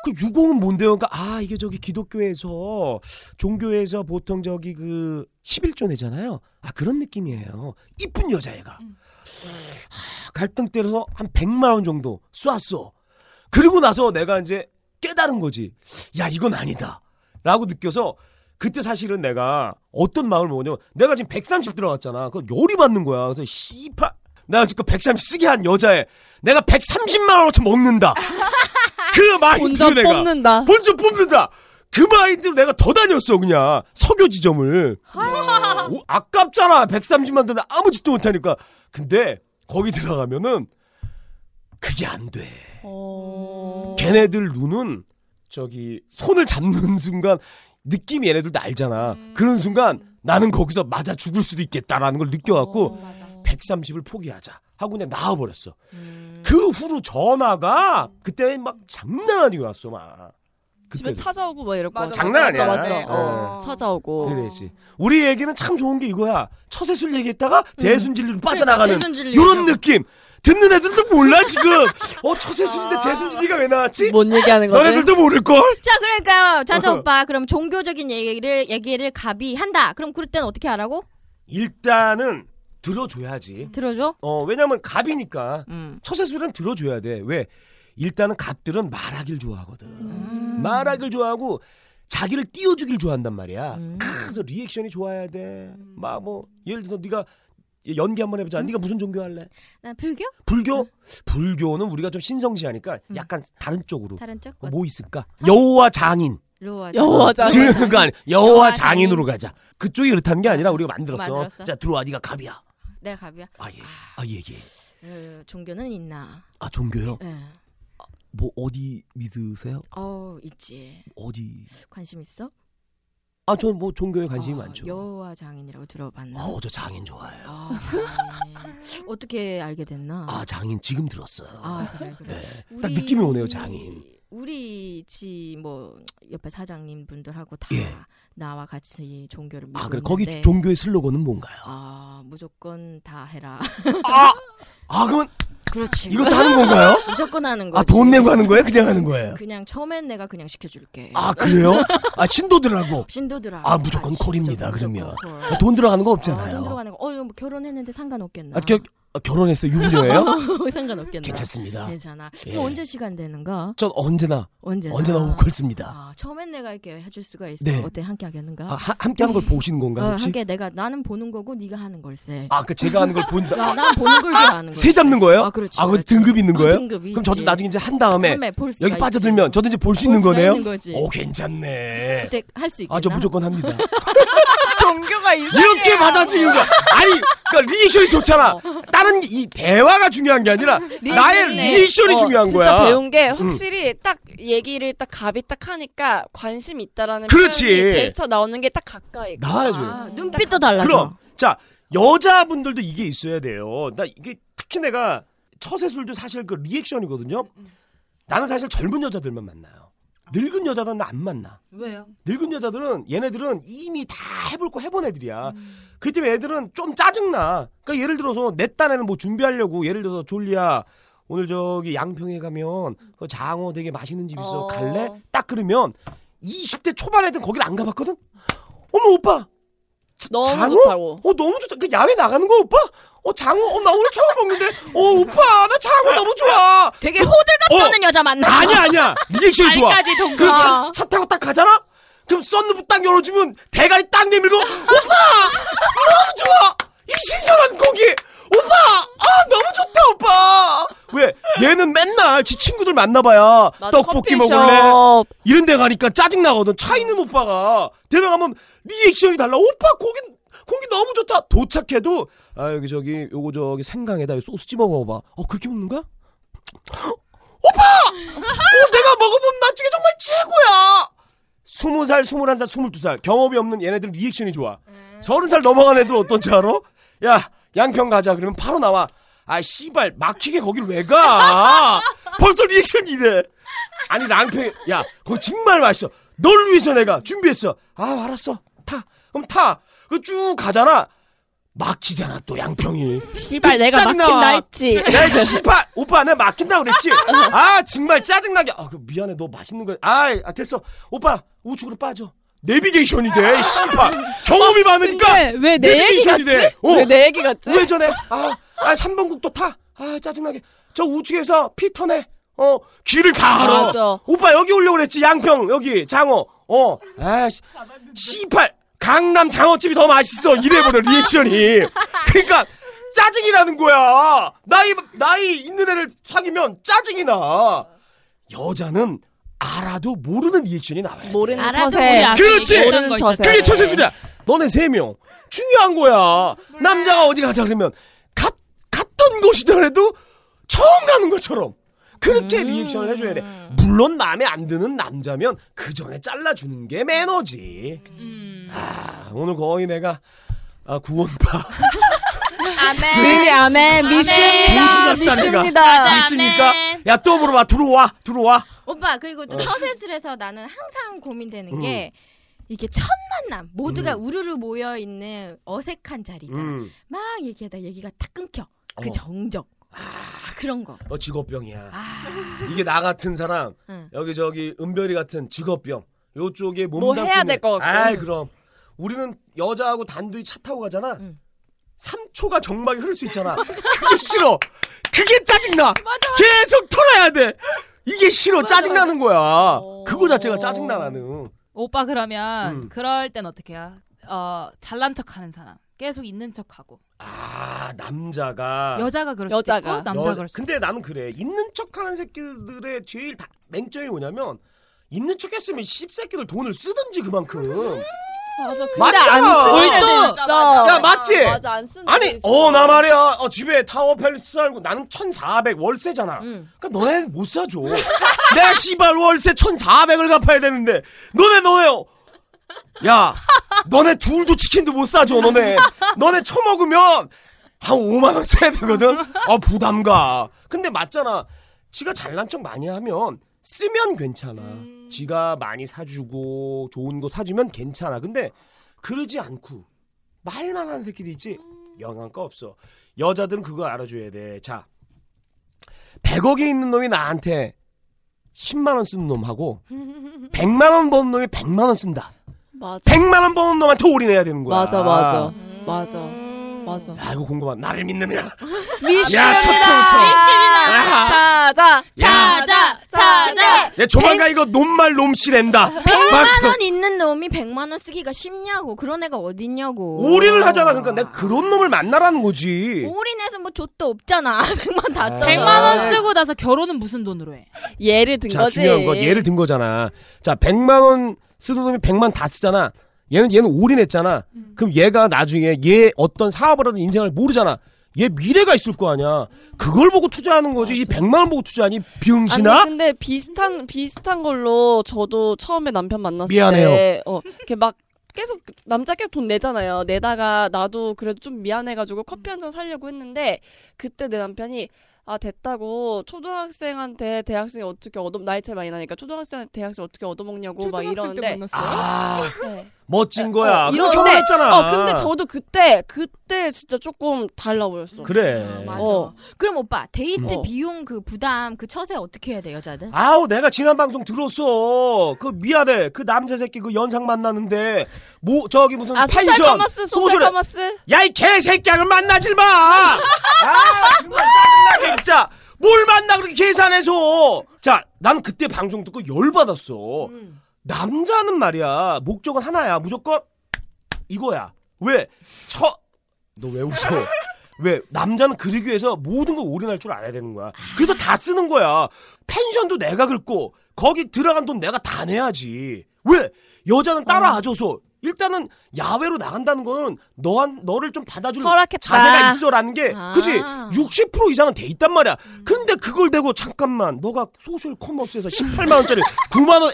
Speaker 12: 그 유공은 뭔데요? 그러니까 아 이게 저기 기독교에서 종교에서 보통 저기 그 11조내잖아요. 아 그런 느낌이에요. 이쁜 여자애가 아, 갈등 때려서 한 100만 원 정도 쏘았어. 그리고 나서 내가 이제 깨달은 거지. 야 이건 아니다. 라고 느껴서 그때 사실은 내가 어떤 마음을 먹었냐면 내가 지금 130 들어갔잖아. 그거 열이 받는 거야. 그래서 씨발 내가 지금 130 쓰게 한 여자애 내가 130만 원어치 먹는다. 그 마인드로
Speaker 3: 본전
Speaker 12: 내가
Speaker 3: 뽑는다.
Speaker 12: 본전 뽑는다. 그 마인드로 내가 더 다녔어 그냥 석유 지점을 오, 아깝잖아 130만 원 아무 짓도 못하니까 근데 거기 들어가면은 그게 안돼
Speaker 3: 어.
Speaker 12: 걔네들 눈은 저기 손을 잡는 순간 느낌이 얘네들도 알잖아
Speaker 3: 음.
Speaker 12: 그런 순간 나는 거기서 맞아 죽을 수도 있겠다라는 걸 느껴갖고
Speaker 3: 어.
Speaker 12: 130을 포기하자 하고 그냥 나와버렸어
Speaker 3: 음.
Speaker 12: 그 후로 전화가 그때 막 장난 아니게 왔어 막
Speaker 3: 집에 찾아오고 막 이러고.
Speaker 12: 맞아, 장난 아니야.
Speaker 3: 맞죠.
Speaker 12: 네.
Speaker 3: 어, 찾아오고.
Speaker 12: 그래지 우리 얘기는 참 좋은 게 이거야 처세술 얘기했다가 대순진리로 빠져나가는
Speaker 3: 음. 네, 대순진리.
Speaker 12: 이런 느낌 듣는 애들도 몰라 지금 어 처세술인데 대순진리가 왜 나왔지
Speaker 3: 뭐,
Speaker 12: 뭔
Speaker 3: 얘기하는
Speaker 2: 거지?
Speaker 12: 너네들도 모를걸
Speaker 2: 자 그러니까요 자자
Speaker 12: 어.
Speaker 2: 오빠 그럼 종교적인 얘기를 얘기를 갑이 한다 그럼 그럴 땐 어떻게 하라고
Speaker 12: 일단은 들어줘야지
Speaker 2: 들어줘 음.
Speaker 12: 어 왜냐면 갑이니까 처세술은 들어줘야 돼왜 일단은 갑들은 말하길 좋아하거든
Speaker 3: 음.
Speaker 12: 말하길 좋아하고 자기를 띄워주길 좋아한단 말이야
Speaker 3: 음.
Speaker 12: 그래서 리액션이 좋아야 돼막 뭐 예를 들어서 네가 연기 한번 해보자 네가 무슨 종교 할래
Speaker 2: 나 불교
Speaker 12: 불교 불교는 우리가 좀 신성시하니까 약간 음. 다른 쪽으로
Speaker 2: 다른 쪽
Speaker 12: 뭐 있을까 여호와 장인
Speaker 2: 로아
Speaker 12: 증거 아니 여호와 장인으로 가자 그쪽이 그렇다는 게 아니라 우리가 만들었어,
Speaker 2: 만들었어.
Speaker 12: 자 들어와 네가 갑이야
Speaker 2: 내가 갑이야
Speaker 12: 아예예
Speaker 2: 어, 종교는 있나
Speaker 12: 아 종교요
Speaker 2: 예.
Speaker 9: 뭐 어디 믿으세요?
Speaker 2: 어 있지
Speaker 9: 어디?
Speaker 2: 관심 있어 어,
Speaker 12: 아 전 뭐 종교에 관심이 많죠
Speaker 2: 여호와 장인이라고 들어봤나
Speaker 12: 어 저 장인 좋아해요
Speaker 2: 아, 장인. 어떻게 알게 됐나
Speaker 12: 아 장인 지금 들었어요
Speaker 2: 아, 그래, 그래.
Speaker 12: 네. 딱 느낌이 오네요 장인
Speaker 2: 우리 집 뭐 옆에 사장님 분들하고 다 나와 같이 종교를
Speaker 12: 예. 아
Speaker 2: 믿고
Speaker 12: 그래 거기
Speaker 2: 있는데
Speaker 12: 종교의 슬로건은 뭔가요
Speaker 2: 아 무조건 다 해라.
Speaker 12: 아, 아 그러면
Speaker 2: 그렇지.
Speaker 12: 이것도 하는 건가요?
Speaker 2: 무조건 하는 거.
Speaker 12: 아, 돈 내고 하는 거예요? 그냥 하는 거예요?
Speaker 2: 그냥 처음엔 내가 그냥 시켜줄게.
Speaker 12: 아 그래요? 아 신도들하고
Speaker 2: 신도들아.
Speaker 12: 아 무조건 콜입니다 그러면
Speaker 2: 콜.
Speaker 12: 아, 돈 들어가는 거 없잖아요
Speaker 2: 돈 들어가는 거. 어, 이거 뭐 결혼했는데 상관없겠나?
Speaker 12: 아, 겨, 아, 결혼했어요? 유부녀예요?
Speaker 2: 상관없겠나?
Speaker 12: 괜찮습니다.
Speaker 2: 괜찮아.
Speaker 12: 예.
Speaker 2: 그럼 언제 시간 되는가?
Speaker 12: 전 언제나
Speaker 2: 언제나.
Speaker 12: 오컬스입니다.
Speaker 2: 아, 처음엔 내가 이렇게 해줄 수가 있어.
Speaker 12: 네.
Speaker 2: 어때 함께 하겠는가?
Speaker 12: 아, 하- 함께 하는 걸 보시는 건가요,
Speaker 2: 어,
Speaker 12: 혹시?
Speaker 2: 함께 내가 나는 보는 거고 네가 하는 걸세.
Speaker 12: 아, 그 제가 하는 걸 본다.
Speaker 2: 야, 난 보는 걸 좋아하는 거야.
Speaker 12: 새 잡는 거예요?
Speaker 2: 아, 그렇죠.
Speaker 12: 아, 그 등급이 있는 거예요?
Speaker 2: 등급이
Speaker 12: 그럼 저도
Speaker 2: 있지.
Speaker 12: 나중에 이제 한 다음에
Speaker 2: 처음에 볼 수가
Speaker 12: 여기 빠져들면 저도 이제 볼 수
Speaker 2: 볼
Speaker 12: 있는
Speaker 2: 수가
Speaker 12: 거네요.
Speaker 2: 있는 거지.
Speaker 12: 오, 괜찮네.
Speaker 2: 그때 할수 있겠나?
Speaker 12: 아, 저 무조건 합니다.
Speaker 2: 종교가
Speaker 12: 이렇게 받아주는가? 아니, 그러니까 리액션이 좋잖아. 다른 이 대화가 중요한 게 아니라 나의 리액션이
Speaker 3: 어,
Speaker 12: 중요한
Speaker 3: 진짜
Speaker 12: 거야.
Speaker 3: 진짜 배운 게
Speaker 12: 음.
Speaker 3: 확실히 딱 얘기를 딱 갑이 딱 하니까 관심 있다라는
Speaker 12: 그렇지.
Speaker 3: 표현이 제스처 나오는 게 딱 가까이.
Speaker 12: 나와야죠.
Speaker 2: 아, 눈빛도 달라져.
Speaker 12: 그럼 자 여자분들도 이게 있어야 돼요. 나 이게 특히 내가 처세술도 사실 그 리액션이거든요. 나는 사실 젊은 여자들만 만나요. 늙은 여자들은 나 안 만나.
Speaker 1: 왜요?
Speaker 12: 늙은 여자들은 얘네들은 이미 다 해볼 거 해본 애들이야. 그 때문에 애들은 좀 짜증나. 그러니까 예를 들어서 내 딴에는 뭐 준비하려고 예를 들어서 졸리야 오늘 저기 양평에 가면 그 장어 되게 맛있는 집 있어
Speaker 3: 어.
Speaker 12: 갈래? 딱 그러면 20대 초반 애들은 거길 안 가봤거든. 어머 오빠
Speaker 3: 너무
Speaker 12: 장어?
Speaker 3: 좋다고.
Speaker 12: 어 너무 좋다. 그 야외 나가는 거 오빠? 어 장어? 어 나 오늘 처음 먹는데. 어 오빠 나 장어 너무 좋아.
Speaker 2: 되게 호들갑
Speaker 12: 어.
Speaker 2: 떠는 여자 만났어.
Speaker 12: 아니야 아니야 리액션이 좋아.
Speaker 2: 발까지 동동.
Speaker 12: 그럼 차, 차 타고 딱 가잖아. 그럼 썬루프 딱 열어주면 대가리 딱 내밀고 오빠 너무 좋아 이 신선한 고기 오빠 아 너무 좋다 오빠 왜 얘는 맨날 지 친구들 만나봐야
Speaker 3: 맞아,
Speaker 12: 떡볶이
Speaker 3: 커피숍.
Speaker 12: 먹을래 이런 데 가니까 짜증 나거든 차 있는 오빠가 데려가면 리액션이 달라 오빠 고기 고기 너무 좋다 도착해도 아 여기 저기 요거 저기 생강에다 소스 찍어 먹어봐 어 그렇게 먹는가? 오빠! 어, 내가 먹어본 맛 중에 정말 최고야! 스무 살, 스물한 살, 스물두 살 경험이 없는 얘네들은 리액션이 좋아. 서른 살 넘어간 애들 은 어떤지 알아? 야 양평 가자 그러면 바로 나와. 아 씨발 막히게 거길 왜 가? 벌써 리액션이 이래. 아니 양평 야 거기 정말 맛있어. 널 위해서 내가 준비했어. 아 알았어 타. 그럼 타. 그 쭉 가잖아. 막히잖아 또 양평이.
Speaker 3: 씨발,
Speaker 12: 그
Speaker 3: 내가
Speaker 12: 짜증나와.
Speaker 3: 막힌다 했지.
Speaker 12: 내 씨발 오빠 내가 막힌다 그랬지. 아 정말 짜증나게. 아 그 미안해 너 맛있는 거. 아 아, 됐어 오빠 우측으로 빠져. 내비게이션이 돼 씨발 경험이 많으니까
Speaker 3: 왜내 얘기
Speaker 12: 그러니까 내비게이션이
Speaker 3: 같지?
Speaker 12: 돼. 어.
Speaker 3: 왜내 얘기 같지?
Speaker 12: 왜 전에 아, 아 3번 국도 타. 아 짜증나게 저 우측에서 피터네. 어 길을 다 알아.
Speaker 3: 맞아.
Speaker 12: 오빠 여기 오려고 그랬지 양평 여기 장어. 어 아씨 씨발 강남 장어집이 더 맛있어 이래버려 리액션이. 그러니까 짜증이 나는 거야. 나이 나이 있는 애를 사귀면 짜증이 나. 여자는 알아도 모르는 리액션이 나와요.
Speaker 3: 모르는
Speaker 2: 알아도
Speaker 3: 처세.
Speaker 2: 우리 아직
Speaker 12: 그렇지.
Speaker 3: 모르는 처세.
Speaker 12: 그게 처세술이야. 너네 세 명. 중요한 거야. 남자가 어디 가자 그러면 갔 갔던 곳이더라도 처음 가는 것처럼 그렇게 리액션을 해줘야 돼. 물론 마음에 안 드는 남자면 그 전에 잘라주는 게 매너지.
Speaker 1: 음.
Speaker 12: 아, 오늘 거의 내가 아, 구원파.
Speaker 3: 네, 미리
Speaker 1: 네.
Speaker 3: 아멘.
Speaker 12: 미십니다.
Speaker 8: 음.
Speaker 12: 미십니다. 음. 있습니까? 야 또 물어봐. 들어와. 들어와.
Speaker 2: 오빠 그리고 또
Speaker 12: 어.
Speaker 2: 처세술에서 나는 항상 고민되는
Speaker 12: 음.
Speaker 2: 게 이게 첫 만남 모두가 우르르 모여 있는 어색한 자리잖아.
Speaker 12: 음.
Speaker 2: 막 얘기하다 얘기가 탁 끊겨. 그
Speaker 12: 어.
Speaker 2: 정적. 아, 그런 거.
Speaker 12: 너 직업병이야. 이게 나 같은 사람
Speaker 2: 응.
Speaker 12: 여기 저기 은별이 같은 직업병 요쪽에 몸담고
Speaker 3: 뭐 해야 될것 같고.
Speaker 12: 아이 그럼 우리는 여자하고 단둘이 차 타고 가잖아. 3초가 정막이 흐를 수 있잖아. 그게 싫어. 그게 짜증나. 계속 털어야 돼. 이게 싫어. 짜증나는 거야. 그거 자체가 짜증나 나는.
Speaker 1: 오빠 그러면
Speaker 12: 음.
Speaker 1: 그럴 땐 어떻게 해요? 어 잘난 척하는 사람 계속 있는 척하고
Speaker 12: 아 남자가
Speaker 1: 여자가 그럴 수도 있고 남자
Speaker 12: 여-
Speaker 1: 가 그럴 수도
Speaker 12: 근데 나는 그래 있는 척하는 새끼들의 제일 다, 맹점이 뭐냐면 있는 척했으면 씹새끼들 돈을 쓰든지 그만큼
Speaker 3: 맞아. 근데
Speaker 12: 맞잖아.
Speaker 3: 안 쓰는
Speaker 12: 맞아,
Speaker 3: 애들 있어.
Speaker 12: 야 맞지
Speaker 3: 맞아 안 쓰는.
Speaker 12: 아니 어 나 말이야 어, 집에 타워팰 살고 나는 1400 월세잖아 그러니까 너네 못 사줘 내가 씨발 월세 1400을 갚아야 되는데 너네 너네 야 너네 둘도 치킨도 못 사줘 너네 너네 처먹으면 한 5만 원 써야 되거든 아 부담가 근데 맞잖아 지가 잘난 척 많이 하면 쓰면 괜찮아 지가 많이 사주고 좋은 거 사주면 괜찮아 근데 그러지 않고 말만 하는 새끼들 있지 영양가 없어 여자들은 그거 알아줘야 돼자 100억이 있는 놈이 나한테 10만 원 쓰는 놈하고 100만 원 버는 놈이 100만 원 쓴다.
Speaker 3: 맞아.
Speaker 12: 100만 원 버는 놈한테 올인해야 되는 거야.
Speaker 3: 맞아 맞아 맞아.
Speaker 6: 맞아.
Speaker 12: 야 이거 공감한 나를 믿는 이라
Speaker 6: 미션이다.
Speaker 12: 야
Speaker 2: 아,
Speaker 12: 아,
Speaker 6: 미션이다. 자자
Speaker 2: 자자 자자.
Speaker 12: 내 조만간 이거 논말 놈씨 낸다
Speaker 2: 100만
Speaker 12: 박수.
Speaker 2: 원 있는 놈이 100만 원 쓰기가 쉽냐고 그런 애가 어딨냐고
Speaker 12: 올인을 하잖아 그러니까 내가 그런 놈을 만나라는 거지
Speaker 2: 올인해서 뭐 좆도 없잖아 100만 다 써.
Speaker 1: 100만
Speaker 12: 아.
Speaker 1: 원 쓰고 나서 결혼은 무슨 돈으로 해?
Speaker 6: 예를 든
Speaker 12: 자 중요한 건 예를 든 거잖아 자 100만 원 쓰는 놈이 100만 다 쓰잖아 얘는 얘는 올인했잖아 그럼 얘가 나중에 얘 어떤 사업을 하든 인생을 모르잖아 얘 미래가 있을 거 아니야 그걸 보고 투자하는 거지 이 100만 원 보고 투자하니
Speaker 3: 아니
Speaker 12: 병신아
Speaker 3: 근데 비슷한 비슷한 걸로 저도 처음에 남편 만났을
Speaker 12: 미안해요.
Speaker 3: 때 어, 이렇게 막 계속 남자 계속 돈 내잖아요. 내다가 나도 그래도 좀 미안해가지고 커피 한 잔 사려고 했는데 그때 내 남편이 아 됐다고 초등학생한테 대학생이 어떻게 얻어 나이 차이 많이 나니까 초등학생한테 대학생 어떻게 얻어먹냐고 막 이러는데
Speaker 12: 아
Speaker 3: 네.
Speaker 12: 멋진 거야
Speaker 3: 어,
Speaker 12: 그거
Speaker 3: 이러는데,
Speaker 12: 결혼했잖아
Speaker 3: 어 근데 저도 그때 그때 진짜 조금 달라 보였어.
Speaker 12: 그래
Speaker 2: 맞아. 그럼 오빠 데이트
Speaker 12: 음.
Speaker 2: 비용 그 부담 그 처세 어떻게 해야 돼 여자들?
Speaker 12: 아우 내가 지난 방송 들었어. 그 미안해. 그 남자 새끼 그 연상 만나는데 뭐 저기 무슨
Speaker 3: 아 소셜
Speaker 12: 펜션
Speaker 3: 커머스 소셜
Speaker 12: 소셜에-
Speaker 3: 커머스
Speaker 12: 야 이 개새끼야 그럼 만나질 마. 아 정말 짜증나게 진짜. 뭘 만나 그렇게 계산해서. 자 나는 그때 방송 듣고 열받았어. 남자는 말이야 목적은 하나야 무조건 이거야. 왜? 처 너 왜 웃어? 왜 남자는 그리기 위해서 모든 걸 올인할 줄 알아야 되는 거야. 그래서 다 쓰는 거야. 펜션도 내가 긁고 거기 들어간 돈 내가 다 내야지. 왜 여자는 따라와줘서 일단은 야외로 나간다는 거는 너한 너를 좀 받아줄
Speaker 3: 허락했다.
Speaker 12: 자세가 있어라는 게
Speaker 3: 아. 음.
Speaker 12: 그지 60% 이상은 돼 있단 말이야. 그런데 그걸 대고 잠깐만 너가 소셜 커머스에서 18만 원짜리 9만 원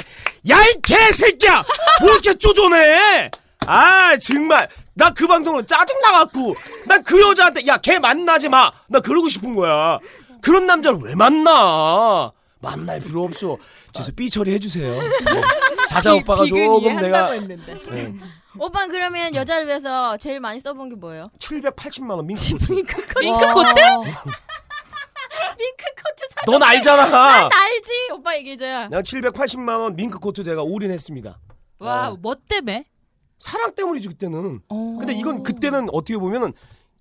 Speaker 12: 야 이 개새끼야 왜 이렇게 쪼조네? 아 정말 나 그 방송으로 짜증 나갖고 난 그 여자한테 야 걔 만나지 마 나 그러고 싶은 거야. 그런 남자를 왜 만나? 만날 필요 없어. 저서 삐 처리해 주세요. 뭐, 자자 오빠가 조금 내가 네.
Speaker 2: 오빠 그러면 여자를 위해서 제일 많이 써본 게 뭐예요?
Speaker 12: 780만 원 민크
Speaker 2: 와.
Speaker 3: 그러니까.
Speaker 12: 코트?
Speaker 2: 핑크 코트 사.
Speaker 12: 넌 알잖아.
Speaker 2: 난 알지 오빠 얘기해줘야.
Speaker 12: 내가 780만 원 민크 코트 제가 올인했습니다. 어,
Speaker 1: 와, 뭐 때문에? 어.
Speaker 12: 사랑 때문이지 그때는. 근데 이건 그때는 어떻게 보면은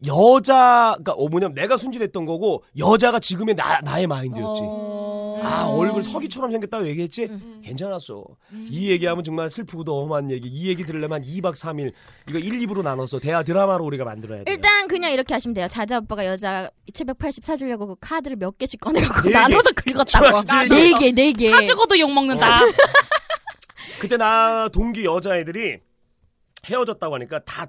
Speaker 12: 여자 그러니까 어, 뭐냐면 내가 순진했던 거고 여자가 지금의 나, 나의 마인드였지.
Speaker 3: 어.
Speaker 12: 아 얼굴 서기처럼 생겼다고 얘기했지? 괜찮았어. 이 얘기하면 정말 슬프고도 험한 얘기. 이 얘기 들으려면 한 2박 3일 이거 1, 2부로 나눠서 대화 드라마로 우리가 만들어야 돼.
Speaker 2: 일단 그냥 이렇게 하시면 돼요. 자자 오빠가 여자 780 사주려고 그 카드를 몇 개씩 꺼내갖고
Speaker 12: 네 개.
Speaker 2: 나눠서 긁었다고.
Speaker 12: 정확히 네
Speaker 2: 네
Speaker 12: 개.
Speaker 2: 개, 네 개.
Speaker 1: 가지고도 욕 먹는다.
Speaker 12: 어. 그때 나 동기 여자애들이 헤어졌다고 하니까 다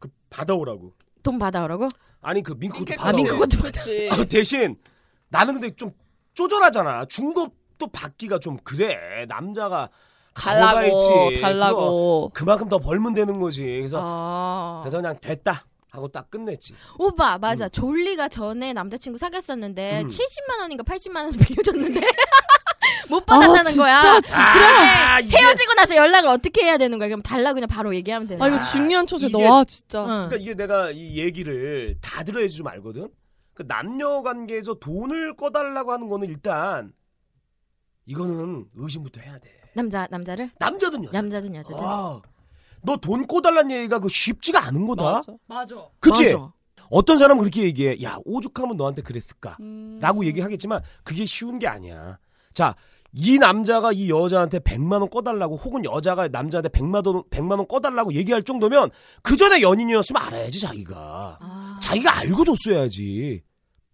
Speaker 12: 그 받아오라고.
Speaker 2: 돈 받아오라고?
Speaker 12: 아니 그 민크 것도 받아.
Speaker 2: 아, 민크 것도
Speaker 3: 받지.
Speaker 12: 아, 대신 나는 근데 좀 쪼절하잖아. 중급도 받기가 좀 그래. 남자가
Speaker 3: 달라고,
Speaker 12: 가오가 있지.
Speaker 3: 달라고.
Speaker 12: 그거 그만큼 더 벌면 되는 거지. 그래서
Speaker 2: 아.
Speaker 12: 그래서 그냥 됐다 하고 딱 끝냈지.
Speaker 2: 오빠 맞아 졸리가 전에 남자친구 사귀었었는데
Speaker 12: 음.
Speaker 2: 70만 원인가 80만 원 빌려줬는데 못 받았다는
Speaker 3: 아, 진짜,
Speaker 2: 거야.
Speaker 3: 진짜. 아,
Speaker 2: 그런데
Speaker 3: 이게-
Speaker 2: 헤어지고 나서 연락을 어떻게 해야 되는 거야? 그럼 달라 그냥 바로 얘기하면 되는
Speaker 3: 아
Speaker 2: 거야.
Speaker 3: 이거 중요한 초세
Speaker 12: 이게-
Speaker 3: 너와 진짜.
Speaker 12: 그러니까 이게 내가 이 얘기를 다 들어야지 좀 알거든. 그 남녀 관계에서 돈을 꺼달라고 하는 거는 일단 이거는 의심부터 해야 돼.
Speaker 2: 남자 남자를
Speaker 12: 남자든 여자.
Speaker 2: 남자든 여자든.
Speaker 12: 아, 너돈 꺼달라는 얘기가 그 쉽지가 않은
Speaker 3: 어,
Speaker 12: 거다.
Speaker 1: 맞아.
Speaker 12: 그치?
Speaker 2: 맞아.
Speaker 12: 어떤 사람은 그렇게 얘기해. 야, 오죽하면 너한테 그랬을까?
Speaker 3: 음.
Speaker 5: 음.
Speaker 12: 라고 얘기하겠지만 그게 쉬운 게 아니야. 자, 이 남자가 이 여자한테 100만 원 꺼달라고 혹은 여자가 남자한테 100만 원, 100만 원 꺼달라고 얘기할 정도면 그 전에 연인이었으면 알아야지 자기가. 자기가 알고 줬어야지.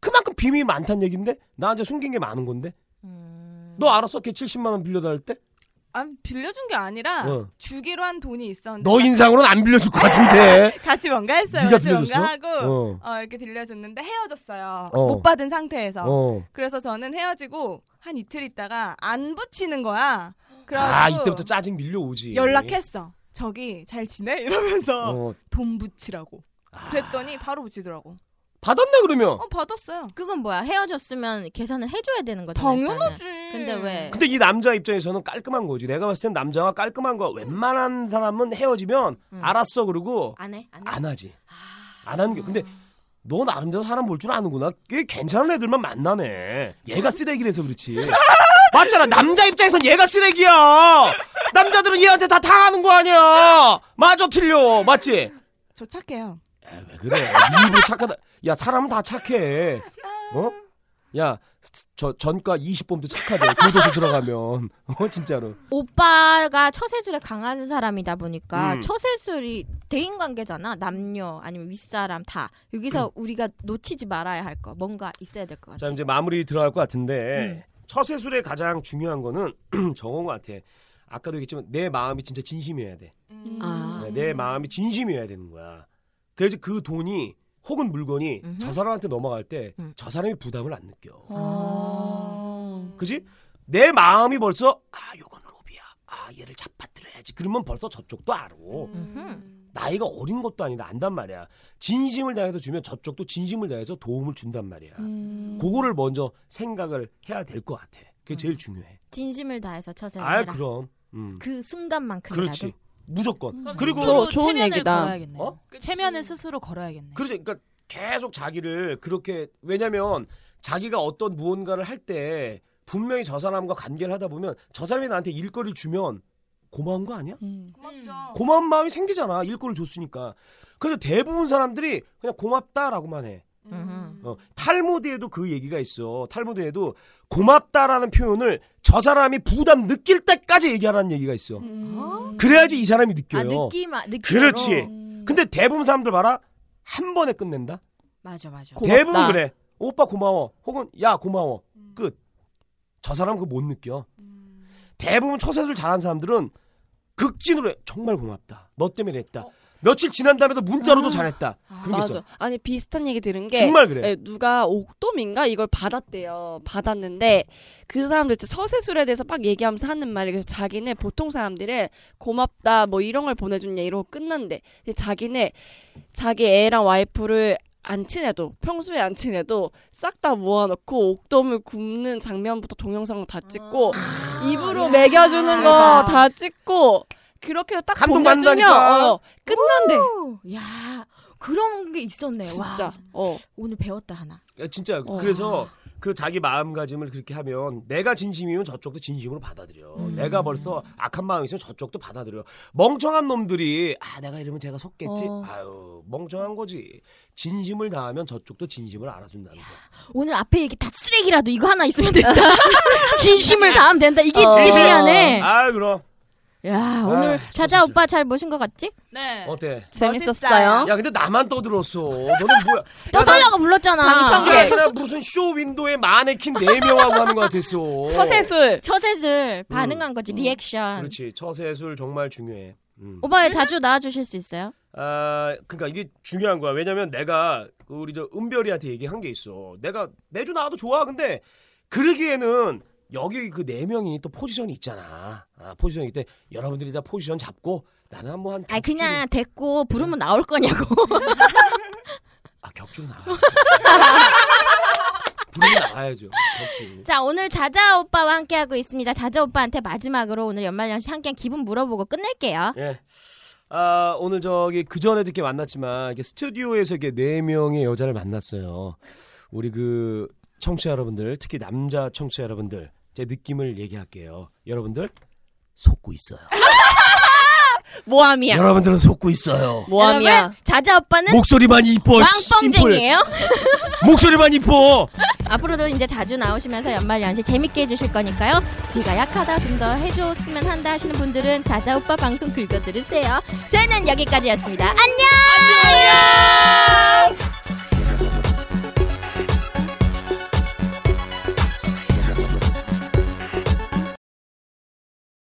Speaker 12: 그만큼 비밀이 많다는 얘기인데 나한테 숨긴 게 많은 건데.
Speaker 5: 음.
Speaker 12: 너 알았어? 걔 70만 원 빌려달랄 때?
Speaker 5: 아, 빌려준 게 아니라
Speaker 12: 어.
Speaker 5: 주기로 한 돈이 있었는데
Speaker 12: 너 인상으로는 안 빌려줄 것 같은데.
Speaker 5: 같이 뭔가 했어요.
Speaker 12: 네가
Speaker 5: 같이 뭔가
Speaker 12: 빌려줬어?
Speaker 5: 하고 어. 이렇게 빌려줬는데 헤어졌어요.
Speaker 12: 어.
Speaker 5: 못 받은 상태에서.
Speaker 12: 어.
Speaker 5: 그래서 저는 헤어지고 한 이틀 있다가 안 붙이는 거야. 그래가지고
Speaker 12: 아, 이때부터 짜증 밀려오지.
Speaker 5: 연락했어. 저기 잘 지내 이러면서
Speaker 12: 어, 아.
Speaker 5: 돈 붙이라고. 그랬더니 바로 붙이더라고.
Speaker 12: 받았나 그러면?
Speaker 5: 어 받았어요.
Speaker 2: 그건 뭐야? 헤어졌으면 계산을 해줘야 되는 거잖아.
Speaker 5: 당연하지.
Speaker 2: 일단은. 근데 왜?
Speaker 12: 근데 이 남자 입장에서는 깔끔한 거지. 내가 봤을 땐 남자가 깔끔한 거 웬만한 사람은 헤어지면
Speaker 2: 음.
Speaker 12: 알았어 그러고
Speaker 2: 안 해? 안 해?
Speaker 12: 안 하지. 안 하는 게 근데 너 나름대로 사람 볼 줄 아는구나. 꽤 괜찮은 애들만 만나네. 얘가 쓰레기라서 그렇지. 맞잖아. 남자 입장에선 얘가 쓰레기야. 남자들은 얘한테 다 당하는 거 아니야. 맞아 틀려. 맞지?
Speaker 5: 저 착해요.
Speaker 12: 에, 왜 그래? 네 입으로 착하다. 야 사람은 다 착해. 어? 야 저 전과 20범도 착하대. 교도소 들어가면 어 진짜로.
Speaker 2: 오빠가 처세술에 강한 사람이다 보니까
Speaker 12: 음.
Speaker 2: 처세술이 대인 관계잖아. 남녀 아니면 윗사람 다.
Speaker 12: 음.
Speaker 2: 여기서 우리가 놓치지 말아야 할 거. 뭔가 있어야 될 것 같아.
Speaker 12: 자 이제 마무리 들어갈 것 같은데
Speaker 2: 음.
Speaker 12: 처세술의 가장 중요한 거는 저건 것 같아. 아까도 얘기했지만 내 마음이 진짜 진심이어야 돼.
Speaker 2: 음.
Speaker 1: 아.
Speaker 3: 아.
Speaker 2: 아.
Speaker 12: 네, 내 마음이 진심이어야 되는 거야. 그래서 그 돈이 혹은 물건이 저 사람한테 넘어갈 때
Speaker 2: 음.
Speaker 12: 저 사람이 부담을 안 느껴.
Speaker 3: 아.
Speaker 1: 음.
Speaker 2: 음.
Speaker 12: 그지? 내 마음이 벌써 아 요건 로비야. 아 얘를 잡아들여야지. 그러면 벌써 저쪽도 알아.
Speaker 2: 음.
Speaker 12: 나이가 어린 것도 아니다 안단 말이야. 진심을 다해서 주면 저쪽도 진심을 다해서 도움을 준단
Speaker 1: 아.
Speaker 2: 음.
Speaker 12: 말이야.
Speaker 3: 음.
Speaker 12: 그거를 먼저 생각을 해야 될 것 같아. 그게 제일 중요해.
Speaker 2: 진심을 다해서 처세를
Speaker 12: 아
Speaker 2: 해라.
Speaker 12: 그럼. 음.
Speaker 2: 그 순간만큼이라도.
Speaker 12: 그렇지. 무조건. 그리고
Speaker 1: 스스로 체면을 걸어야겠네요. 체면을 스스로 걸어야겠네.
Speaker 12: 그렇죠. 그러니까 계속 자기를 그렇게 왜냐면 자기가 어떤 무언가를 할 때 분명히 저 사람과 관계를 하다 보면 저 사람이 나한테 일거리를 주면 고마운 거 아니야?
Speaker 3: 음.
Speaker 12: 고마운 마음이 생기잖아. 일거리를 줬으니까. 그래서 대부분 사람들이 그냥 고맙다라고만 해.
Speaker 5: 음.
Speaker 2: 음.
Speaker 12: 어, 탈모드에도 그 얘기가 있어. 탈모드에도 고맙다라는 표현을 저 사람이 부담 느낄 때까지 얘기하라는 얘기가 있어.
Speaker 3: 음. 아.
Speaker 12: 그래야지 이 사람이 느껴요.
Speaker 2: 아, 느끼마- 느낌으로.
Speaker 12: 그렇지. 근데 대부분 사람들 봐라. 한 번에 끝낸다.
Speaker 2: 맞아 맞아.
Speaker 12: 대부분 그래. 오빠 고마워. 혹은 야 고마워. 끝. 저 사람 그거 못 느껴. 대부분 처세술 잘한 사람들은 극진으로 해. 정말 고맙다. 너 때문에 했다. 며칠 지난 다음에도 문자로도 잘했다. 그런 게
Speaker 3: 맞아.
Speaker 12: 있어.
Speaker 3: 아니 비슷한 얘기 들은 게
Speaker 12: 정말
Speaker 2: 네.
Speaker 12: 그래.
Speaker 3: 예, 누가 옥돔인가 이걸 받았대요. 받았는데 그 사람들 진짜 서세술에 대해서 막 얘기하면서 하는 말이 그래서 자기는 보통 사람들은 고맙다 뭐 이런 걸 보내줬냐 이러고 끝난대. 근데 자기는 자기 애랑 와이프를 안 친해도 평소에 안 친해도 싹 다 모아놓고 옥돔을 굽는 장면부터 동영상 다 찍고 입으로 먹여주는 거
Speaker 2: 대박.
Speaker 3: 다 찍고 그렇게 딱 보내주면
Speaker 2: 감동받는다니까.
Speaker 3: 어, 끝난대.
Speaker 2: 야 그런 게 있었네.
Speaker 3: 진짜. 어.
Speaker 2: 와. 오늘 배웠다 하나.
Speaker 12: 야, 진짜 그래서 그 자기 마음가짐을 그렇게 하면 내가 진심이면 저쪽도 진심으로 받아들여.
Speaker 2: 음.
Speaker 12: 내가 벌써 악한 마음이 있으면 저쪽도 받아들여. 멍청한 놈들이 아 내가 이러면 제가 속겠지.
Speaker 2: 어.
Speaker 12: 아유 멍청한 거지. 진심을 다하면 저쪽도 진심을 알아준다는 거야.
Speaker 2: 오늘 앞에 얘기 다 쓰레기라도 이거 하나 있으면 된다. 진심을 다하면 된다. 이게 이게 중요하네.
Speaker 12: 아 그럼
Speaker 2: 야 오늘
Speaker 12: 아,
Speaker 2: 자자 오빠 잘 모신 것 같지?
Speaker 1: 네.
Speaker 12: 어때?
Speaker 2: 재밌었어요.
Speaker 12: 야 근데 나만 떠들었어. 너는 뭐야?
Speaker 2: 떠들라고 불렀잖아.
Speaker 12: 방청객이나 무슨 쇼 윈도에 마네킹 4 명하고 하는 거 같았어.
Speaker 2: 아, 처세술 반응한 거지 리액션.
Speaker 12: 음. 그렇지. 처세술 정말 중요해. 음.
Speaker 2: 오빠 자주 나와주실 수 있어요?
Speaker 12: 아, 그러니까 이게 중요한 거야. 왜냐면 내가 그 우리 저 은별이한테 얘기한 게 있어. 내가 매주 나와도 좋아. 근데 그러기에는 여기 그 네 명이 또 포지션이 있잖아. 아, 포지션이 있대. 여러분들이 다 포지션 잡고 나는 한번 한
Speaker 2: 아 그냥 됐고
Speaker 12: 음.
Speaker 2: 부르면 나올 거냐고.
Speaker 12: 격주로 나와. 아, 부르면 나와야죠. 격주.
Speaker 2: 자 오늘 자자 오빠와 함께 하고 있습니다. 자자 오빠한테 마지막으로 오늘 연말연시 함께 한 기분 물어보고 끝낼게요.
Speaker 12: 예. 아, 오늘 저기 그 전에도 이렇게 만났지만 이게 스튜디오에서 이렇게 네 명의 여자를 만났어요. 우리 그 청취자 여러분들, 특히 남자 청취자 여러분들, 제 느낌을 얘기할게요. 여러분들 속고 있어요.
Speaker 3: 모함이야.
Speaker 12: 여러분들은 속고 있어요.
Speaker 2: 여러분, 자자 오빠는
Speaker 12: 뭐, 목소리만 이뻐,
Speaker 2: 네. 왕뻥쟁이에요.
Speaker 12: 목소리만 이뻐.
Speaker 2: 앞으로도 이제 자주 나오시면서 연말연시 재밌게 해주실 거니까요. 네가 약하다 좀 더 해줬으면 한다 하시는 분들은 자자 오빠 방송 긁어 들으세요. 저희는 여기까지였습니다. 안녕.